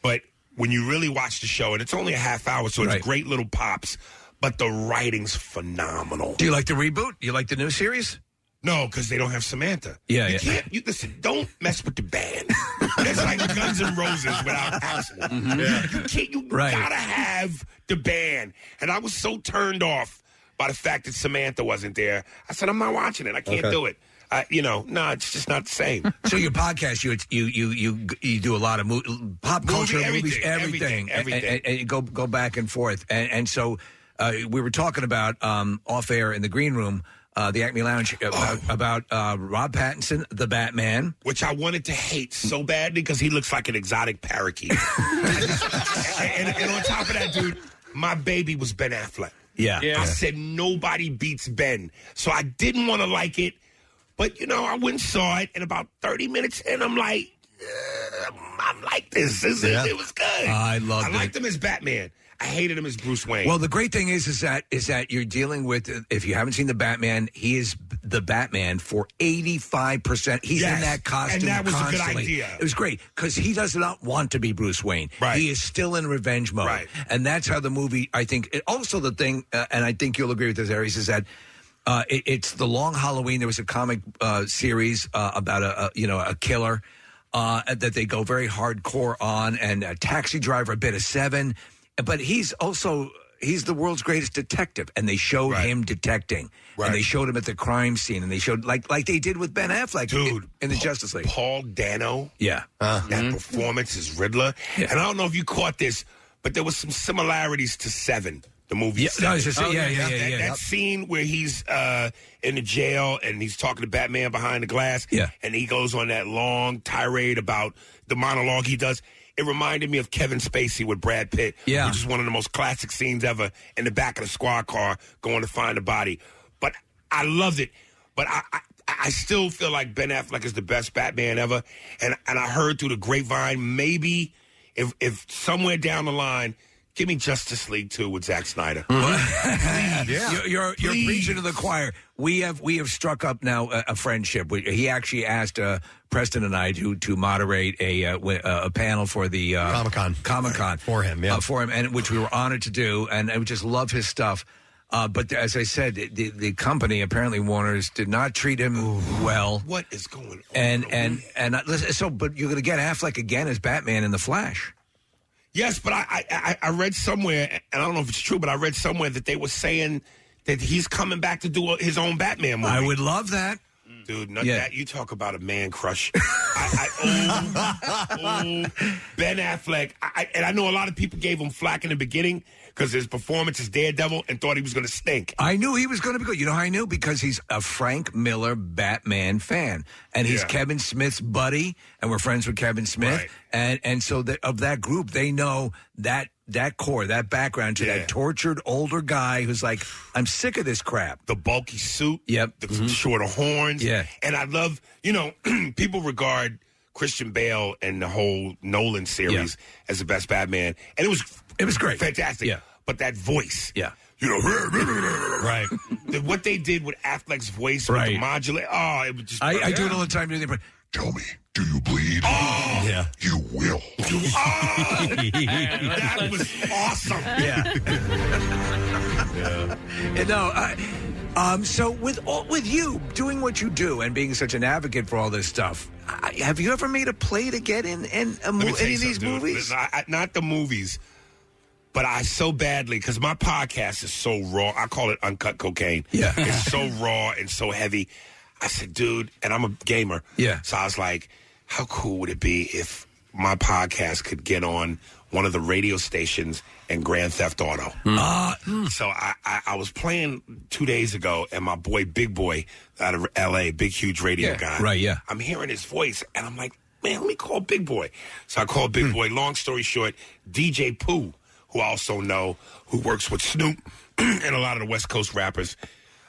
But when you really watch the show, and it's only a half hour, so Right. it's great little pops. But the writing's phenomenal. Do you like the reboot? You like the new series? No, because they don't have Samantha. Yeah, you yeah. can't. You listen. Don't mess with the band. That's like Guns N' Roses without Axl. You, you can't. You Right. gotta have the band. And I was so turned off by the fact that Samantha wasn't there. I said, I'm not watching it. I can't Okay. do it. I, you know, no, it's just not the same. So your podcast, you you you you you do a lot of mo- pop Movie, culture, movies, everything, everything, everything, everything. And, and- and go go back and forth, and and so uh, we were talking about um, off air in the green room, uh, the Acme Lounge, Oh. about about uh, Rob Pattinson, the Batman. Which I wanted to hate so badly because he looks like an exotic parakeet. and, and on top of that, dude, my baby was Ben Affleck. Yeah. Yeah. I said nobody beats Ben. So I didn't want to like it. But, you know, I went and saw it in about 30 minutes, and I'm like, "Uh, I'm like this. this is- Yeah. It was good. I loved I it. liked him as Batman. I hated him as Bruce Wayne. Well, the great thing is, is that is that you're dealing with. If you haven't seen the Batman, he is the Batman for eighty five percent. He's Yes, in that costume. and that was a good constantly. idea. It was great because he does not want to be Bruce Wayne. Right. He is still in revenge mode, right. and that's how the movie. I think. It, also, the thing, uh, and I think you'll agree with this, Aries, is that. Uh, it, it's the long Halloween. There was a comic uh, series uh, about a, a you know a killer uh, that they go very hardcore on, and a taxi driver, a bit of seven. But he's also he's the world's greatest detective, and they showed him detecting, and they showed him at the crime scene, and they showed like like they did with Ben Affleck, dude, in, the Justice League. Paul Dano. Yeah. that performance is Riddler. And I don't know if you caught this, but there was some similarities to Seven, the movie. Yeah, Seven. no, it's just- yeah, yeah, yeah, That, yeah. that scene where he's uh, in the jail and he's talking to Batman behind the glass. Yeah. And he goes on that long tirade about the monologue he does. It reminded me of Kevin Spacey with Brad Pitt, Yeah. which is one of the most classic scenes ever in the back of the squad car going to find the body. But I loved it. But I, I, I still feel like Ben Affleck is the best Batman ever. And and I heard through the grapevine, maybe if if somewhere down the line, give me Justice League two with Zack Snyder. You're, you're, you're preaching to the choir. We have we have struck up now a, a friendship. We, he actually asked uh, Preston and I to to moderate a uh, wi- uh, a panel for the uh, Comic Con Comic Con for him, yeah, for him, and which we were honored to do, and I just love his stuff. Uh, but as I said, the, the company apparently Warner's did not treat him well. What is going on? And and and uh, listen, so, but you're going to get Affleck again as Batman in the Flash. Yes, but I, I I- I read somewhere, and I don't know if it's true, but I read somewhere that they were saying that he's coming back to do his own Batman movie. I would love that. Dude, not Yeah. that you talk about a man crush. I, I, oh, oh, ben Affleck, I, I- and I know a lot of people gave him flack in the beginning because his performance as Daredevil and thought he was going to stink. I knew he was going to be good. You know how I knew? Because he's a Frank Miller Batman fan, and he's Yeah. Kevin Smith's buddy, and we're friends with Kevin Smith, and and so the, of that group, they know that that core, that background to that tortured older guy who's like, I'm sick of this crap. The bulky suit, yep, Mm-hmm. the shorter horns, yeah. And I love, you know, people regard Christian Bale and the whole Nolan series as the best Batman, and it was it was great, fantastic. Yeah. But that voice, yeah, you know, right? what they did with Affleck's voice, right? With the modulate, oh, it was just. I, I do it all the time. But tell me, do you bleed? yeah, you will. that was awesome. Yeah. You know, I, um, so with all, with you doing what you do and being such an advocate for all this stuff, I, have you ever made a play to get in, in a Let mo- me tell any you of these something, dude. movies? Not, I- not the movies, but I so badly because my podcast is so raw. I call it uncut cocaine. Yeah, it's so raw and so heavy. I said, dude, and I'm a gamer. Yeah, so I was like, how cool would it be if my podcast could get on one of the radio stations and Grand Theft Auto? Mm. Uh, so I, I, I was playing two days ago, and my boy, Big Boy, out of L.A., big huge radio Yeah, guy. right, yeah. I'm hearing his voice, and I'm like, man, let me call Big Boy. So I called Hmm. Big Boy. Long story short, DJ Pooh, who I also know, who works with Snoop and a lot of the West Coast rappers.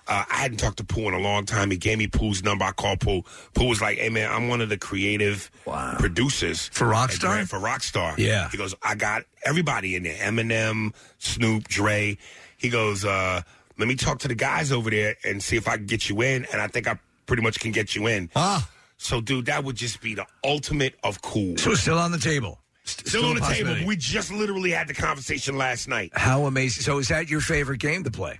Uh, I hadn't talked to Pooh in a long time. He gave me Pooh's number. I called Pooh. Pooh was like, hey, man, I'm one of the creative producers. For Rockstar? For Rockstar. Yeah. He goes, I got everybody in there Eminem, Snoop, Dre. He goes, uh, let me talk to the guys over there and see if I can get you in. And I think I pretty much can get you in. Ah. So, dude, that would just be the ultimate of cool. So it's still on the table. Still, still on a the table. possibility. We just literally had the conversation last night. How amazing! So is that your favorite game to play?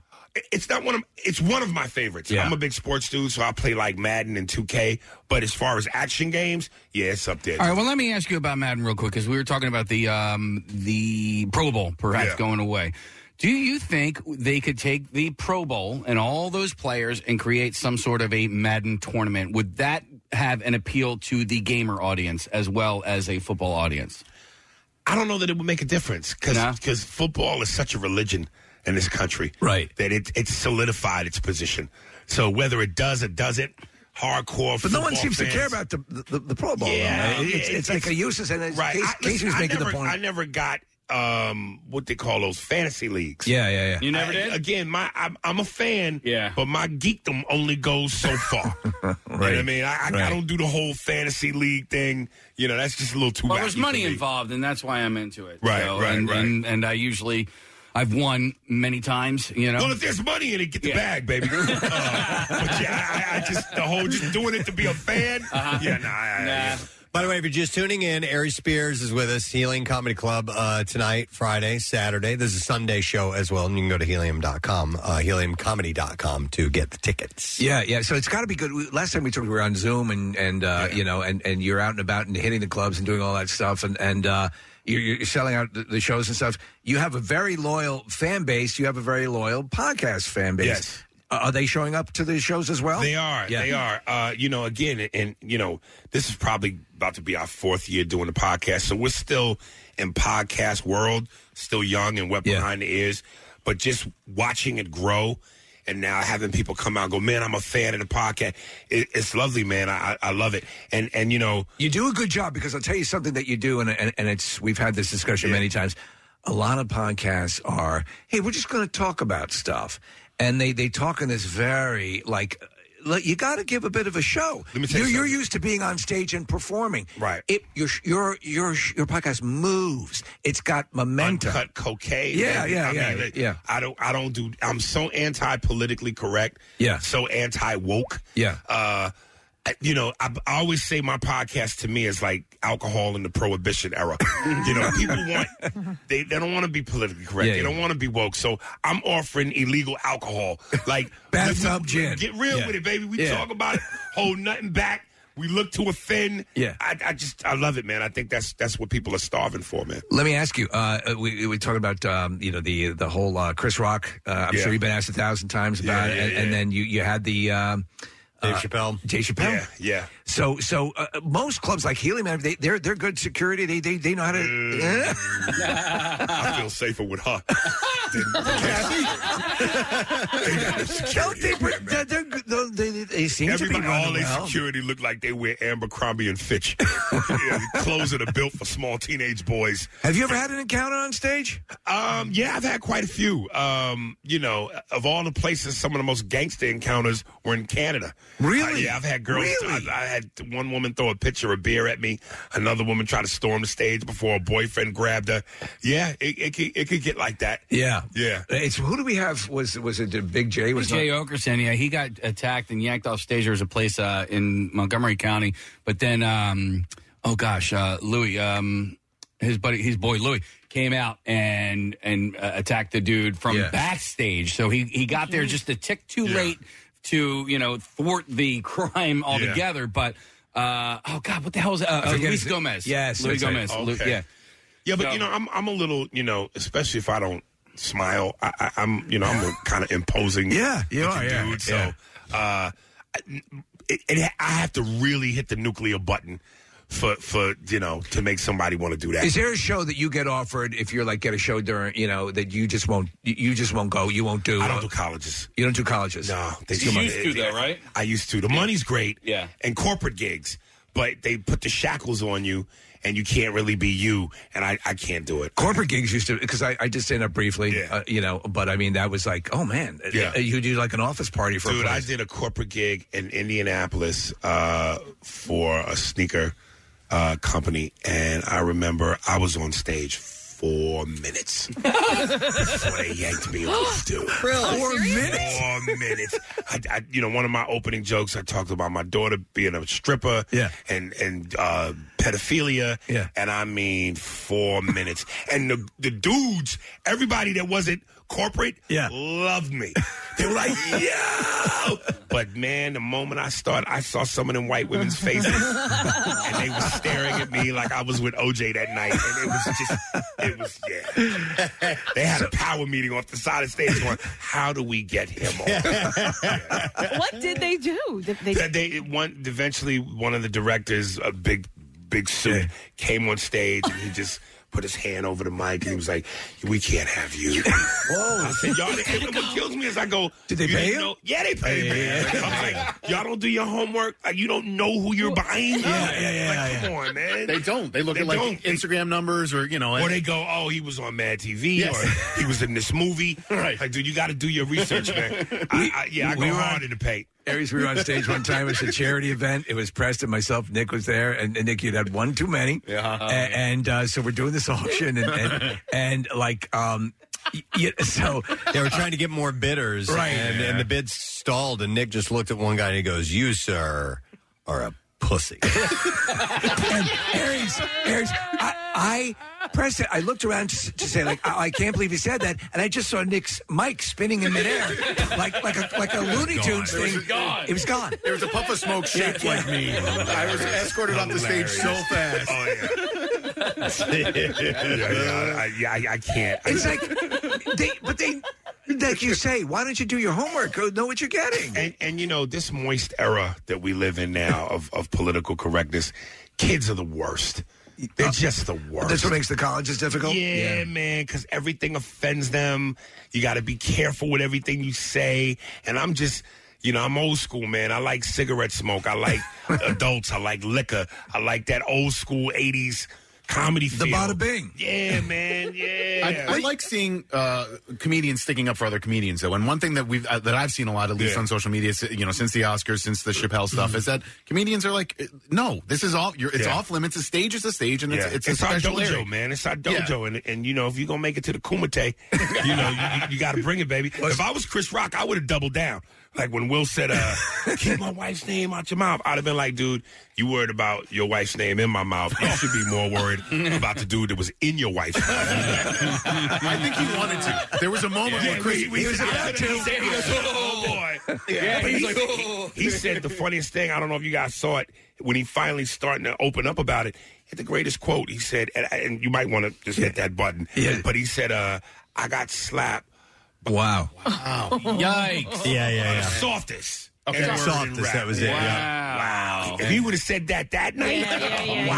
It's not one of it's one of my favorites. Yeah. I'm a big sports dude, so I play like Madden and 2K. But as far as action games, yeah, it's up there. All right. Well, let me ask you about Madden real quick because we were talking about the um, the Pro Bowl perhaps Yeah. going away. Do you think they could take the Pro Bowl and all those players and create some sort of a Madden tournament? Would that have an appeal to the gamer audience as well as a football audience? I don't know that it would make a difference because football is such a religion in this country, right? That it it's solidified its position. So whether it does or doesn't, hardcore. But no one football seems to fans- care about the the, the Pro Bowl. Yeah, though, right? it's, it- it's like a useless. And it's- right. Case, I, Casey listen, was I making never, the point. I never got um, what they call those fantasy leagues. Yeah, yeah, yeah. You never did. Again, my I'm, I'm a fan. Yeah. But my geekdom only goes so far. You know what I mean? I, I, I Right. don't do the whole fantasy league thing. You know, that's just a little too. Well, wacky there's for money me. involved, and that's why I'm into it. Right, right, and, right. And, and I usually, I've won many times. You know. Well, if there's money in it, get the Yeah. bag, baby. Uh, but yeah, I, I just the whole just doing it to be a fan. Uh-huh. Yeah, Uh-huh. nah, I- I- yeah. By the way, if you're just tuning in, Ari Spears is with us, Healing Comedy Club, uh, tonight, Friday, Saturday. There's a Sunday show as well, and you can go to helium.com, uh, heliumcomedy.com to get the tickets. Yeah, yeah. So it's got to be good. We- Last time we talked, we were on Zoom, and and uh, you know, and and you're out and about and hitting the clubs and doing all that stuff, and and uh, you're, you're selling out the, the shows and stuff. You have a very loyal fan base. You have a very loyal podcast fan base. Yes. Uh, are they showing up to the shows as well? They are. They are. Uh, you know, again, and you know, this is probably about to be our fourth year doing the podcast, so we're still in podcast world, still young and wet behind the ears, but just watching it grow. And now having people come out and go, man, I'm a fan of the podcast. It, it's lovely, man. I, I I love it. And and you know, You do a good job because I'll tell you something that you do, and and, and it's we've had this discussion many times. A lot of podcasts are, hey, we're just going to talk about stuff, and they they talk in this very like. like, You got to give a bit of a show. Let me tell you you're, you're used to being on stage and performing, Right. It, your your your your podcast moves. It's got momentum. Uncut cocaine. Yeah, baby. yeah, I yeah, mean, like, yeah. I don't. I don't do. I'm so anti politically correct. Yeah. So anti woke. Yeah. Uh, I- you know, I, I always say my podcast to me is like alcohol in the prohibition era. you know, people want they, they don't want to be politically correct. Yeah, they yeah. don't want to be woke. So I'm offering illegal alcohol, like Bathtub we- we- gin. Get real Yeah. with it, baby. We Yeah. talk about it. Hold nothing back. We look to offend. Yeah. I, I just I love it, man. I think that's that's what people are starving for, man. Let me ask you. Uh, we we talked about um, you know the the whole uh, Chris Rock. Uh, I'm Yeah. sure you've been asked a thousand times about it, Yeah, yeah, and, and yeah. then you you had the um, Dave Chappelle. Dave Chappelle. Yeah, yeah. So so uh, most clubs like Helium, they, they're they're good security. They they, they know how to. Mm. I feel safer with her. Don't they, they're, they're, good- they they- they seem to Everybody, be all running their well. security look like they wear Abercrombie and Fitch Yeah, clothes that are built for small teenage boys. Have you ever had an encounter on stage? Um, yeah, I've had quite a few. Um, you know, of all the places, some of the most gangster encounters were in Canada. Really? Uh, yeah, I've had girls. Really? I, I had one woman throw a pitcher of beer at me. Another woman tried to storm the stage before a boyfriend grabbed her. Yeah, it it could, it could get like that. Yeah, yeah. It's who do we have? Was was it uh, Big J? Was Jay not- Okerson, yeah, he got attacked and yanked off stage. There was a place uh, in Montgomery County, but then, um, oh gosh, uh, Louis, um, his buddy, his boy Louis, came out and and uh, attacked the dude from Yeah. backstage. So he he got there just a tick too late to you know thwart the crime altogether. But uh, oh god, what the hell is uh, I uh, forget Luis his- Gomez? yes, Luis that's Gomez. right. Lu- Okay. yeah. Yeah, but So- you know, I'm I'm a little, you know, especially if I don't smile, I, I, I'm, you know, I'm a kind of imposing. Yeah, you looking are, yeah, dude. So, yeah. uh, I- it, it, I have to really hit the nuclear button for for you know to make somebody want to do that. Is there a show that you get offered if you're like get a show during you know that you just won't you just won't go you won't do? I don't do colleges. You don't do colleges. No, they You used to, though, right? I used to. The money's great. Yeah, and corporate gigs, but they put the shackles on you, and you can't really be you. And I I can't do it. Corporate gigs used to because I, I just did up briefly, uh, you know. But I mean, that was like, oh man, Yeah. you do like an office party for a Dude, I place. did a corporate gig in Indianapolis uh, for a sneaker uh, company, and I remember I was on stage four minutes before they yanked me off, dude. Really? Four minutes? Four minutes. I, I, you know, one of my opening jokes, I talked about my daughter being a stripper, Yeah. and and uh, pedophilia, Yeah. and I mean four minutes. And the the dudes, everybody that wasn't corporate, Yeah. loved me. They were like, yo! But man, the moment I started, I saw some of them white women's faces. and they were staring at me like I was with OJ that night. And it was just, it was, yeah. They had a power meeting off the side of the stage going, how do we get him on? what did they do? Did They, That they it- one eventually one of the directors, a big big suit, came on stage and he just put his hand over the mic and he was like, "We can't have you." Whoa! I said, "Y'all." And what kills me is I go, Did they pay "You didn't him?" know- Yeah, they paid him. I'm like, "Y'all don't do your homework. Like, you don't know who you're buying." Yeah, yeah, yeah. Like, come on, man. They don't. They look They at like don't. Instagram numbers or you know. Or and- they go, oh, he was on Mad TV, Yes. or he was in this movie. Right. Like, dude, you got to do your research, man. I, I, yeah, I go we were on- harder to pay. Aries, we were on stage one time. It's a charity event. It was Preston, myself, Nick was there, and, and Nick, you'd had one too many. Yeah. A- and uh, so we're doing this auction, and and, and like, um, y- y- so They were trying to get more bidders, Right. And, and the bid stalled, and Nick just looked at one guy and he goes, "You sir are a pussy." and Aries, Aries, I, I pressed it. I looked around to, s- to say, like, I, I can't believe he said that, and I just saw Nick's mic spinning in midair, like like a like a Looney Tunes It was thing. gone. It was gone. There was a puff of smoke shaped Yeah, yeah. like me. I was escorted off the stage so fast. Oh, yeah. yeah, yeah, I, yeah, I, I can't. I, It's like they, but they, like you say, why don't you do your homework? Go know what you're getting. And, and you know this moist era that we live in now of, of political correctness, kids are the worst. They're just the worst. That's what makes the colleges difficult? Yeah, Yeah. man, because everything offends them. You got to be careful with everything you say. And I'm just, you know, I'm old school, man. I like cigarette smoke. I like adults. I like liquor. I like that old school '80s comedy. The bada bing. Yeah, man. Yeah. I, I like seeing uh, comedians sticking up for other comedians, though. And one thing that we've uh, that I've seen a lot, at least Yeah. Mm-hmm. on social media, si- you know, since the Oscars, since the Chappelle stuff, is that comedians are like, uh, no, this is all. You're, it's Yeah. off limits. A stage is a stage, and Yeah. it's, it's, It's, a our special dojo, area. man. It's our Yeah. dojo, and and you know if you're gonna make it to the kumite, you know you, you got to bring it, baby. If I was Chris Rock, I would have doubled down. Like when Will said, uh, "Keep my wife's name out your mouth," I'd have been like, "Dude, you worried about your wife's name in my mouth? You should be more worried about the dude that was in your wife's." mouth. I think he wanted to. There was a moment Yeah, where Chris we- we- he was I about could've- to. he said- he goes, "Oh, boy." Yeah, But he's he, like, he- he said the funniest thing. I don't know if you guys saw it when he finally starting to open up about it. he had the greatest quote he said, and, and you might want to just hit that button. But he said, uh, "I got slapped." Wow. Wow. Yikes. Yeah, yeah, The yeah. softest. Okay. N-word in Softest, rap. that was it, Wow. yeah. Wow. If he would have said that that night,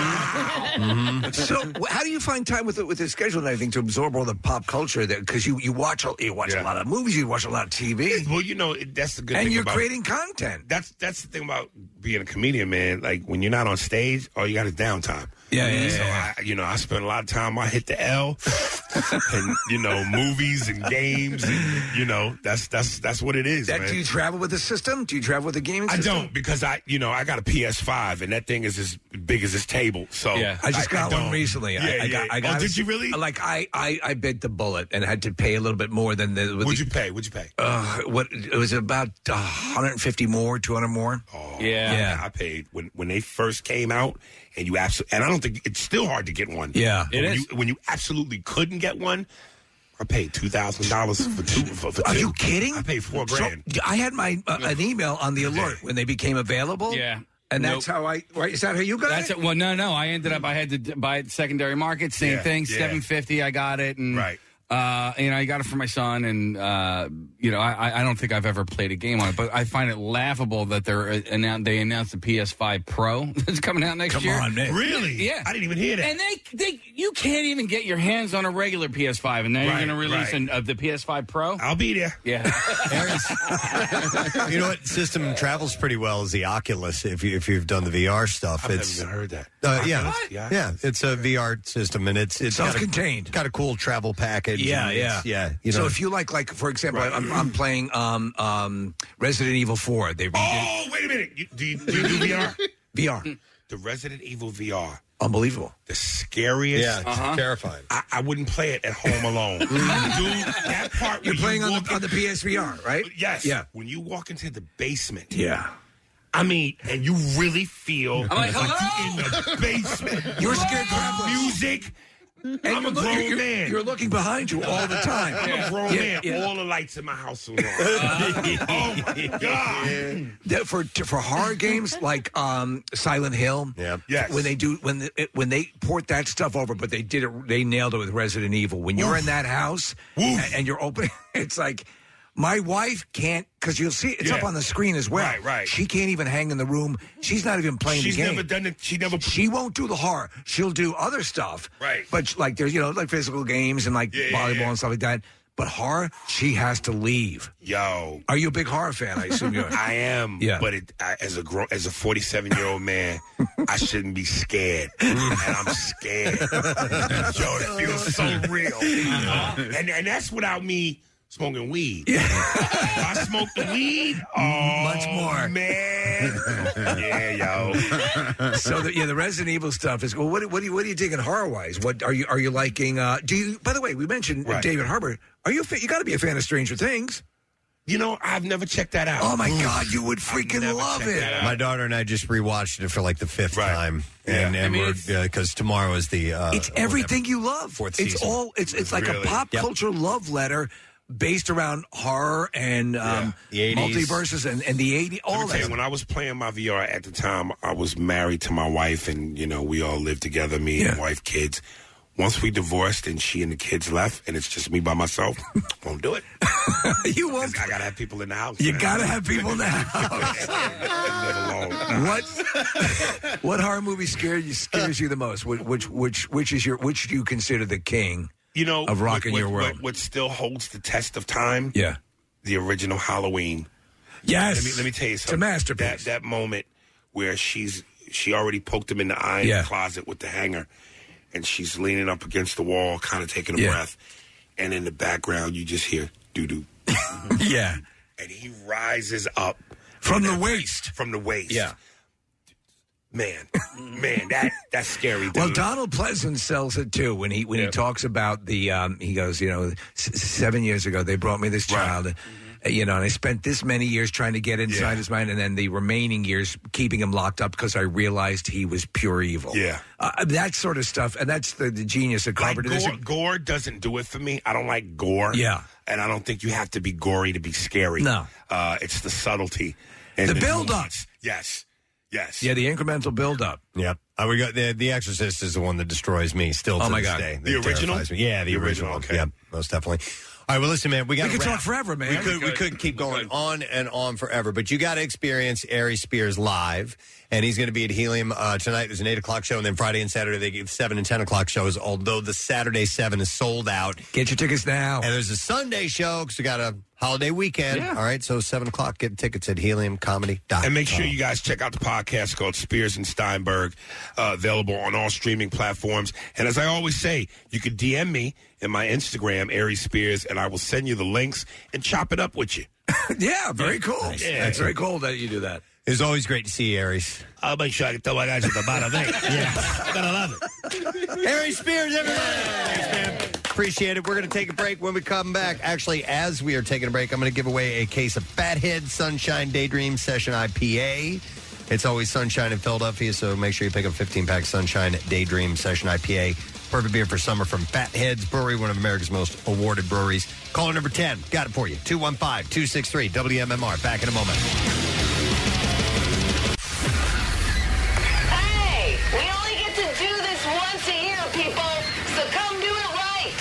Mm-hmm. so wh- how do you find time with the, with the schedule and everything to absorb all the pop culture? Because you you watch a- you watch a lot of movies, you watch a lot of TV. Well, you know it- that's the good and thing you're about- creating content. That's that's the thing about being a comedian, man. Like when you're not on stage, all you got is downtime. Yeah, yeah, So I, you know, I spend a lot of time. I hit the L, and you know, movies and games. And, you know, that's that's that's what it is. That, man. do you travel with a system? Do you travel with a gaming I system? don't because I, you know, I got a PS5 and that thing is as big as this table. So yeah, I just got one don't. recently. Yeah, I, I yeah. got. I got oh, a- did you really? Like I, I, I bit the bullet and had to pay a little bit more than the. Would you pay? Would you pay? Uh, what it was about uh, 150 more, 200 more. Oh, Yeah, I paid when when they first came out, and you absolutely. And I don't think it's still hard to get one. Yeah. But It when is. You, when you absolutely couldn't get one, I paid two thousand dollars for two. For, for Are two. you kidding? I paid four So, grand. I had my uh, an email on the alert when they became available. Yeah. and that's how I. Right, is that how you got That's it? it. Well, no, no. I ended up. I had to d- buy it secondary market. Same Yeah, thing. yeah. Seven fifty. I got it, and right. Uh, you know, I got it for my son, and uh, you know, I, I- I don't think I've ever played a game on it, but I find it laughable that they're uh, annou- they announced the PS5 Pro that's coming out next Come year. on, man. Really? Yeah, I didn't even hear that. And they they you can't even get your hands on a regular PS5, and now Right, you're going to release right. an, uh, the PS5 Pro. I'll be there. Yeah. you know what system travels pretty well is the Oculus. If you if you've done the VR stuff, I've it's never even heard that. Uh, yeah, Oculus, the yeah, it's a VR system and it's it's Self-contained. Got a, got a cool travel package. Yeah, and it's- yeah, yeah. You know, so if you like, like for example, I'm, I'm playing um, um, Resident Evil Four. They redid Oh, wait a minute. You, do, you, do you do VR? VR, The Resident Evil VR. unbelievable. The scariest. Yeah, it's Uh-huh. terrifying. I, I wouldn't play it at home alone. Dude, that part Mm-hmm. You're where playing you on walk the, on the PSVR, right? Yes. Yeah. When you walk into the basement. Yeah. I mean, and you really feel I'm like, you're in the basement. You're scared of music. I'm a you're look- grown you're- man. You're looking behind you all the time. I'm a grown Yeah, man. yeah. All the lights in my house are on. oh my god! That for for horror games like um, Silent Hill, yeah, Yes. when they do when the, it- when they port that stuff over, but they did it, they nailed it with Resident Evil. When you're in that house and, and you're open, it's like my wife can't because you'll see it's Yeah. up on the screen as well. Right, right. She can't even hang in the room. She's not even playing. She's the game. never done it. She never. She won't do the horror. She'll do other stuff. Right. But like there's you know like physical games and like yeah, volleyball yeah. and stuff like that. But horror, she has to leave. Yo, Are you a big horror fan? I assume you are. I am. Yeah. But it, I, as a grown, as a 47 year old man, I shouldn't be scared, and I'm scared. Yo, that feels so real. Uh-huh. And and that's without me smoking weed. I smoke the weed. Oh, much more, man. yeah, yo. so the, yeah, the Resident Evil stuff is. Well, what, what do you what do you digging horror wise? What are you are you liking? Uh, do you? By the way, we mentioned Right. David Harbour. Are you a fa- you got to be a fan of Stranger Things? You know, I've never checked that out. Oh my god, you would freaking love checked that it. out. my daughter and I just rewatched it for like the fifth time, and I and mean, we're it's- because tomorrow is the uh, it's everything you love. Fourth it's season. all. It's it's like Really? a pop Yep. culture love letter based around horror and um, Yeah. The 80s. multiverses and, and the 80s, Let all me tell that. you, when I was playing my VR at the time, I was married to my wife, and you know we all lived together, me and wife, kids. Once we divorced and she and the kids left, and it's just me by myself, won't do it. you won't. I gotta have people in the house. You gotta have people in the what what horror movie scares you scares you the most? Which which which, which is your which do you consider the king? You know, of rocking what- your what- world. What, still holds the test of time? Yeah, the original Halloween. Yes. let me, let me tell you It's a something. masterpiece. That, that moment where she's she already poked him in the eye in Yeah. the closet with the hanger, and she's leaning up against the wall, kind of taking a Yeah. breath, and in the background you just hear doo doo. yeah, and he rises up from the waist. From the waist. Yeah. Man, man, that that's scary. Dude. Well, Donald Pleasant sells it too when he when he talks about the um, he goes you know s- s- seven years ago they brought me this child. Mm-hmm. uh, You know, and I spent this many years trying to get inside his mind, and then the remaining years keeping him locked up because I realized he was pure evil. Yeah. uh, that sort of stuff, and that's the, the genius of Like Carpenter. There's a- gore, gore doesn't do it for me. I don't like gore. Yeah. and I don't think you have to be gory to be scary. No. uh, it's the subtlety, The build-up. nuance. Yes, yes. yeah, the incremental buildup. Yep. Uh, we got the The Exorcist is the one that destroys me still. To Oh, my this God. Day. The That original? terrifies me. Yeah, the, The original. original, Okay. Yep, most definitely. All right. Well, listen, man. We got. We could talk forever, man. We could. We could keep going on and on forever. But you got to experience Ari Spears live, and he's going to be at Helium uh, tonight. There's an eight o'clock show, and then Friday and Saturday they give seven and ten o'clock shows. Although the Saturday seven is sold out. Get your tickets now. And there's a Sunday show because we got a holiday weekend. All right. So seven o'clock. Get tickets at heliumcomedy.com. And make sure Oh. you guys check out the podcast called Spears and Steinberg, uh, available on all streaming platforms. And as I always say, you can DM me in my Instagram, Ari Spears, and I will send you the links and chop it up with you. yeah, very cool. Yeah. That's very cool that you do that. It's always great to see you, Aries. I'll make sure I can tell my guys at the bottom eight. yeah, I'm gonna love it. Harry Spears, everybody. Appreciate it. We're going to take a break when we come back. Actually, as we are taking a break, I'm going to give away a case of Fathead Sunshine Daydream Session IPA. It's always sunshine in Philadelphia, so make sure you pick up 15 pack Sunshine Daydream Session IPA. Perfect beer for summer from Fatheads Brewery, one of America's most awarded breweries. Caller number 10, got it for you. 215 263 WMMR. Back in a moment. Hey, we only get to do this once a year, people. So come do it right.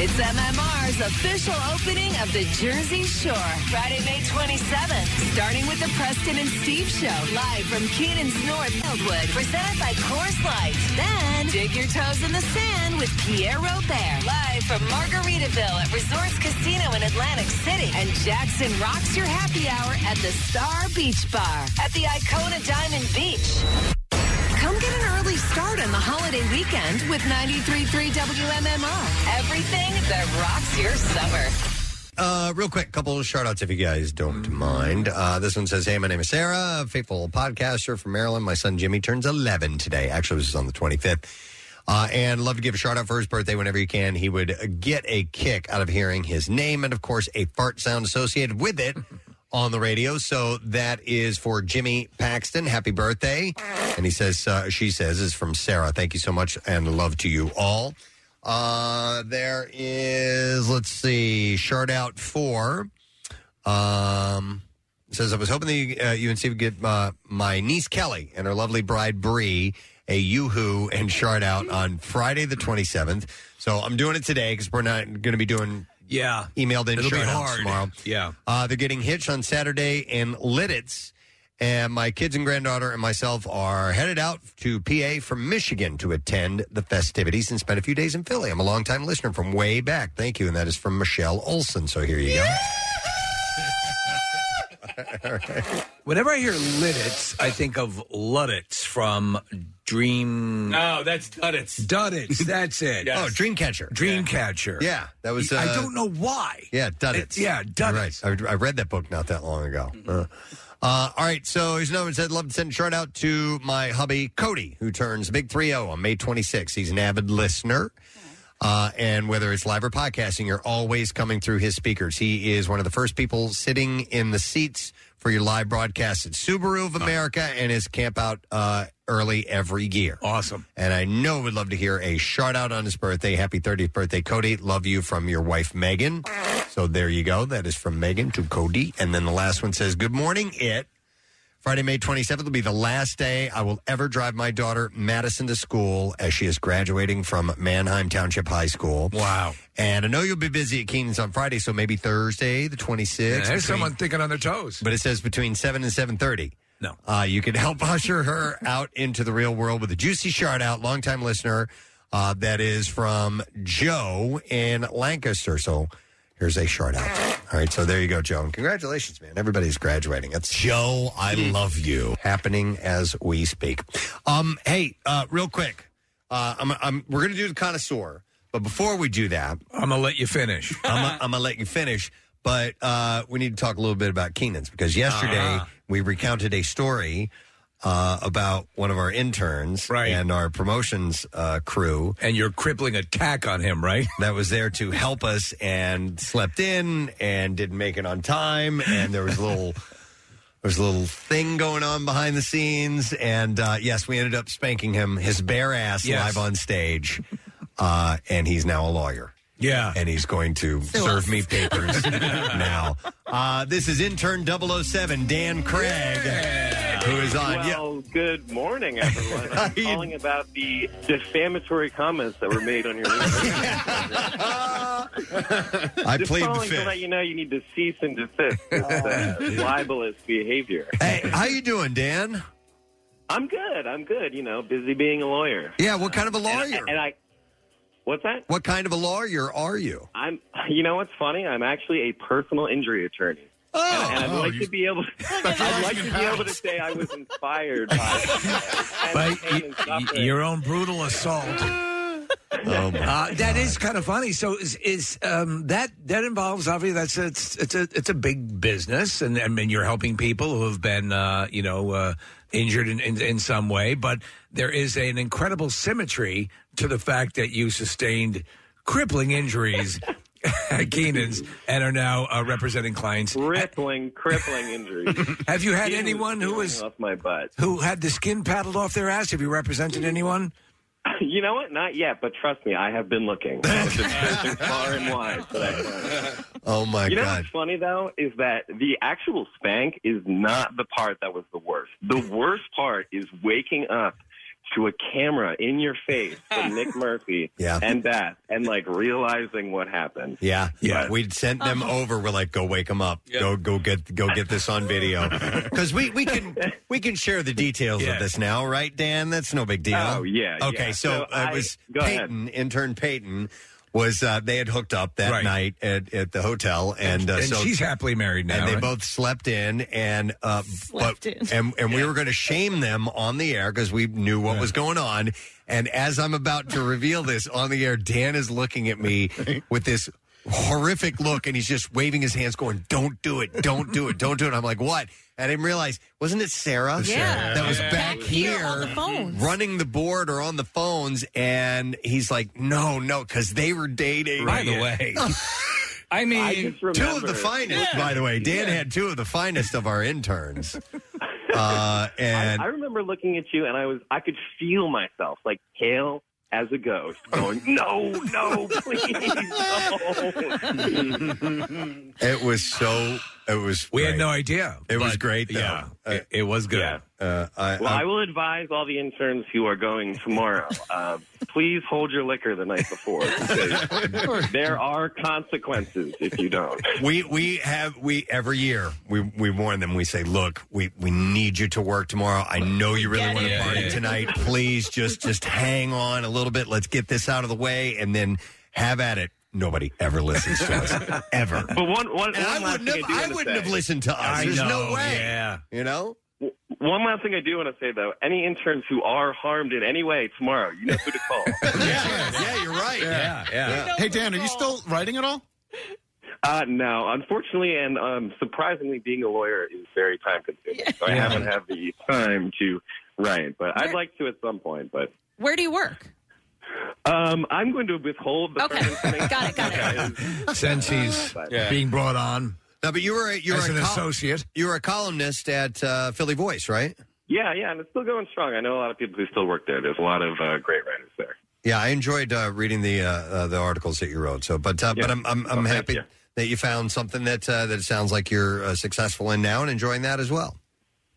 It's MMR's official opening of the Jersey Shore, Friday, May 27th, starting with the Preston and Steve Show, live from Keenan's North Wildwood, presented by Coors Light. Then, dig your toes in the sand with Pierre Robert, live from Margaritaville at Resorts Casino in Atlantic City. And Jackson rocks your happy hour at the Star Beach Bar at the Icona Diamond Beach. Come get an early start on the holiday weekend with 93.3 WMMR. Everything that rocks your summer. Uh, real quick, couple of shout outs if you guys don't mind. Uh, this one says, Hey, my name is Sarah, a faithful podcaster from Maryland. My son Jimmy turns 11 today. Actually, this is on the 25th. Uh, and love to give a shout out for his birthday whenever you can. He would get a kick out of hearing his name and, of course, a fart sound associated with it on the radio. So that is for Jimmy Paxton. Happy birthday. And he says, uh, She says, is from Sarah. Thank you so much and love to you all. Uh, there is, let's see, shard out four. Um, says I was hoping that you, uh, you and Steve would get uh, my niece Kelly and her lovely bride Bree a yoo-hoo and shard out on Friday the twenty seventh. So I'm doing it today because we're not going to be doing Yeah, emailed in It'll be shard outs hard. tomorrow. Yeah. Uh, they're getting hitched on Saturday in Lidditz. And my kids and granddaughter and myself are headed out to PA from Michigan to attend the festivities and spend a few days in Philly. I'm a longtime listener from way back. Thank you. And that is from Michelle Olson. So here you go. All right. Whenever I hear Lidditz, I think of Luddits from Dream. No, that's Duddits. Duddits, that's it. Yes. Oh, Dreamcatcher. Dreamcatcher. Yeah, that was, I uh, don't know why. Yeah, Duddits. It- yeah, Mm-hmm. Duddits. Right. I, I read that book not that long ago. Uh, uh, all right, so here's another one said, love to send a shout out oh to my hubby, Cody, who turns big 3 0 on May 26th. He's an avid listener. Uh, and whether it's live or podcasting, you're always coming through his speakers. He is one of the first people sitting in the seats for your live broadcast at Subaru of America and his camp out uh, early every year. Awesome. And I know would love to hear a shout out on his birthday. Happy 30th birthday, Cody. Love you from your wife, Megan. So there you go. That is from Megan to Cody. And then the last one says, Good morning, it. Friday, May 27th will be the last day I will ever drive my daughter Madison to school as she is graduating from Manheim Township High School. Wow. And I know you'll be busy at Keenan's on Friday, so maybe Thursday, the 26th. Yeah, there's between- someone thinking on their toes. But it says between 7 and 7.30. No. Uh, you can help usher her out into the real world with a juicy shout out, longtime listener. Uh, that is from Joe in Lancaster. So here's a shout out. All right, so there you go, Joe. And congratulations, man. Everybody's graduating. That's Joe, I love you. Happening as we speak. Um, hey, uh, real quick. Uh, I'm, I'm, we're going to do the connoisseur, but before we do that, I'm gonna let you finish. I'm gonna let you finish, but uh, we need to talk a little bit about Keenan's because yesterday Uh-huh. we recounted a story uh, about one of our interns and our promotions uh, crew and your crippling attack on him, right? That was there to help us and slept in and didn't make it on time, and there was a little. There's a little thing going on behind the scenes, and uh, yes, we ended up spanking him, his bare ass, Yes. live on stage, uh, and he's now a lawyer. Yeah. and he's going to serve me papers now. Uh, this is intern 007, Dan Craig, who is on. yeah. Well, good morning, everyone. I'm calling about the defamatory comments that were made on your. I Just played the calling fifth. Oh, to let you know you need to cease and desist. It's, uh, libelous behavior. Hey, how you doing, Dan? I'm good. I'm good. You know, busy being a lawyer. Yeah, what kind of a lawyer? And I, and I- what's that? What kind of a lawyer are you? I'm. You know what's funny? I'm actually a personal injury attorney. Oh, and, and I'd Oh, like you- to be able. I'd like to be able to say I was inspired by. By y- y- your own brutal assault. Oh, uh, that is kind of funny. So is, is um, that that involves obviously that's a, it's it's a it's a big business, and I mean you're helping people who have been uh, you know uh, injured in, in in some way, but there is an incredible symmetry to the fact that you sustained crippling injuries. at Keenan's and are now uh, representing clients. Crippling, crippling injuries. Have you had Skin was anyone who peeling was off my butt? who had the skin paddled off their ass? Have you represented anyone? You know what? Not yet, but trust me, I have been looking. I've been searching far and wide for that client. Oh my you know god! what's funny though is that the actual spank is not the part that was the worst. The worst part is waking up to a camera in your face from Nick Murphy Yeah. and Beth, and like realizing what happened. Yeah, Yeah. yeah. We'd sent them over. We're like, go wake them up. Go, go get, go get this on video because we we can we can share the details of this now, right, Dan? That's no big deal. Oh, yeah, Okay, yeah. so, So uh, it I- was go ahead. Peyton, intern Peyton. Was uh, they had hooked up that Right. night at, at the hotel, and, uh, and so she's happily married now. and they right? both slept in and uh Slept but, in. and and we were going to shame them on the air because we knew what was going on and as i'm about to reveal this on the air dan is looking at me with this horrific look and he's just waving his hands going don't do it don't do it don't do it i'm like what I didn't realize. Wasn't it Sarah? Yeah. Oh, that was Yeah. back, Back here, here on the phones. running the board or on the phones, and he's like, "No, no," because they were dating. By the way, I mean, two of the finest, by the way. Dan had two of the finest of our interns. Uh, and I, I remember looking at you, and I was I could feel myself like pale as a ghost, going, "No, no, please, no." it was so. It was. We had no idea. It was but, great, though. Yeah, Uh, it, it was good. Uh, I, Well, I will advise all the interns who are going tomorrow. Uh, please hold your liquor the night before. because there are consequences if you don't. we we have we every year we we warn them. We say, look, we we need you to work tomorrow. I know you really want to it. party Yeah. tonight. Please just just hang on a little bit. Let's get this out of the way, and then have at it. Nobody ever listens to us ever. But one, one, And one I last wouldn't thing have- do I wanna wouldn't say. have listened to us. I There's no know, way. Yeah. You know? One last thing I do want to say, though. Any interns who are harmed in any way tomorrow, you know who to call. yeah, you're right. Yeah, yeah. Hey, Dan, are you still writing at all? Uh, no, unfortunately, and um, surprisingly, being a lawyer is very time consuming. So I Yeah. haven't had the time to write, but I'd like to at some point. But Where do you work? Um, I'm going to withhold the okay. Got it. Got it. Since he's being brought on. No, but you were a, you were As a an col- associate. You were a columnist at uh, Philly Voice, right? Yeah, yeah, and it's still going strong. I know a lot of people who still work there. There's a lot of uh, great writers there. Yeah, I enjoyed uh, reading the uh, uh, the articles that you wrote. So, but uh, but I'm I'm, I'm happy that you found something that uh, that it sounds like you're uh, successful in now and enjoying that as well.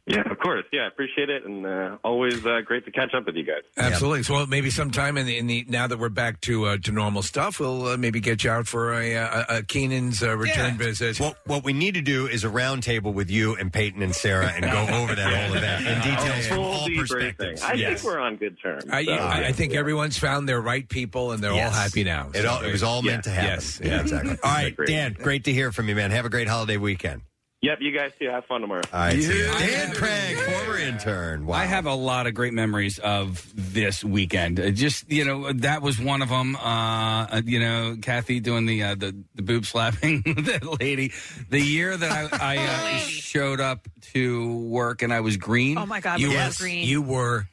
Yeah, of course. Yeah, I appreciate it, and uh, always uh, great to catch up with you guys. Absolutely. So well, maybe sometime in the, in the now that we're back to uh, to normal stuff, we'll uh, maybe get you out for a, uh, a Keenan's uh, return visit. What what we need to do is a roundtable with you and Peyton and Sarah and go over that whole event in details from all debriefing. perspectives. I Yes. think we're on good terms. I, so- I, I think everyone's found their right people and they're Yes. all happy now. It, all, it was all meant to happen. Yes. Yeah, exactly. All right, Agreed. Dan, great to hear from you, man. Have a great holiday weekend. Yep, you guys too. Have fun tomorrow. All right, see ya. Dan Craig, former intern. Wow. I have a lot of great memories of this weekend. Uh, Just you know, that was one of them. Uh, you know, Kathy doing the uh, the, the boob slapping that lady. The year that I, I uh, showed up to work and I was green. Oh, my God, you we were were green. You were.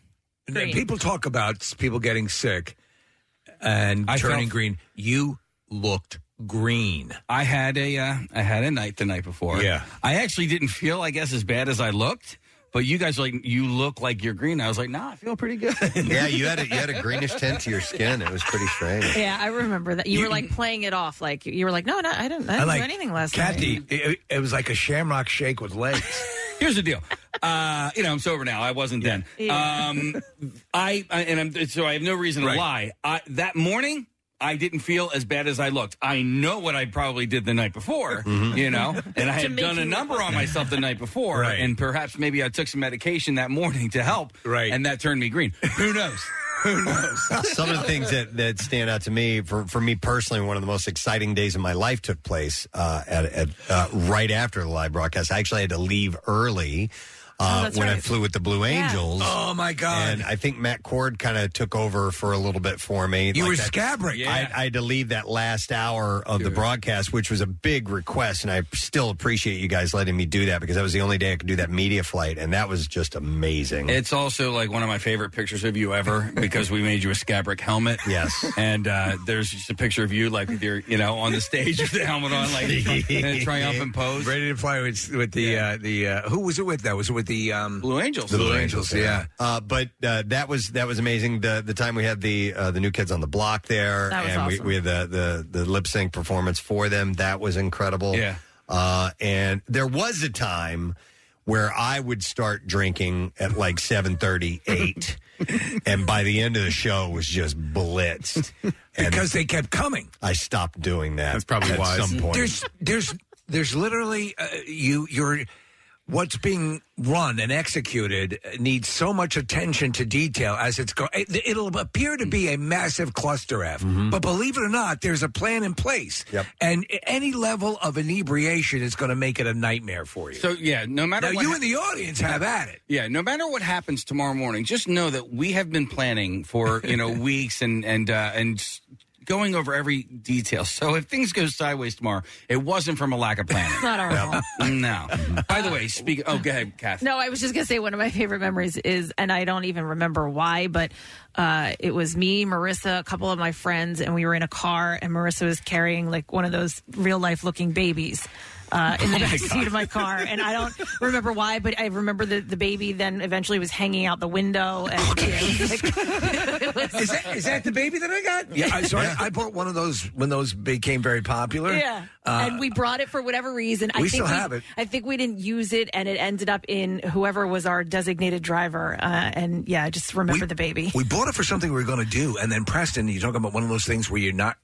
Green. People talk about people getting sick and I turning felt- green. You looked green. I had a uh, I had a night the night before. Yeah. I actually didn't feel I guess as bad as I looked. But you guys were like you look like you're green. I was like, nah, I feel pretty good. yeah, you had a, you had a greenish tint to your skin. It was pretty strange. Yeah, I remember that. You, You- were like playing it off, like you were like, "No, no, I didn't, I didn't do anything last Kathy, night." It, it was like a shamrock shake with legs. Here's the deal. Uh, you know, I'm sober now. I wasn't then. Yeah. Um, I, I and I'm so I have no reason to Right. lie. I, that morning, I didn't feel as bad as I looked. I know what I probably did the night before. Mm-hmm. You know, and I To had make done a you number look- on myself the night before, Right. and perhaps maybe I took some medication that morning to help. Right, and that turned me green. Who knows? Who knows? Some of the things that, that stand out to me, for, for me personally, one of the most exciting days of my life took place uh, at, at uh, right after the live broadcast. I actually had to leave early Oh, uh, that's when I right. flew with the Blue Yeah. Angels. Oh, my God. And I think Matt Cord kind of took over for a little bit for me. You were that- scabric. I, I had to leave that last hour of the broadcast, which was a big request, and I still appreciate you guys letting me do that because that was the only day I could do that media flight, and that was just amazing. It's also like one of my favorite pictures of you ever because we made you a scabric helmet. Yes. And uh, there's just a picture of you like with your, you know, on the stage with the helmet on, like in a triumphant pose. Ready to fly with, with the uh, the uh, who was it with? That was it with the um, Blue Angels. The Blue, Angels, yeah. Uh, but uh, that was that was amazing. The the time we had the uh, the new kids on the block there, That was and awesome. we, we had the the, the lip sync performance for them. That was incredible. Yeah. Uh, and there was a time where I would start drinking at like seven thirty eight, and by the end of the show was just blitzed. Because they kept coming. I stopped doing that. That's probably at wise. some point. There's there's there's literally uh, you you're what's being run and executed needs so much attention to detail as it's going. It, it'll appear to be a massive cluster F, but believe it or not, there's a plan in place. Mm-hmm. Yep. And any level of inebriation is going to make it a nightmare for you. So yeah, no matter Now, what you hap- and the audience have at it. Yeah, no matter what happens tomorrow morning, just know that we have been planning for you know weeks and and uh, and s- going over every detail. So if things go sideways tomorrow, it wasn't from a lack of planning. not our fault. no. By the way, speak. Oh, go ahead, Kathy. No, I was just gonna say one of my favorite memories is, and I don't even remember why, but uh, it was me, Marissa, a couple of my friends, and we were in a car, and Marissa was carrying like one of those real life looking babies. Uh, in the Oh, my back seat God. of my car, and I don't remember why, but I remember that the baby then eventually was hanging out the window. And, you know, it was like- it was- Is that is that the baby that I got? Yeah, I, so I- I, bought one of those when those became very popular. Yeah, Uh, and we brought it for whatever reason. I we still think have it. I think we didn't use it, and it ended up in whoever was our designated driver. Uh, and yeah, I just remember the baby. We bought it for something we were going to do, and then Preston, you talk about one of those things where you're not,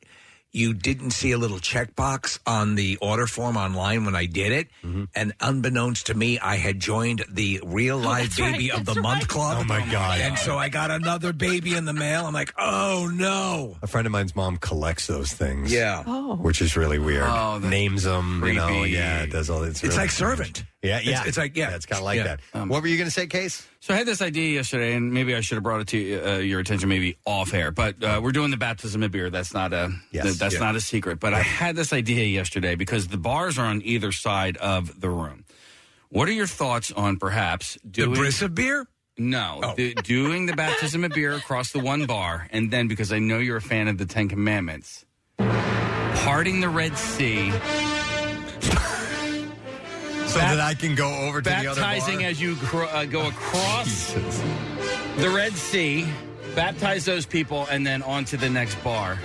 you didn't see a little checkbox on the order form online when I did it, and unbeknownst to me, I had joined the real live that's baby right, of the that's month right. club. Oh, my God. And so I got another baby in the mail. I'm like, oh no! a friend of mine's mom collects those things. Yeah. Oh. Which is really weird. Oh, that's Names them, you know. creepy. Yeah, it does all. It's, It's really like strange. servant. Yeah, yeah. It's- it's like- yeah. It's kind of like Yeah. Um, that. what were you going to say, Case? So I had this idea yesterday, and maybe I should have brought it to uh, your attention, maybe off air. But uh, we're doing the baptism of beer. That's not a th- that's Yeah. not a secret. But I had this idea yesterday because the bars are on either side of the room. What are your thoughts on perhaps doing the Brissa beer? Oh. No, the- doing the baptism of beer across the one bar, and then because I know you're a fan of the Ten Commandments, parting the Red Sea, so that I can go over to the other baptizing bar. as you cro- uh, go across the Red Sea, baptize those people, and then on to the next bar.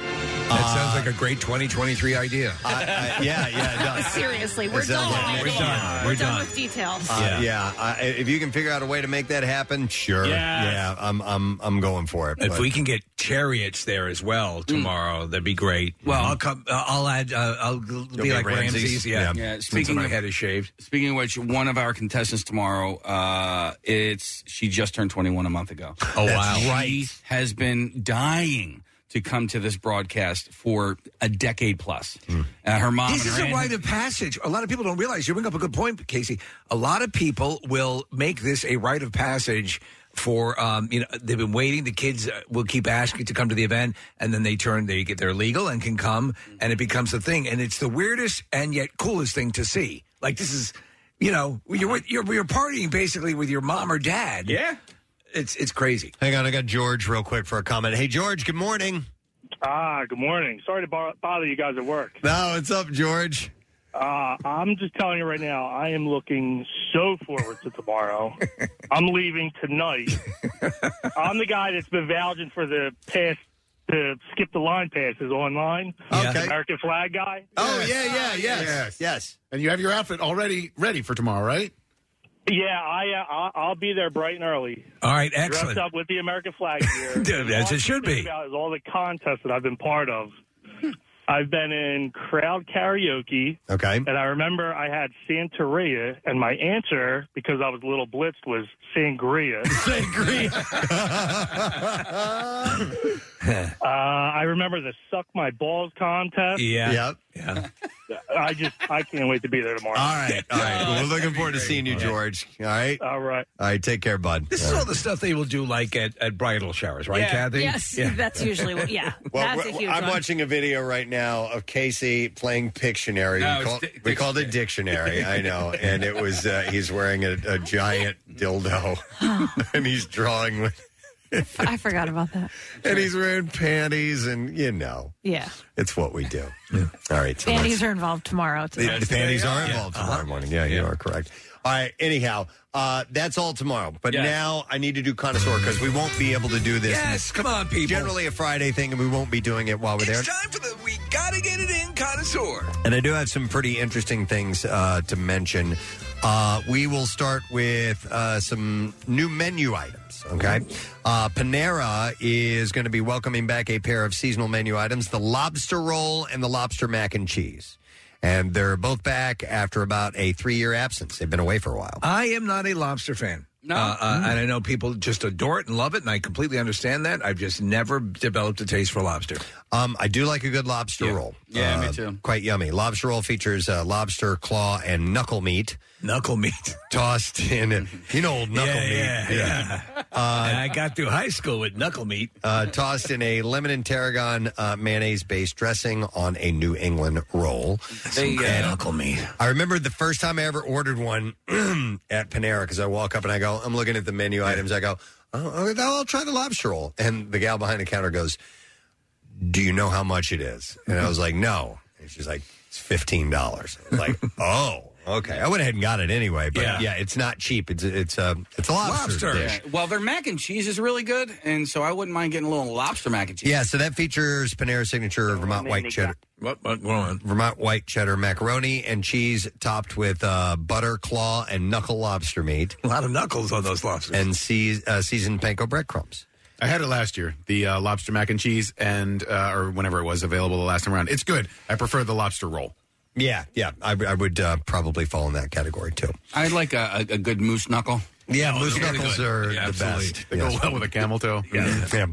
That sounds like a great 2023 idea. yeah, yeah, it does. Seriously, we're It sounds done. like with we're it. done. We're We're done done. with details. Uh, yeah, I, if you can figure out a way to make that happen, sure. Yes. Yeah, I'm, I'm, I'm going for it. If but- we can get chariots there as well tomorrow, that'd be great. Well, I'll come. Uh, I'll add. Uh, I'll g- be be like Ramses. Ramses? Yeah. Yeah, Since speaking my of- head is shaved. Speaking of which, one of our contestants tomorrow, uh, it's she just turned 21 a month ago. Oh, wow. She has been dying to come to this broadcast for a decade plus. Hmm. Uh, her mom. This and is her a aunt- rite of passage. A lot of people don't realize. You bring up a good point, Casey. A lot of people will make this a rite of passage for um, you know they've been waiting. The kids uh, will keep asking to come to the event, and then they turn they get their legal and can come, and it becomes a thing. And it's the weirdest and yet coolest thing to see. Like this is, you know, you're with- you're, you're partying basically with your mom or dad. Yeah, it's it's crazy. Hang on, I got George real quick for a comment. Hey, George, good morning. Ah, good morning. Sorry to bo- bother you guys at work. No, what's up, George? Uh, I'm just telling you right now, I am looking so forward to tomorrow. I'm leaving tonight. I'm the guy that's been vouching for the pass, the skip the line passes online. Okay. American flag guy. Oh yeah, yeah, yes. yes, yes. And you have your outfit already ready for tomorrow, right? Yeah, I, uh, I- I'll be there bright and early. All right, excellent. Dressed up with the American flag here. Dude, as it should be. About is all the contests that I've been part of. I've been in crowd karaoke. Okay. And I remember I had Santeria, and my answer, because I was a little blitzed, was Sangria. Sangria. uh, I remember the Suck My Balls contest. Yeah. Yep. Yeah. I just, I can't wait to be there tomorrow. All right, all right. Well, we're looking forward to seeing you, George. All right. All right. All right. Take care, bud. This is all the stuff they will do like at, at bridal showers, right, Kathy? Yes, Yeah. that's usually what. Yeah, Well, that's a w- huge I'm one. watching a video right now of Casey playing Pictionary. No, we, it's call, di- we called it Dictionary. I know, and it was uh, he's wearing a, a giant dildo, and he's drawing with, I forgot about that. and he's wearing panties, and you know, Yeah, it's what we do. All right, so panties let's- are involved tomorrow. too. the, the panties are involved Uh-huh. tomorrow morning. Yeah, you are correct. All right. Anyhow, uh, that's all tomorrow. But Yes. now I need to do connoisseur because we won't be able to do this. Yes, come on, people. Generally a Friday thing, and we won't be doing it while we're there. It's time for the we gotta get it in connoisseur. And I do have some pretty interesting things uh, to mention. Uh, we will start with uh, some new menu items, okay? Uh, Panera is going to be welcoming back a pair of seasonal menu items the lobster roll and the lobster mac and cheese. And they're both back after about a three year absence. They've been away for a while. I am not a lobster fan. No. Uh, uh, and I know people just adore it and love it, and I completely understand that. I've just never developed a taste for lobster. Um, I do like a good lobster roll. Yeah, me too. Quite yummy. Lobster roll features uh, lobster claw and knuckle meat. Knuckle meat tossed in it. You know, old knuckle Yeah, meat. yeah, Uh, I got through high school with knuckle meat. uh, tossed in a lemon and tarragon uh, mayonnaise based dressing on a New England roll. They, uh, And knuckle meat. I remember the first time I ever ordered one at Panera because I walk up and I go, I'm looking at the menu items. I go, oh, okay, I'll try the lobster roll. And the gal behind the counter goes, Do you know how much it is? And I was like, No. And she's like, It's $15. I was like, Oh. Okay, I went ahead and got it anyway, but yeah, Yeah. it's not cheap. It's it's a it's a lobster, dish. Well, their mac and cheese is really good, and so I wouldn't mind getting a little lobster mac and cheese. Yeah, so that features Panera signature Vermont then white they cheddar. What, what, go on. Vermont white cheddar macaroni and cheese topped with uh, butter, claw, and knuckle lobster meat. A lot of knuckles on those lobsters. And seas- uh, seasoned panko breadcrumbs. I had it last year, the uh, lobster mac and cheese, and uh, or whenever it was available the last time around. It's good. I prefer the lobster roll. Yeah, yeah. I, I would uh, probably fall in that category too. I'd like a, a, a good moose knuckle. Yeah, Oh, moose they're really knuckles good. are Yeah, the absolutely. best. They go well with a camel toe. Yeah.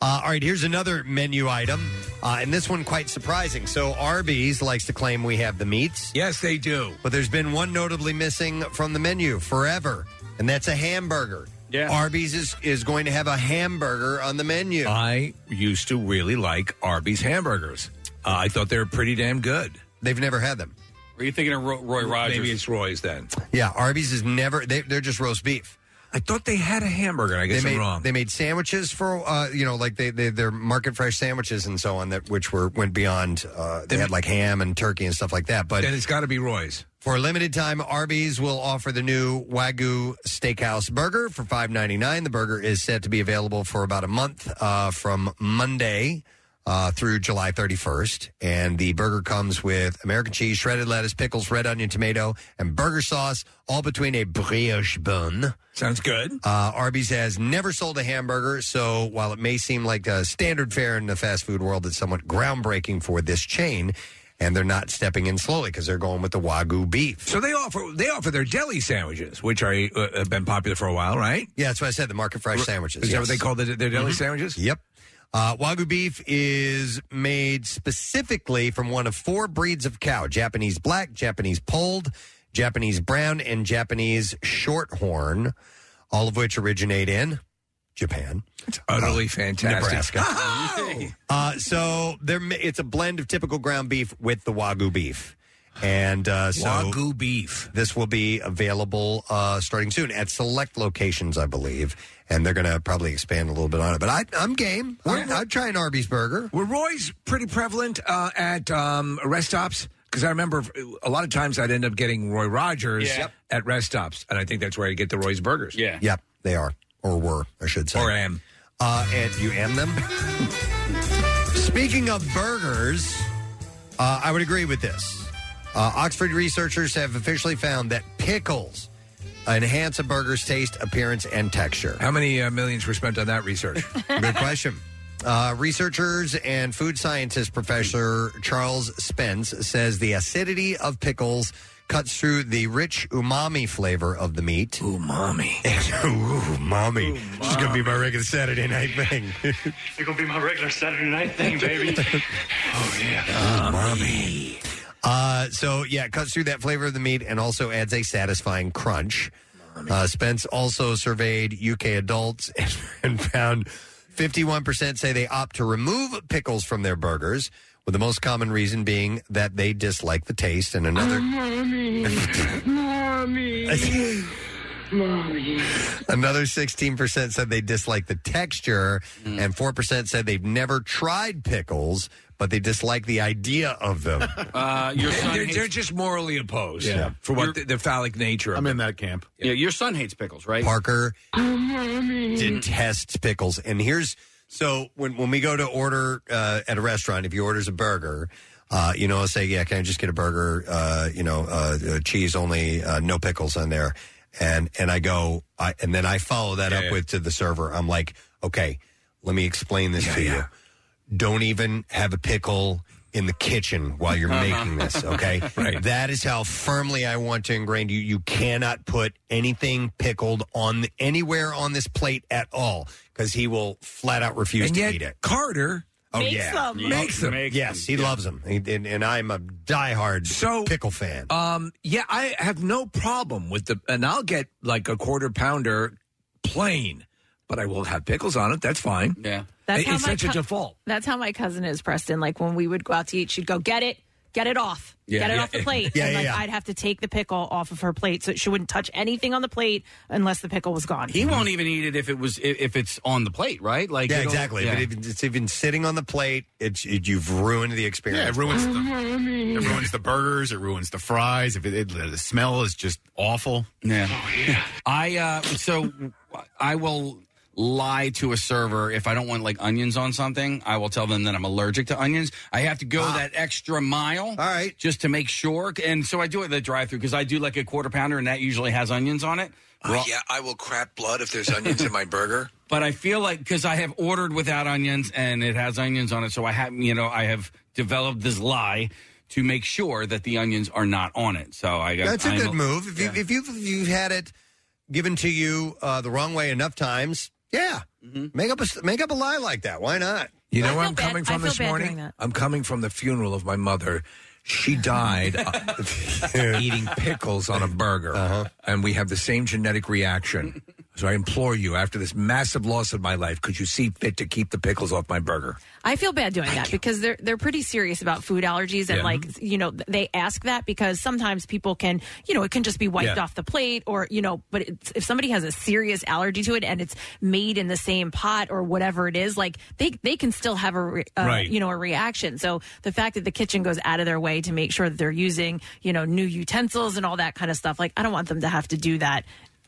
Uh, all right, here's another menu item, uh, and this one quite surprising. So Arby's likes to claim we have the meats. Yes, they do. But there's been one notably missing from the menu forever, and that's a hamburger. Yeah. Arby's is, is going to have a hamburger on the menu. I used to really like Arby's hamburgers. Uh, I thought they were pretty damn good. They've never had them. Are you thinking of Roy, Roy Rogers? Maybe it's Roy's then. Yeah, Arby's is never, they, they're just roast beef. I thought they had a hamburger. and I guess they I'm made, wrong. They made sandwiches for uh, you know, like they, they their market fresh sandwiches and so on that which were went beyond. Uh, they had like ham and turkey and stuff like that. But then it's got to be Roy's. For a limited time, Arby's will offer the new Wagyu Steakhouse Burger for $5.99. The burger is set to be available for about a month uh, from Monday uh, through July 31st. And the burger comes with American cheese, shredded lettuce, pickles, red onion, tomato, and burger sauce, all between a brioche bun. Sounds good. Uh, Arby's has never sold a hamburger, so while it may seem like a standard fare in the fast food world, it's somewhat groundbreaking for this chain. And they're not stepping in slowly because they're going with the Wagyu beef. So they offer they offer their deli sandwiches, which are uh, have been popular for a while, right? Yeah, that's what I said. The market fresh sandwiches. Is that yes. what they call the, their deli Mhm. sandwiches? Yep. Uh, Wagyu beef is made specifically from one of four breeds of cow Japanese black, Japanese polled, Japanese brown, and Japanese shorthorn, all of which originate in Japan. It's utterly fantastic. Nebraska. Uh, so there, it's a blend of typical ground beef with the wagyu beef, and uh, so Wagyu beef. This will be available uh, starting soon at select locations, I believe, and they're going to probably expand a little bit on it. But I, I'm game. I'm, I'd try an Arby's burger. Were Roy's pretty prevalent uh, at um, rest stops? Because I remember a lot of times I'd end up getting Roy Rogers Yeah. Yep. at rest stops, and I think that's where I get the Roy's burgers. Yeah. Yep, they are or were, I should say, or am. Uh, and you am them. Speaking of burgers, uh, I would agree with this. Uh, Oxford researchers have officially found that pickles enhance a burger's taste, appearance, and texture. How many uh, millions were spent on that research? Good question. Uh, researchers and food scientist Professor Charles Spence says the acidity of pickles cuts through the rich umami flavor of the meat. Umami. umami. This is going to be my regular Saturday night thing. It's gonna be my regular Saturday night thing, baby. oh yeah. Umami. Uh, so, yeah, it cuts through that flavor of the meat and also adds a satisfying crunch. Uh, Spence also surveyed UK adults and, and found 51% say they opt to remove pickles from their burgers, with the most common reason being that they dislike the taste. And another Mommy. Mommy. Mommy. Another 16% said they dislike the texture, Hmm. and 4% said they've never tried pickles, but they dislike the idea of them. Uh, your son they're, hates- they're just morally opposed Yeah. for what the, the phallic nature. Of I'm in that camp. Yeah, your son hates pickles, right? Parker Mommy. Mm. detests pickles. And here's so when, when we go to order uh, at a restaurant, if he orders a burger, uh, you know, I'll say, yeah, can I just get a burger, uh, you know, uh, uh, cheese only, uh, no pickles on there. And, and I go, I, and then I follow that Yeah, up yeah. with to the server. I'm like, okay, let me explain this to you. Don't even have a pickle in the kitchen while you're Uh-huh. making this, okay? Right. That is how firmly I want to ingrain you. You cannot put anything pickled on the, anywhere on this plate at all because he will flat out refuse And to yet, eat it. Carter oh makes yeah, them. Makes them. Makes Yes, he them, yeah. loves them, He- and, and I'm a diehard pickle fan. Um, yeah, I have no problem with the, and I'll get like a quarter pounder plain, but I will have pickles on it. That's fine. Yeah, That's how it's my such a co- default. That's how my cousin is, Preston. Like when we would go out to eat, she'd go, "Get it, get it off, Yeah, get it yeah. off the plate." Yeah, and yeah, like yeah. I'd have to take the pickle off of her plate, so she wouldn't touch anything on the plate unless the pickle was gone. He won't even eat it if it was i- if it's on the plate, right? Like yeah, it'll- exactly. yeah. But if it's even sitting on the plate, it's it, you've ruined the Yeah, experience. it ruins the Mommy. it ruins the burgers. It ruins the fries. If it, it- the smell is just awful. Yeah. I uh, so I will lie to a server if I don't want like onions on something. I will tell them that I'm allergic to onions. I have to go that extra mile, all Ah. right, just to make sure. And so I do it at the drive-through because I do like a quarter pounder, and that usually has onions on it. Raw- Oh, yeah, I will crap blood if there's onions in my burger. But I feel like because I have ordered without onions and it has onions on it, so I have you know I have developed this lie to make sure that the onions are not on it. So I got That's a good move. If, you, if you've if you've had it given to you uh, the wrong way enough times, yeah, make up a s- make up a lie like that. Why not? You know where I'm coming from this morning? I'm coming from the funeral of my mother. She died Uh-huh. uh, eating pickles on a burger, and we have the same genetic reaction. So I implore you, after this massive loss of my life, could you see fit to keep the pickles off my burger? I feel bad doing that because they're they're pretty serious about food allergies Yeah. and Mm-hmm. like you know they ask that because sometimes people can you know it can just be wiped Yeah. off the plate or you know but it's, if somebody has a serious allergy to it and it's made in the same pot or whatever it is like they they can still have a re, uh, Right. you know a reaction so the fact that the kitchen goes out of their way to make sure that they're using you know new utensils and all that kind of stuff like I don't want them to have to do that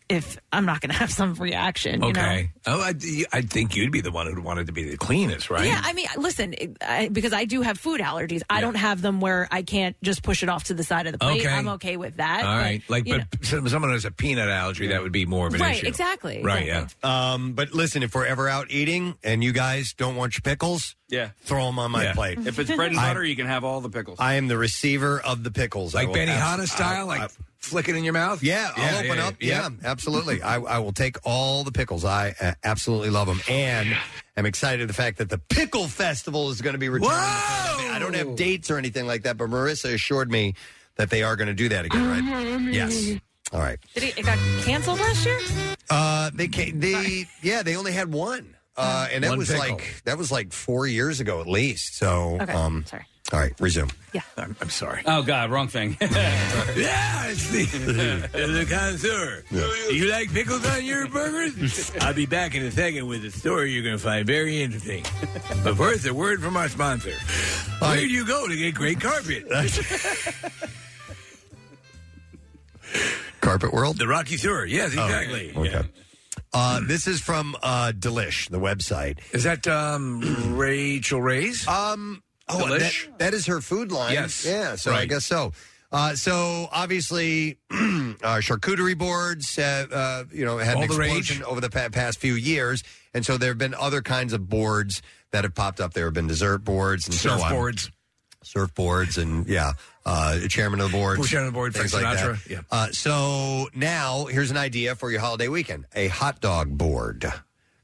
if I'm not going to have some reaction you know? okay. Oh, I, I think you'd be the one who'd want it to be the cleanest, right? Yeah, I mean, listen, I, because I do have food allergies. I don't have them where I can't just push it off to the side of the plate. Okay. I'm okay with that. All but, right. Like, you but some- someone who has a peanut allergy, that would be more of an Right, issue. exactly, Right, exactly. yeah. Um, but listen, if we're ever out eating and you guys don't want your pickles, Yeah. throw them on my Yeah. plate. If it's bread and I- butter, you can have all the pickles. I am the receiver of the pickles. I Like will Benihana abs- style, I- like flick it in your mouth? Yeah, I'll open up. Yeah, absolutely. I, I will take all the pickles. I uh, absolutely love them, and I'm excited at the fact that the Pickle Festival is going to be returning. I don't have dates or anything like that, but Marissa assured me that they are going to do that again. Right? Yes. All right. Did it, it got canceled last year? Uh, they came, they yeah they only had one, uh, and that One was pickle. like that was like four years ago at least. So Okay, um, sorry. All right, resume. Yeah. I'm, I'm sorry. Oh God, wrong thing. yeah, it's the, the connoisseur. You like pickles on your burgers? I'll be back in a second with a story you're going to find very interesting. But first, a word from our sponsor. Where do you go to get great carpet? Carpet World. the Rocky Tour. Yes, Oh, exactly. okay. Uh, this is from uh, Delish, the website. Is that um, Rachel Ray's? Um, Oh, and that, that is her food line. Yes. Yeah, so I Right. guess so. Uh, so obviously, uh, charcuterie boards, have, uh, you know, had All an the rage. explosion over the pa- past few years, and so there have been other kinds of boards that have popped up. There have been dessert boards and so on. Surfboards. surfboards, and yeah, uh, chairman of the board, Chairman of the board, things Frank like Sinatra, that. yeah. Uh, so now here's an idea for your holiday weekend: a hot dog board.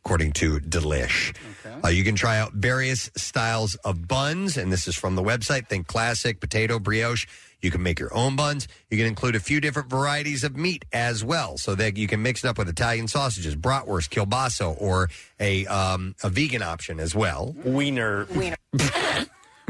According to Delish, uh, you can try out various styles of buns, and this is from the website. Think classic, potato, brioche. You can make your own buns. You can include a few different varieties of meat as well, so that you can mix it up with Italian sausages, bratwurst, kielbasa, or a um, a vegan option as well. Wiener. Wiener.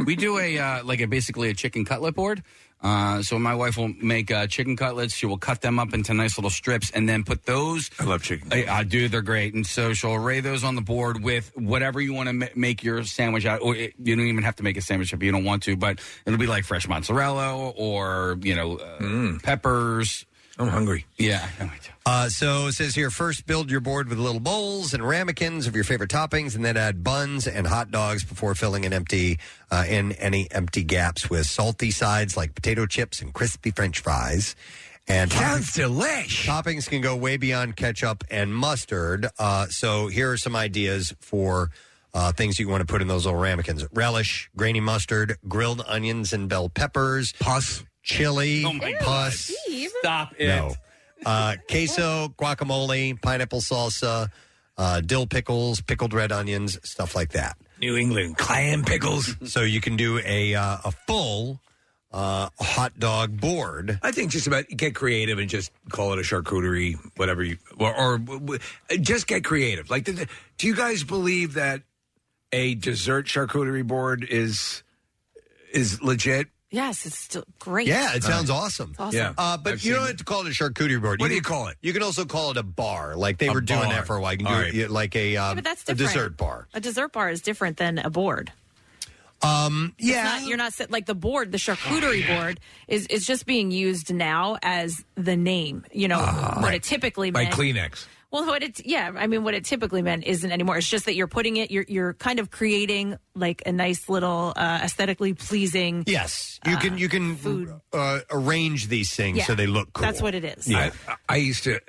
we do a uh, like a basically a chicken cutlet board. Uh, so my wife will make uh, chicken cutlets. She will cut them up into nice little strips and then put those. I love chicken. I, do. They're great. And so she'll array those on the board with whatever you want to ma- make your sandwich out. Or it, you don't even have to make a sandwich if you don't want to, but it'll be like fresh mozzarella or you know uh, peppers. I'm hungry. Yeah. Uh, so it says here first build your board with little bowls and ramekins of your favorite toppings, and then add buns and hot dogs before filling an empty uh, in any empty gaps with salty sides like potato chips and crispy French fries. And Sounds delish. Toppings can go way beyond ketchup and mustard. Uh, so here are some ideas for uh, things you want to put in those little ramekins: relish, grainy mustard, grilled onions and bell peppers, pus, Oh chili, pus. Stop it. No. Uh, queso, guacamole, pineapple salsa, uh, dill pickles, pickled red onions, stuff like that. New England clam pickles. So you can do a uh, a full uh, hot dog board. I think just about get creative and just call it a charcuterie, whatever you, or, or w- w- just get creative. Like, did- do you guys believe that a dessert charcuterie board is is legit? Yes, it's still great. Yeah, it sounds awesome. It's awesome. Yeah. Uh, but I've you seen don't it. have to call it a charcuterie board. What do can- you call it? You can also call it a bar. Like they A were doing bar. that for a while. You can All do right. it like a, uh, Yeah, but that's a different. dessert bar. A dessert bar is different than a board. Um, It's not- you're not sit- like the board, the charcuterie board is is just being used now as the name. You know what it typically Ah, By meant. Kleenex. Well, what it's yeah, I mean, what it typically meant isn't anymore. It's just that you're putting it, you're you're kind of creating like a nice little uh, aesthetically pleasing. Yes, you can you can uh, arrange these things Yeah. so they look cool. That's what it is. I, I used to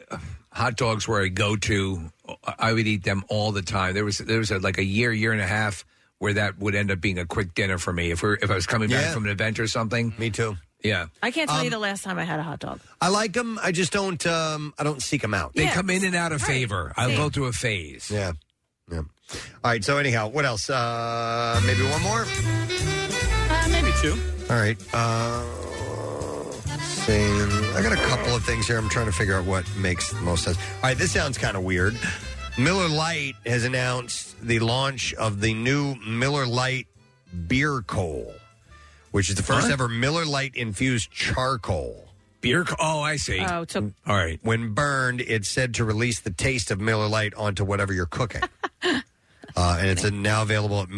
hot dogs were a go to. I would eat them all the time. There was there was a, like a year, year and a half where that would end up being a quick dinner for me if we are if I was coming back Yeah. from an event or something. Me too. Yeah, I can't tell you Um, the last time I had a hot dog. I like them. I just don't. Um, I don't seek them out. they come in and out of favor. I'll go through a phase. Yeah. Yeah. All right. So anyhow, what else? Uh, maybe one more. Uh, maybe two. All right. Uh, see. I got a couple of things here. I'm trying to figure out what makes the most sense. All right, this sounds kind of weird. Miller Lite has announced the launch of the new Miller Lite beer coal, which is the first ever Miller Lite infused charcoal. Beer? Co- oh, I see. Oh, it's a- All right. When burned, it's said to release the taste of Miller Lite onto whatever you're cooking. Uh, and it's uh, now available at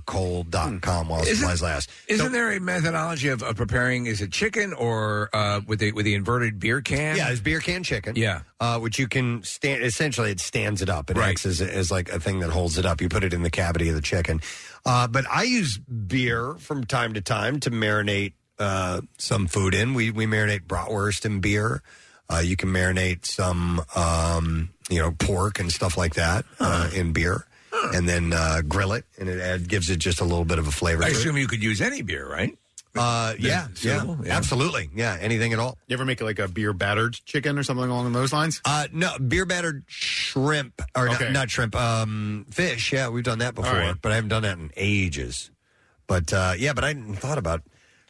MillerLiteBeerCoal.com while Isn't- supplies last. Isn't there a methodology of, of preparing? Is it chicken or uh, with the with the inverted beer can? Yeah, it's beer can chicken. Yeah. uh, which you can stand. Essentially, it stands it up. It acts as, as like a thing that holds it up. You put it in the cavity of the chicken. Uh, but I use beer from time to time to marinate uh, some food in. We we marinate bratwurst in beer. Uh, you can marinate some um, you know pork and stuff like that uh, in beer. And then uh, grill it, and it add, gives it just a little bit of a flavor. I to it. assume you could use any beer, right? Uh, yeah, That's yeah, suitable, yeah. absolutely, yeah. Anything at all. You ever make like a beer battered chicken or something along those lines? Uh, no, beer battered shrimp or not- Okay. not, shrimp, um, fish. Yeah, we've done that before, right. but I haven't done that in ages. But uh, yeah, but I hadn't thought about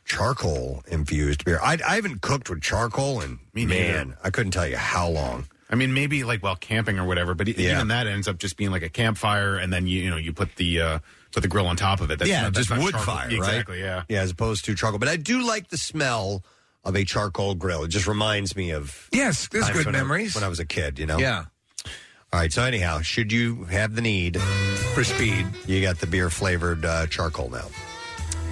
charcoal infused beer. I, I haven't cooked with charcoal, and Me neither. man, I couldn't tell you how long. I mean, maybe like while camping or whatever, but e- Yeah. even that ends up just being like a campfire, and then you you know you put the uh, put the grill on top of it. yeah, not- just not wood charcoal. fire, Yeah, right? Exactly. Yeah. yeah, as opposed to charcoal. But I do like the smell of a charcoal grill. It just reminds me of yes, there's good when memories. I, when I was a kid. You know, Yeah. All right. So anyhow, should you have the need for speed, you got the beer flavored uh, charcoal now.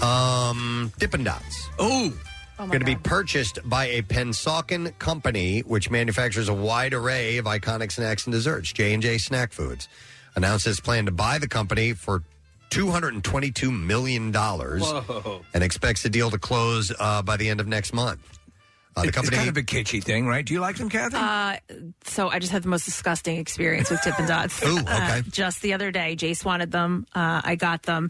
Um, Dippin' Dots. Oh, going to be purchased by a Pensauken company, which manufactures a wide array of iconic snacks and desserts. J and J Snack Foods announced its plan to buy the company for. $222 million Whoa. and expects the deal to close uh, by the end of next month. Uh, the It's company kind of a kitschy thing, right? Do you like them, Kathy? Uh, so I just had the most disgusting experience with Tip and Dots. Ooh, okay. Uh, just the other day, Jace wanted them. Uh, I got them,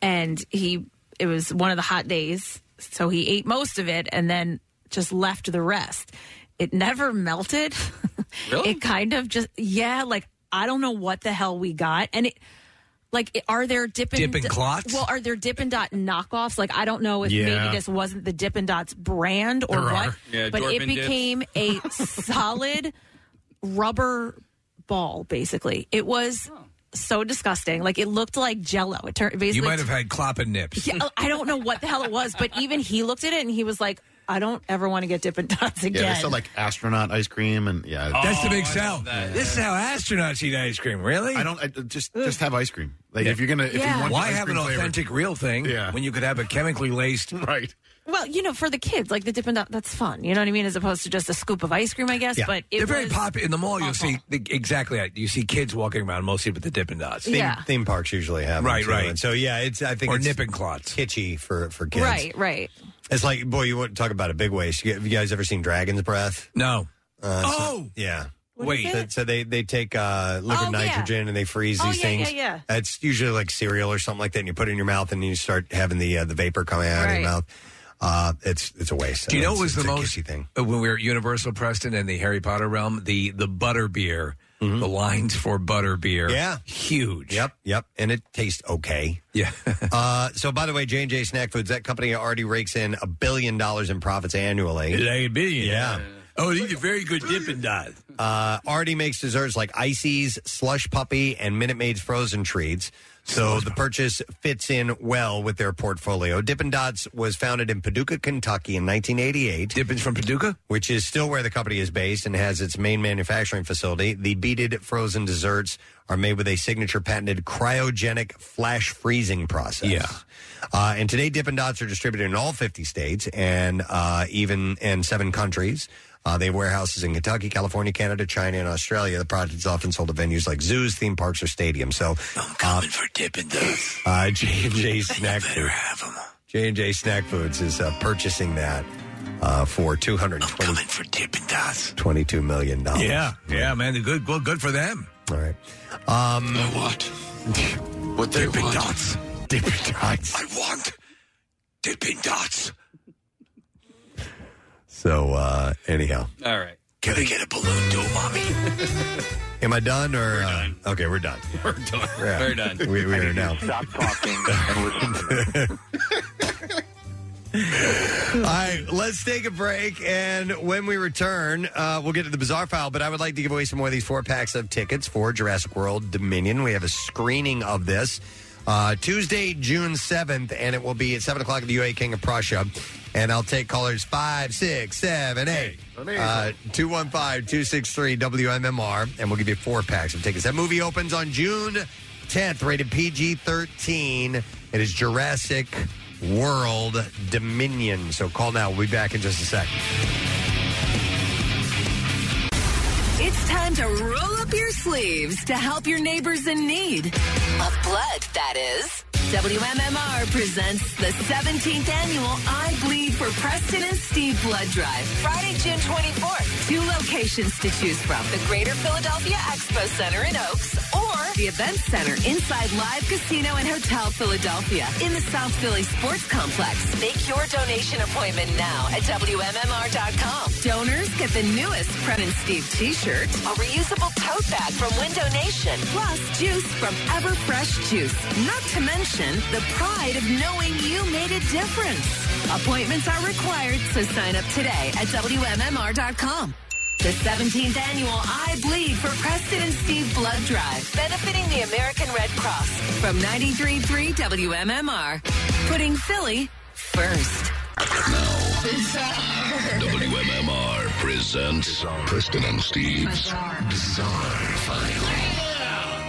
and he. It was one of the hot days, so he ate most of it and then just left the rest. It never melted. Really? It kind of just yeah, like I don't know what the hell we got, and it. Like, it- are there Dippin' Dippin' Clots? Well, are there Dippin' Dot knockoffs? Like, I don't know if Yeah. maybe this wasn't the Dippin' Dots brand or There what, are. Yeah, but it Dorfman dips. became a solid rubber ball. Basically, it was so disgusting. Like it looked like Jello. It turned basically. you might have had Kloppen nips. Yeah, I don't know what the hell it was, but even he looked at it and he was like, "I don't ever want to get Dippin' Dots Yeah. again." They sell like astronaut ice cream, and yeah, That's the big sell. This is how astronauts eat ice cream. Really? I don't I, just just have ice cream. Like if you're gonna, if Yeah. you want why ice have cream an flavored- authentic, real thing Yeah. when you could have a chemically laced right? well, you know, for the kids, like the Dippin' Dot, that's fun. You know what I mean? As opposed to just a scoop of ice cream, I guess. But it they're very was- popular in the mall. You'll see the, exactly that. you see kids walking around mostly with the Dippin' Dots. Theme- Yeah. theme parks usually have them, right, too. right. And so yeah, it's I think or it's nipping clots, kitschy for for kids. right, right. It's like boy, you want to talk about a big waste. You, have you guys ever seen Dragon's Breath? No. Uh, so- Oh! yeah. What is Wait. So, so they they take uh, liquid Oh, yeah. nitrogen and they freeze Oh, these yeah, yeah, things. yeah. It's usually like cereal or something like that, and you put it in your mouth, and you start having the uh, the vapor coming out of Right. your mouth. Uh, it's it's a waste. Do you know It's- what was it's the a most kitschy thing? uh, when we were at Universal Preston and the Harry Potter realm? The the butter beer, the lines for butter beer, Mm-hmm. Yeah. huge. Yep, yep, and it tastes okay. Yeah. uh, so, by the way, J and J Snack Foods, that company already rakes in a billion dollars in profits annually. It ain't billion. Yeah. Oh, these are very good Dippin' Dots. Uh, already makes desserts like ices, slush puppy, and Minute Maid's frozen treats. So the purchase fits in well with their portfolio. Dippin' Dots was founded in Paducah, Kentucky in 1988. Dippin's from Paducah? Which is still where the company is based and has its main manufacturing facility. The beaded frozen desserts are made with a signature patented cryogenic flash freezing process. Yeah. Uh, and today, Dippin' Dots are distributed in all 50 states and uh, even in seven countries. Uh, they have warehouses in Kentucky, California, Canada, China, and Australia. The product is often sold at venues like zoos, theme parks, or stadiums. So, I'm coming for Dippin' Dots. Uh, J and J Snack Foods. J and J Snack Foods is uh, purchasing that uh, for two hundred twenty for Dippin' Dots. twenty-two million dollars. Yeah, yeah, man. They're good. Well, good for them. All right. Um, I want What they Dippin' want. Dots. Dippin' Dots. I want Dippin' Dots. So uh, anyhow, All right. Can I get a balloon too, mommy? am I done or uh, okay? We're done. We're done. Yeah. We're done. We, we are now. Stop talking and listen. All right, let's take a break. And when we return, uh, we'll get to the bizarre file. But I would like to give away some more of these four packs of tickets for Jurassic World Dominion. We have a screening of this uh, Tuesday, June 7th, and it will be at 7 o'clock at the UA King of Prussia. And I'll take callers 5, 6, 7, 8, uh, 215 263 WMMR, and we'll give you four packs of tickets. That movie opens on June 10th, rated PG 13. It is Jurassic World Dominion. So call now. We'll be back in just a sec. It's time to roll up your sleeves to help your neighbors in need. Of blood, that is. WMMR presents the 17th annual I Bleed for Preston and Steve Blood Drive, Friday, June 24th. Two locations to choose from the Greater Philadelphia Expo Center in Oaks or the Event Center inside Live Casino and Hotel Philadelphia in the South Philly Sports Complex. Make your donation appointment now at WMMR.com. Donors get the newest Fred and Steve t-shirt, a reusable tote bag from Window Nation, plus juice from Everfresh Juice. Not to mention the pride of knowing you made a difference. Appointments are required, so sign up today at WMMR.com. The 17th annual I Bleed for Preston and Steve Blood Drive, benefiting the American Red Cross from 93.3 WMMR. Putting Philly first. WMMR presents Preston and Steve's Bizarre, File.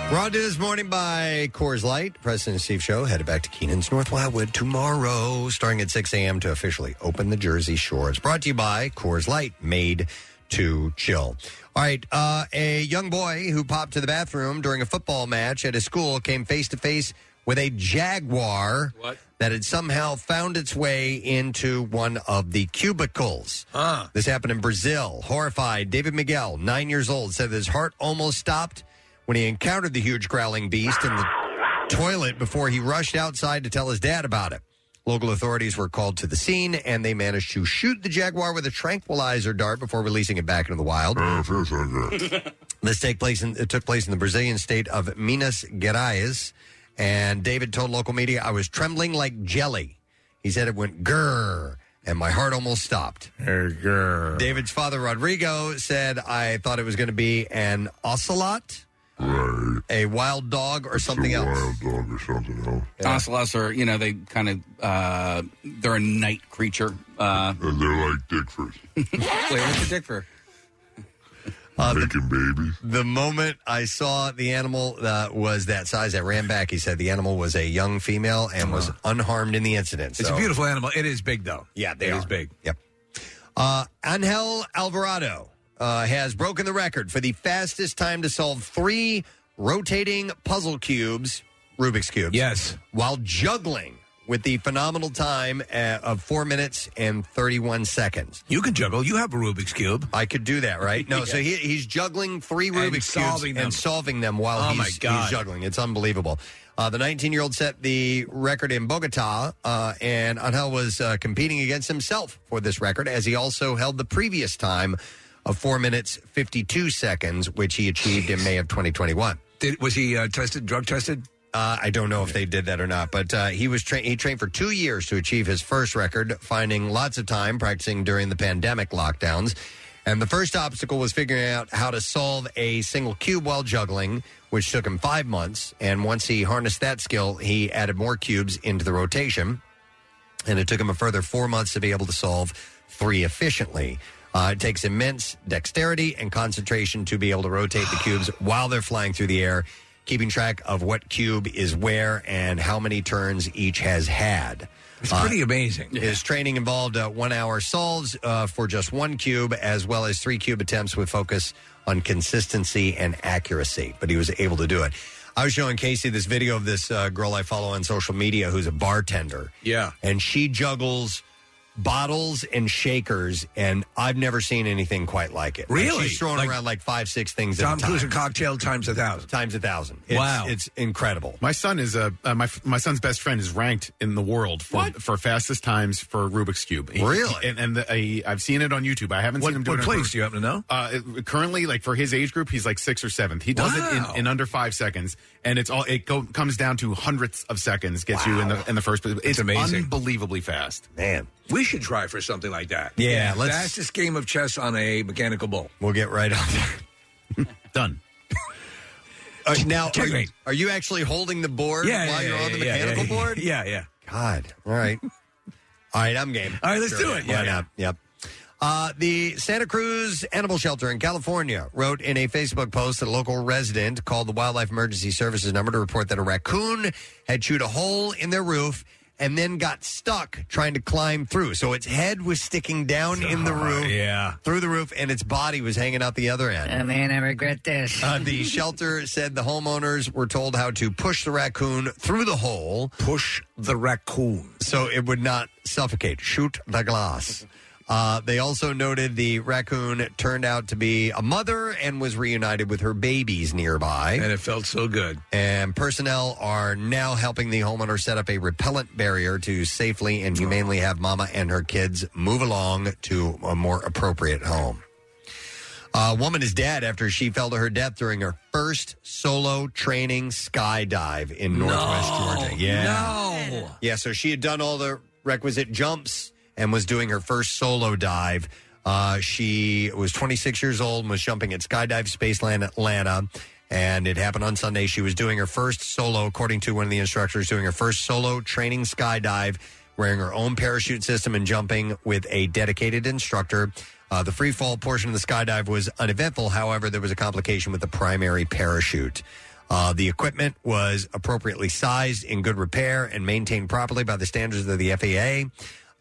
Brought to you this morning by Coors Light, President and Steve Show, headed back to Keenan's North Wildwood tomorrow, starting at 6 a.m. to officially open the Jersey Shore. It's brought to you by Coors Light, made to chill. All right, uh, a young boy who popped to the bathroom during a football match at his school came face to face with a jaguar that had somehow found its way into one of the cubicles. This happened in Brazil. Horrified, David Miguel, nine years old, said that his heart almost stopped when he encountered the huge growling beast in the toilet before he rushed outside to tell his dad about it. Local authorities were called to the scene and they managed to shoot the jaguar with a tranquilizer dart before releasing it back into the wild. This take place in, it took place in the Brazilian state of Minas Gerais, and David told local media, "I was trembling like jelly." He said it went grrr, and my heart almost stopped. David's father Rodrigo said, "I thought it was going to be an ocelot, a wild dog, or something else." Ocelots are, you know, they kind of, uh, they're a night creature. Uh, and they're like Dickford. Wait, what's a Dickford? Making babies. Uh, The moment I saw the animal uh, was that size, I ran back. He said the animal was a young female and was unharmed in the incident. It's a so- beautiful animal. It is big though. Yeah, they It is are. big. Yep. Uh, Angel Alvarado uh, has broken the record for the fastest time to solve three rotating puzzle cubes, Rubik's cubes. Yes, while juggling with the phenomenal time uh, of four minutes and thirty-one seconds. You can juggle. You have a Rubik's cube. I could do that, right? No, so he, he's juggling three Rubik's cubes and solving them while Oh, he's, my he's God. juggling. It's unbelievable. Uh, the 19 year old set the record in Bogota, uh, and Angel was uh, competing against himself for this record as he also held the previous time of four minutes 52 seconds, which he achieved in May of 2021. Did, was he uh, tested? Drug tested? Uh, I don't know if they did that or not, but uh, he was tra- he trained for two years to achieve his first record, finding lots of time practicing during the pandemic lockdowns. And the first obstacle was figuring out how to solve a single cube while juggling, which took him five months. And once he harnessed that skill, he added more cubes into the rotation and it took him a further four months to be able to solve three efficiently. Uh, it takes immense dexterity and concentration to be able to rotate the cubes while they're flying through the air, keeping track of what cube is where and how many turns each has had. Uh, It's pretty amazing. His training involved uh, one hour solves uh, for just one cube, as well as three cube attempts with focus on consistency and accuracy. But he was able to do it. I was showing Casey this video of this uh, girl I follow on social media who's a bartender. Yeah. And she juggles bottles and shakers, and I've never seen anything quite like it. Like, Really? she's throwing Like- around like five, six things. Tom at a time. Cruise and cocktail times a thousand. Times a thousand. It's- Wow. it's incredible. My son is a uh, my f- my son's best friend is ranked in the world for for fastest times for Rubik's cube. He- Really? he- and and the, he, I've seen it on YouTube. I haven't What- seen him do what it. place do you happen to know? Uh, it- currently, like for his age group, he's like sixth or seventh. He does it Wow. in, in under five seconds, and it's all it go, comes down to hundredths of seconds. Gets you in the in the first. It's amazing. unbelievably fast. Man, we should try for something like that. Yeah, let's- fastest game of chess on a mechanical bull. We'll get right on there. Done. Uh, now, are you, Checkmate. are you actually holding the board Yeah, while yeah, you're yeah, on the yeah, mechanical yeah, board? Yeah, yeah. God. All right. All right, I'm game. All right, let's do it. Why Yeah, yeah. not? Yep. Uh, the Santa Cruz Animal Shelter in California wrote in a Facebook post that a local resident called the Wildlife Emergency Services number to report that a raccoon had chewed a hole in their roof and then got stuck trying to climb through. So its head was sticking down in the roof, yeah, through the roof, and its body was hanging out the other end. Oh, man, I regret this. Uh, the shelter said the homeowners were told how to push the raccoon through the hole. Push the raccoon. So it would not suffocate. Shoot the glass. Uh, they also noted the raccoon turned out to be a mother and was reunited with her babies nearby. And it felt so good. And personnel are now helping the homeowner set up a repellent barrier to safely and humanely have Mama and her kids move along to a more appropriate home. A woman is dead after she fell to her death during her first solo training skydive in Northwest Georgia. Yeah. No. Yeah, so she had done all the requisite jumps and was doing her first solo dive. Uh, she was 26 years old and was jumping at Skydive Spaceland Atlanta. And it happened on Sunday. She was doing her first solo, according to one of the instructors, doing her first solo training skydive, wearing her own parachute system and jumping with a dedicated instructor. Uh, the free fall portion of the skydive was uneventful. However, there was a complication with the primary parachute. Uh, the equipment was appropriately sized, in good repair, and maintained properly by the standards of the FAA.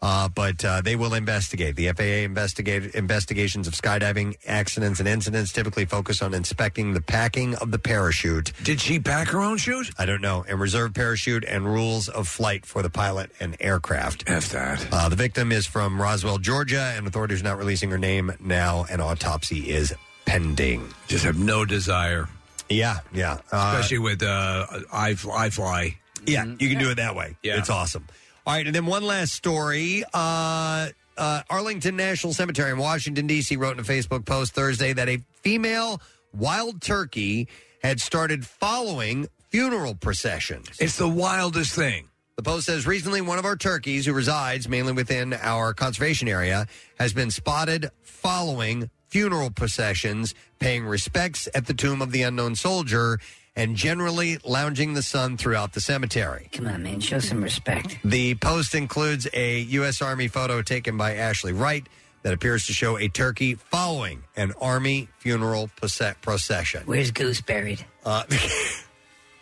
Uh, but uh, they will investigate. The FAA investigate, investigations of skydiving accidents and incidents typically focus on inspecting the packing of the parachute. Did she pack her own shoes? I don't know. And reserve parachute and rules of flight for the pilot and aircraft. F that. Uh, the victim is from Roswell, Georgia, and authorities are not releasing her name now. An autopsy is pending. Just have no desire, Yeah, yeah. Uh, especially with uh, I, I fly. Mm-hmm. Yeah, you can do it that way. Yeah. It's awesome. All right, and then one last story. Uh, uh, Arlington National Cemetery in Washington, D.C. wrote in a Facebook post Thursday that a female wild turkey had started following funeral processions. It's the wildest thing. The post says recently one of our turkeys, who resides mainly within our conservation area, has been spotted following funeral processions, paying respects at the tomb of the unknown soldier, and generally lounging the sun throughout the cemetery. Come on, man, show some respect. The post includes a U.S. Army photo taken by Ashley Wright that appears to show a turkey following an Army funeral proce- procession. Where's Goose buried? Uh,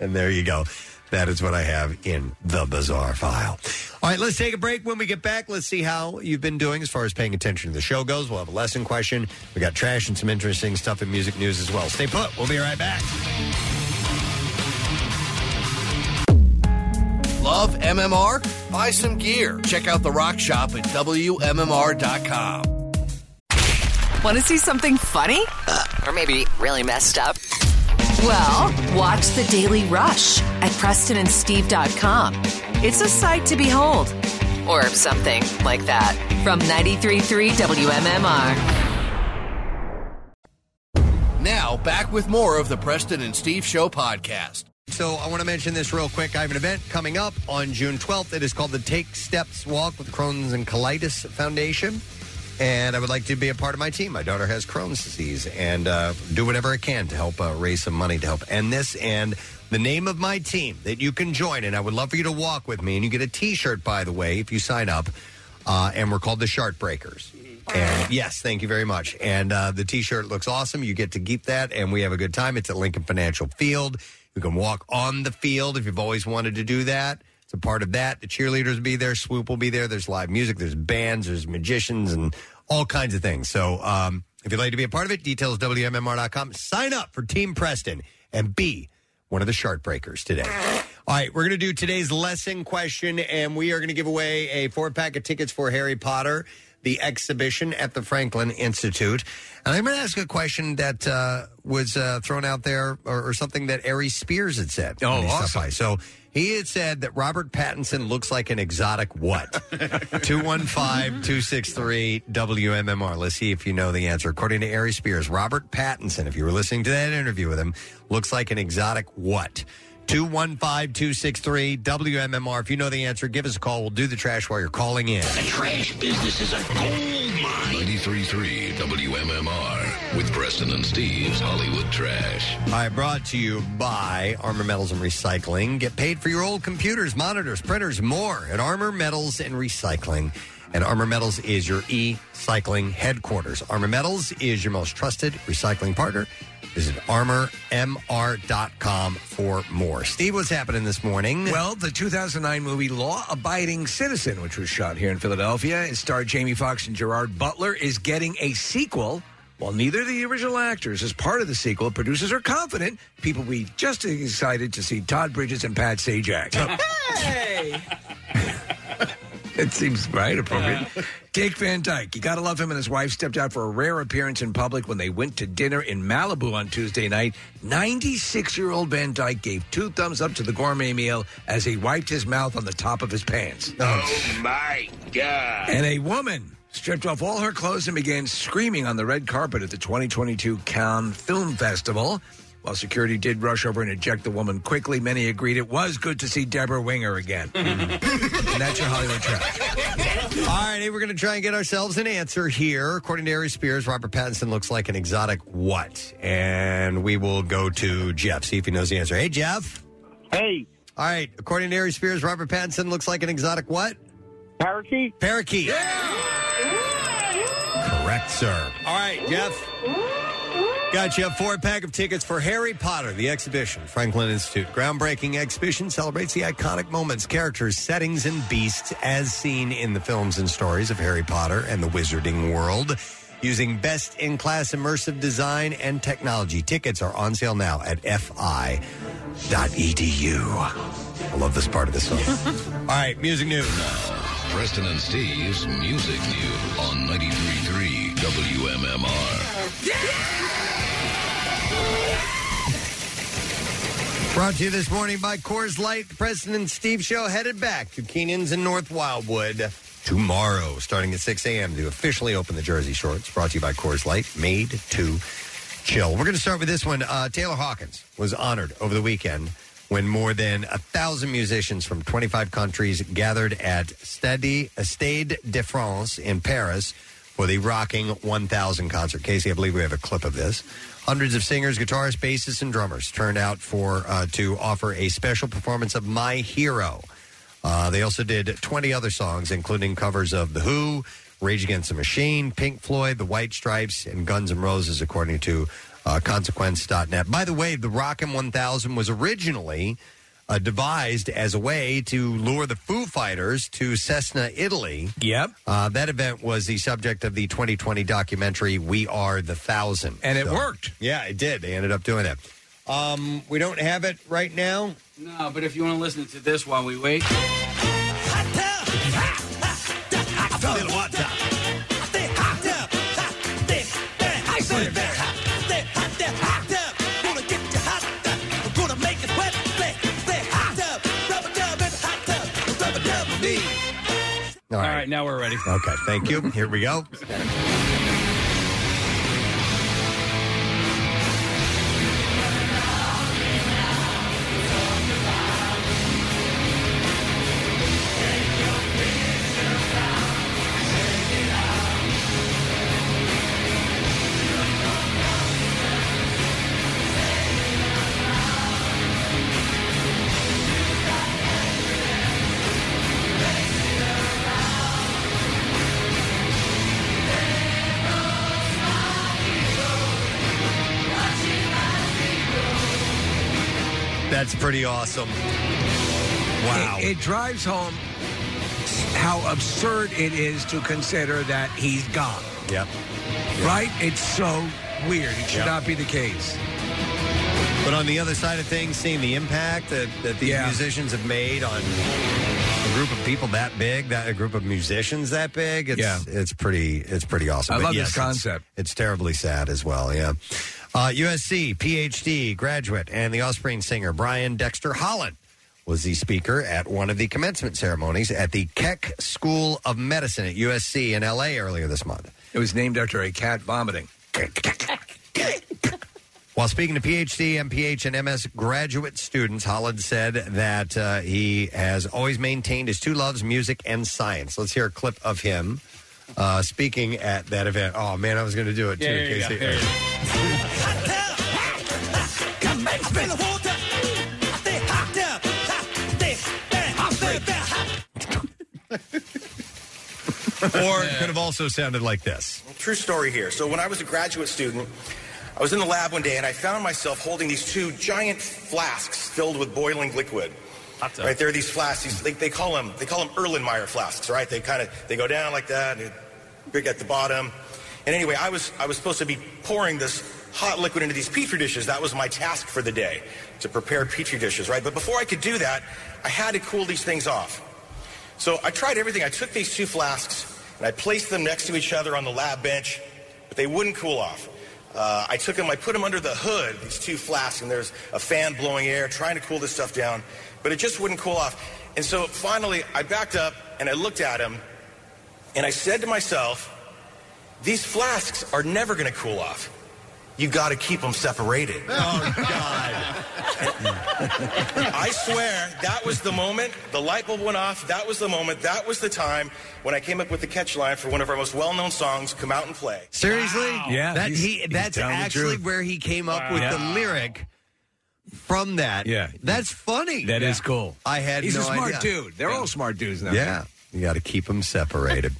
and there you go. That is what I have in the bizarre file. All right, let's take a break. When we get back, let's see how you've been doing as far as paying attention to the show goes. We'll have a lesson question. We got trash and some interesting stuff in music news as well. Stay put. We'll be right back. Love MMR? Buy some gear. Check out the rock shop at WMMR.com. Want to see something funny? Uh, or maybe really messed up? Well, watch The Daily Rush at PrestonandSteve.com. It's a sight to behold, or something like that. From 93.3 WMMR. Now, back with more of the Preston and Steve Show podcast. So I want to mention this real quick. I have an event coming up on June 12th. It is called the Take Steps Walk with Crohn's and Colitis Foundation. And I would like to be a part of my team. My daughter has Crohn's disease and uh, do whatever I can to help uh, raise some money to help end this. And the name of my team that you can join, and I would love for you to walk with me. And you get a t shirt, by the way, if you sign up. Uh, and we're called the Shark Breakers. And yes, thank you very much. And uh, the T-shirt looks awesome. You get to keep that, and we have a good time. It's at Lincoln Financial Field. You can walk on the field if you've always wanted to do that. It's a part of that. The cheerleaders will be there. Swoop will be there. There's live music. There's bands. There's magicians and all kinds of things. So um, if you'd like to be a part of it, details WMMR.com. Sign up for Team Preston and be one of the Shark Breakers today. All right, we're going to do today's lesson question, and we are going to give away a four pack of tickets for Harry Potter, the exhibition at the Franklin Institute. And I'm going to ask a question that uh, was uh, thrown out there, or, or something that Ari Spears had said. Oh, when he stopped awesome. by. So he had said that Robert Pattinson looks like an exotic what? 215 263 WMMR. Let's see if you know the answer. According to Ari Spears, Robert Pattinson, if you were listening to that interview with him, looks like an exotic what? 215 263 WMMR. If you know the answer, give us a call. We'll do the trash while you're calling in. Trash business is a gold mine. 93.3 WMMR with Preston and Steve's Hollywood Trash. All right, brought to you by Armor Metals and Recycling. Get paid for your old computers, monitors, printers, more at Armor Metals and Recycling. And Armor Metals is your e cycling headquarters. Armor Metals is your most trusted recycling partner. Visit armormr.com for more. Steve, what's happening this morning? Well, the 2009 movie Law Abiding Citizen, which was shot here in Philadelphia and starred Jamie Foxx and Gerard Butler, is getting a sequel. While neither of the original actors is part of the sequel, producers are confident people will be just as excited to see Todd Bridges and Pat Sajak. Hey! It seems right, appropriate. Dick Van Dyke, you gotta love him and his wife stepped out for a rare appearance in public when they went to dinner in Malibu on Tuesday night. 96 year old Van Dyke gave two thumbs up to the gourmet meal as he wiped his mouth on the top of his pants. Oh my God! And a woman stripped off all her clothes and began screaming on the red carpet at the 2022 Cannes Film Festival. While security did rush over and eject the woman quickly, many agreed it was good to see Deborah Winger again. and that's your Hollywood trash. All right, hey, we're going to try and get ourselves an answer here. According to Ari Spears, Robert Pattinson looks like an exotic what? And we will go to Jeff, see if he knows the answer. Hey, Jeff. Hey. All right, according to Ari Spears, Robert Pattinson looks like an exotic what? Parakeet. Parakeet. Correct, sir. All right, Jeff. Got you a four pack of tickets for Harry Potter, the exhibition, Franklin Institute. Groundbreaking exhibition celebrates the iconic moments, characters, settings, and beasts as seen in the films and stories of Harry Potter and the Wizarding World. Using best in class immersive design and technology. Tickets are on sale now at E fi.edu. I love this part of the song. All right, music news. Preston and Steve's Music News on 93.3 WMMR. Brought to you this morning by Coors Light, the President and Steve Show headed back to Keenan's in North Wildwood tomorrow, starting at 6 a.m. to officially open the Jersey Shore. It's brought to you by Coors Light, made to chill. We're going to start with this one. Uh, Taylor Hawkins was honored over the weekend when more than a thousand musicians from 25 countries gathered at Stade, uh, Stade de France in Paris for the Rocking 1000 concert. Casey, I believe we have a clip of this. Hundreds of singers, guitarists, bassists, and drummers turned out for uh, to offer a special performance of "My Hero." Uh, they also did 20 other songs, including covers of The Who, Rage Against the Machine, Pink Floyd, The White Stripes, and Guns N' Roses, according to uh, Consequence.net. By the way, the Rockin' 1000 was originally uh, devised as a way to lure the Foo Fighters to Cessna, Italy. Yep. Uh, that event was the subject of the 2020 documentary "We Are the Thousand. And it worked. Yeah, it did. They ended up doing that. Um, we don't have it right now. No, but if you want to listen to this while we wait. All right. now we're ready. Okay, thank you. Here we go. That's pretty awesome. Wow. It, it drives home how absurd it is to consider that he's gone. Yep. Right? It's so weird. It should Yep. not be the case. But on the other side of things, seeing the impact that, that these musicians have made on a group of people that big, that a group of musicians that big, it's it's pretty it's pretty awesome. I But love this it's- concept. It's, terribly sad as well. Yeah. Uh, USC PhD graduate and the Offspring singer Brian Dexter Holland was the speaker at one of the commencement ceremonies at the Keck School of Medicine at USC in LA earlier this month. It was named after a cat vomiting. While speaking to PhD, MPH, and MS graduate students, Holland said that uh, he has always maintained his two loves, music and science. Let's hear a clip of him uh, speaking at that event. Oh, man, I was going to do it Yeah, too. here you go, Casey. here you go. Come back, spill the water. I stay hot there. I stay very hot there, very hot. or it could have also sounded like this. True story here. So when I was a graduate student, I was in the lab one day and I found myself holding these two giant flasks filled with boiling liquid. Right, there are these flasks. These, they, they call them they call them Erlenmeyer flasks. Right, they kind of they go down like that and they're big at the bottom. And anyway, I was I was supposed to be pouring this hot liquid into these petri dishes. That was my task for the day to prepare petri dishes. Right, but before I could do that, I had to cool these things off. So I tried everything. I took these two flasks and I placed them next to each other on the lab bench, but they wouldn't cool off. Uh, I took them, I put them under the hood, these two flasks, and there's a fan blowing air trying to cool this stuff down, but it just wouldn't cool off. And so finally, I backed up and I looked at him and I said to myself, these flasks are never going to cool off. You got to keep them separated. I swear that was the moment. The light bulb went off. That was the moment. That was the time when I came up with the catch line for one of our most well-known songs, "Come Out and Play." Seriously? Yeah, That, he's- he, he's that's telling the actually truth. where he came up with the Wow. lyric from that. Yeah. That's funny. That That is is cool. I had He's no a smart idea. dude. They're all smart dudes now. Yeah, you got to keep them separated.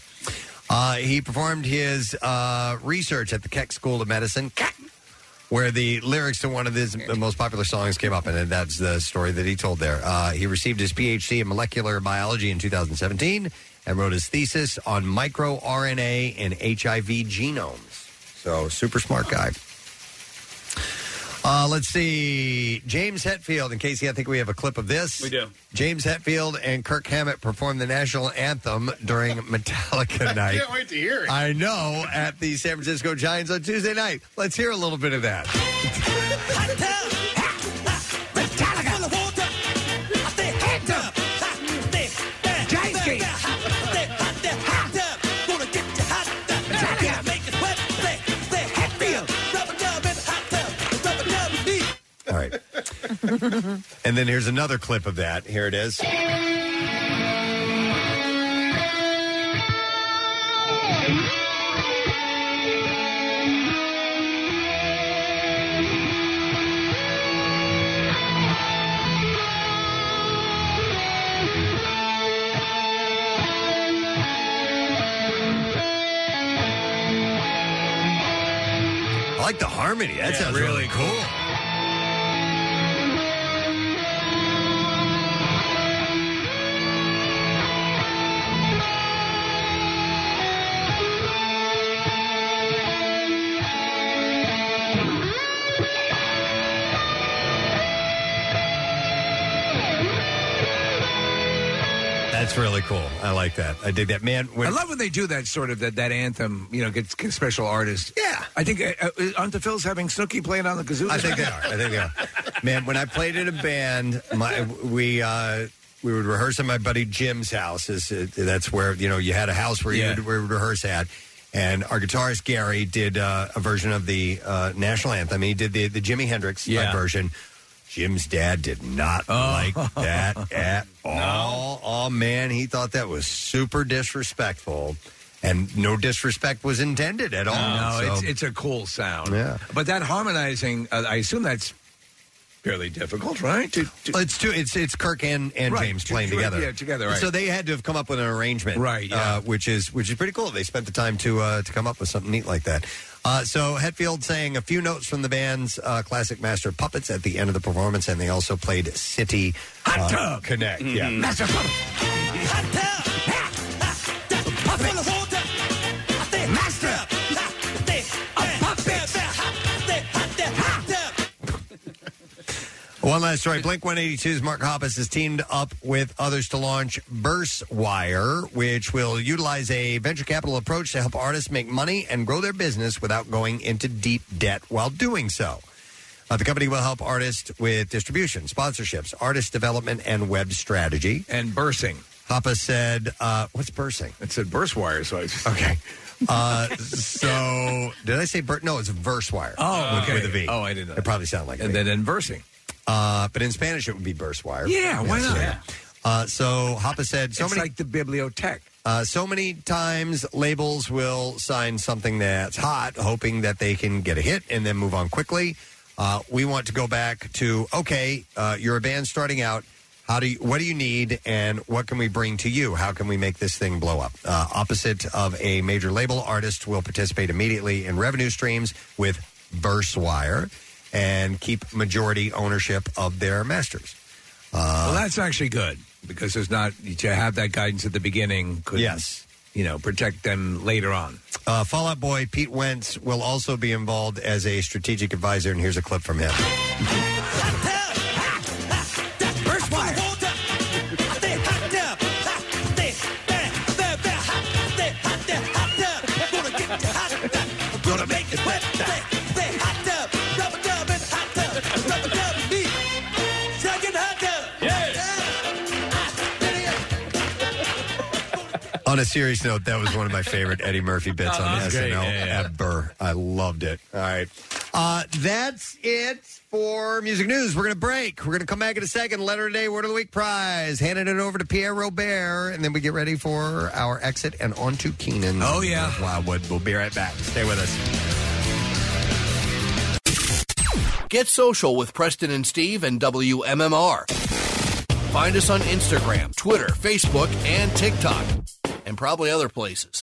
uh, he performed his uh, research at the Keck School of Medicine, Keck, where the lyrics to one of his the most popular songs came up, and that's the story that he told there. Uh, he received his PhD in molecular biology in 2017 and wrote his thesis on microRNA and HIV genomes. So, super smart guy. Uh, let's see. James Hetfield and Casey, I think we have a clip of this. We do. James Hetfield and Kirk Hammett performed the national anthem during Metallica night. can't wait to hear it. I know at the San Francisco Giants on Tuesday night. Let's hear a little bit of that. Spill the water. I stay hot there. I stay very hot there, very hot. I stay hot there, hot there. Gonna get you hot there. Gonna make you sweat. Stay- stay hot there. Rub it down, baby, hot there. Rub it down with All me. right. and then here's another clip of that. Here it is. I like the harmony. That Yeah, sounds really really cool. That's really cool. I like that. I dig that. Man, when I love when they do that sort of that, that anthem, you know, gets, gets special artists. Yeah. I think uh, uh, aren't the Phils having Snooki playing on the kazoo? I think they are. I think they are. Man, when I played in a band, my we uh, we would rehearse at my buddy Jim's house. Is uh, that's where you know you had a house where Yeah. you would, we would rehearse at. And our guitarist Gary did uh, a version of the uh, national anthem. He did the the Jimi Hendrix Yeah. Oh. version. Jim's dad did not like that at all. Oh man, he thought that was super disrespectful, and no disrespect was intended at all. No, So- it's, it's a cool sound. Yeah. But that harmonizing, uh, I assume that's fairly difficult, right? To, Well, it's two. It's it's Kirk and and Right, James to- playing to- together. yeah, together, right. So they had to have come up with an arrangement, Right, yeah. uh, which is which is pretty cool. They spent the time to uh, to come up with something neat like that. Uh, so Hetfield sang a few notes from the band's uh, classic master puppets at the end of the performance, and they also played City uh, Connect. Yeah, Mm-hmm. Master Puppet. Hot tub. I feel the water. I stay master. I stay very hot there, very hot. I stay hot there, hot there. One last story. Blink 182's Mark Hoppus has teamed up with others to launch Bursewire, which will utilize a venture capital approach to help artists make money and grow their business without going into deep debt while doing so. Uh, the company will help artists with distribution, sponsorships, artist development, and web strategy. And bursing. Hoppus said, uh, "What's bursing?" It said burst wire. So I just okay. Uh, so did I say bur- no? It's verse wire. Oh, with, okay. with a V. Oh, I didn't know It that. probably sounded like. a And V. then inversing. Uh, but in Spanish, it would be burst wire. Yeah, why not? Uh, so Hoppus said, "So It's many like the bibliotech." Uh, so many times labels will sign something that's hot, hoping that they can get a hit and then move on quickly. Uh, we want to go back to okay, uh, you're a band starting out. How do you, what do you need and what can we bring to you? How can we make this thing blow up? Uh, opposite of a major label, artists will participate immediately in revenue streams with Burswire and keep majority ownership of their masters. Uh, Uh-huh. well, that's actually good because there's not to have that guidance at the beginning could yes. you know protect them later on. Uh, Fallout Boy Pete Wentz will also be involved as a strategic advisor, and here's a clip from him. First wire. Stay hot tub. Hot, stay, bang, bang, bang. Hot, stay hot tub, hot tub. Gonna get you hot tub. Gonna make it wet. Stay, stay hot tub. Rubber dub in the hot tub. Rubber dub in me. Stuck in the hot tub. on a serious note, that was one of my favorite Eddie Murphy bits Oh, on that's SNL great. Yeah, yeah. ever. I loved it. All right. Uh, that's it for music news. We're going to break. We're going to come back in a second. Letter today, Word of the Week prize. Handing it over to Pierre Robert, and then we get ready for our exit and on to Keenan. Oh, yeah. Wildwood. We'll be right back. Stay with us. Get social with Preston and Steve and WMMR. Find us on Instagram, Twitter, Facebook, and TikTok, and probably other places.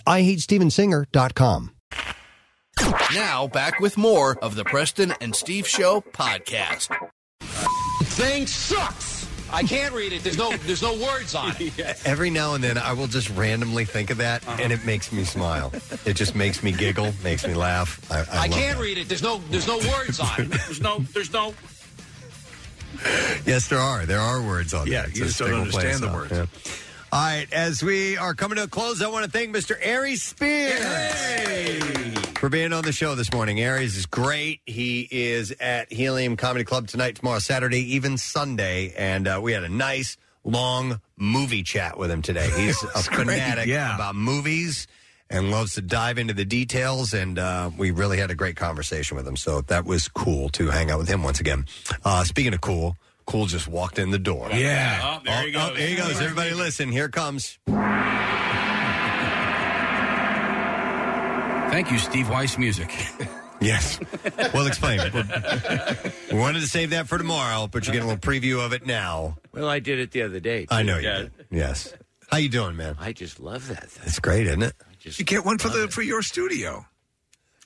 IHateStevensinger.com. Now, back with more of the Preston and Steve Show podcast. Thing sucks. I can't read it. There's no there's no words on it. Every now and then, I will just randomly think of that, and it makes me smile. It just makes me giggle, makes me laugh. I, I, I, love can't read it. There's no there's no words on it. There's no there's no that. Yes, there are. There are words on Yeah, there. you a just don't stickle play understand the song. words. Yeah. All right, as we are coming to a close, I want to thank Mr. Aries Spears for being on the show this morning. Aries is great. He is at Helium Comedy Club tonight, tomorrow, Saturday, even Sunday. And uh, we had a nice, long movie chat with him today. He's a fanatic about movies and loves to dive into the details. And uh, we really had a great conversation with him. So that was cool to hang out with him once again. Uh, speaking of cool, Cool just walked in the door. Yeah. Oh, there he goes. there he goes. Everybody listen. Here it comes. Thank you, Steve Weiss Music. Yes. We'll explain it. We wanted to save that for tomorrow, but you get a little preview of it now. Well, I did it the other day. I know you Yeah. did. Yes. How you doing, man? I just love that. Thing. It's great, isn't it? You get one for the for your studio.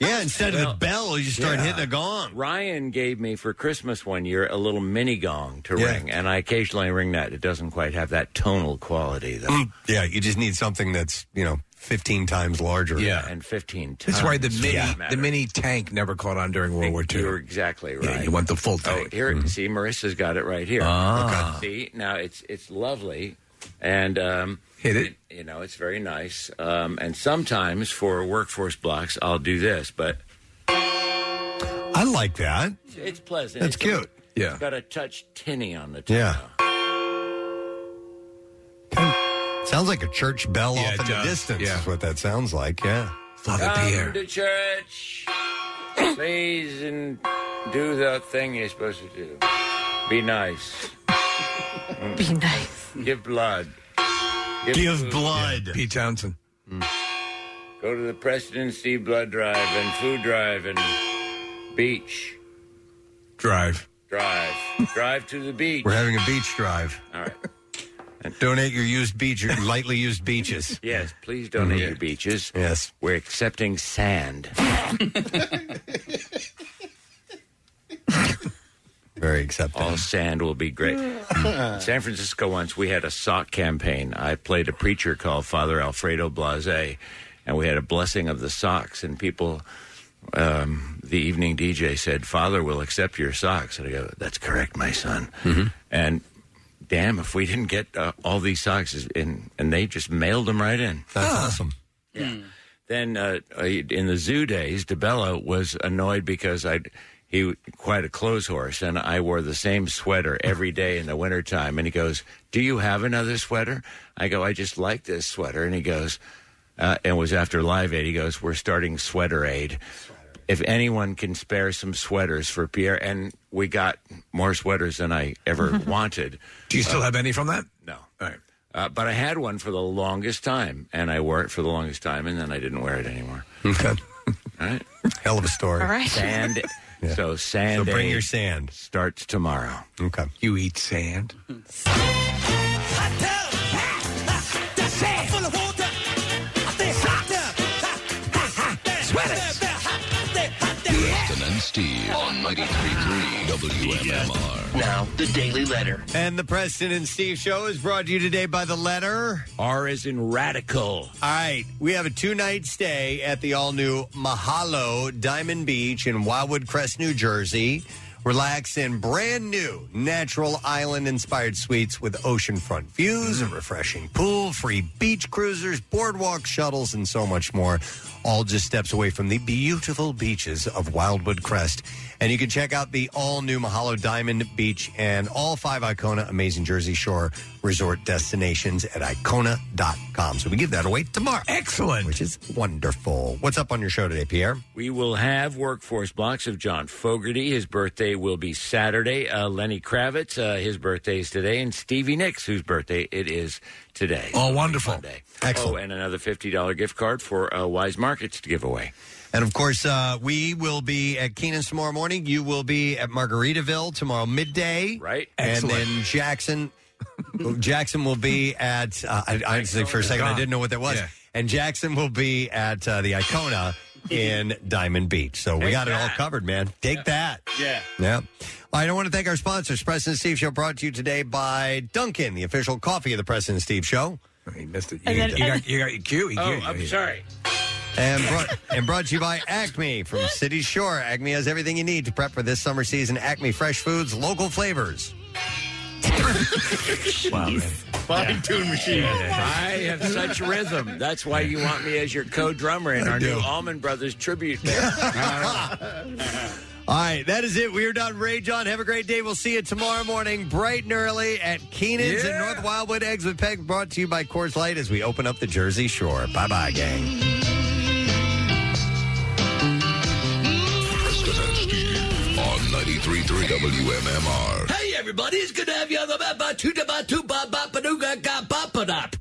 Yeah, instead Well, yeah. gong. Ryan gave me for Christmas one year a little mini gong to Yeah. ring, and I occasionally ring that. It doesn't quite have that tonal quality though. Mm. Yeah, you just need something that's, you know, 15 times larger. Yeah, and 15 times. That's why the mini Yeah. the mini tank never caught on during World War II. You're exactly right. Yeah, you want the full Oh, tank. here, Mm-hmm. see, Marissa's got it right here. Ah. See, now it's it's lovely, and um, hit it. You know, it's very nice. Um, and sometimes for workforce blocks, I'll do this, but I like that. it's pleasant. That's It's a- cute. Yeah. it's got a touch tinny on the top. Yeah. Sounds like a church bell Yeah, off it in the does. distance Yeah. is what that sounds like. Yeah. Come to church, please, and do the thing you're supposed to do. Be nice. Be nice. Give blood. Give food. blood. Pete Townsend. Go to the President Steve Blood Drive and Food Drive and Beach Drive. Drive. Drive to the beach. We're having a beach drive. All right. Donate your used beach, your lightly used beaches. Yes, please donate Mhm. your beaches. Yes. We're accepting sand. Very accepting. All sand will be great. San Francisco once we had a sock campaign. I played a preacher called Father Alfredo Blase, and we had a blessing of the socks. And people, um, the evening DJ said, "Father will accept your socks." And I go, "That's correct, my son." And damn, if we didn't get uh, all these socks, and and they just mailed them right in. That's awesome. Yeah. Then uh, uh, in the zoo days, DeBella was annoyed because I he quite a clothes horse, and I wore the same sweater every day in the wintertime. And he goes, "Do you have another sweater?" I go, "I just like this sweater." And he goes, uh, and it was after Live Aid. He goes, "We're starting Sweater Aid." If anyone can spare some sweaters for Pierre, and we got more sweaters than I ever wanted. Uh, Do you still have any from that? No. All right. Uh, but I had one for the longest time, and I wore it for the longest time, and then I didn't wear it anymore. Okay. All right. Hell of a story. All right. Sand. So sand. So bring your sand. Starts tomorrow. Okay. You eat sand. Preston and Steve on 93.3 WMMR. Now, the Daily Letter. And the Preston and Steve show is brought to you today by The Letter. R is in radical. All right. We have a two night stay at the all new Mahalo Diamond Beach in Wildwood Crest, New Jersey. Relax in brand new natural island inspired suites with oceanfront views, a refreshing pool, free beach cruisers, boardwalk shuttles, and so much more. All just steps away from the beautiful beaches of Wildwood Crest. And you can check out the all new Mahalo Diamond Beach and all five Icona Amazing Jersey Shore resort destinations at icona.com. So we give that away tomorrow. Excellent. Which is wonderful. What's up on your show today, Pierre? We will have workforce blocks of John Fogerty. His birthday will be Saturday. Uh, Lenny Kravitz, uh, his birthday is today, and Stevie Nicks, whose birthday it is today. Oh, wonderful. Excellent. Oh, and another $50 gift card for uh, Wise Markets to give away. And of course, uh, we will be at Keenan's tomorrow morning. You will be at Margaritaville tomorrow midday. Right. And Excellent. then Jackson. Jackson will be at. Uh, I, I honestly, for a second, I didn't know what that was. Yeah. And Jackson will be at uh, the Icona in Diamond Beach. So we Take got it all that. covered, man. Take that. Yeah. Yeah. All right, I want to thank our sponsors. President Steve Show brought to you today by Duncan, the official coffee of the President Steve Show. Oh, He missed it. And you, then- you got, you got your cue. He Oh, cued you. I'm sorry. And brought, and brought to you by Acme from City Shore. Acme has everything you need to prep for this summer season. Acme Fresh Foods, local flavors. wow, man. Fine tune machine. I have such rhythm. That's why you want me as your co drummer in our new Almond Brothers tribute band. All right, that is it. We are done. Ray John, have a great day. We'll see you tomorrow morning, bright and early, at Keenan's in Yeah. North Wildwood. Eggs with Peg brought to you by Coors Light as we open up the Jersey Shore. Bye bye, gang. Preston and Steve on 93.3 WMMR. Hey everybody, it's good to have you on the map. Ba- Tuta ba- tu- ba- ba- ba- doo- ga- ga- ba- ba- dop.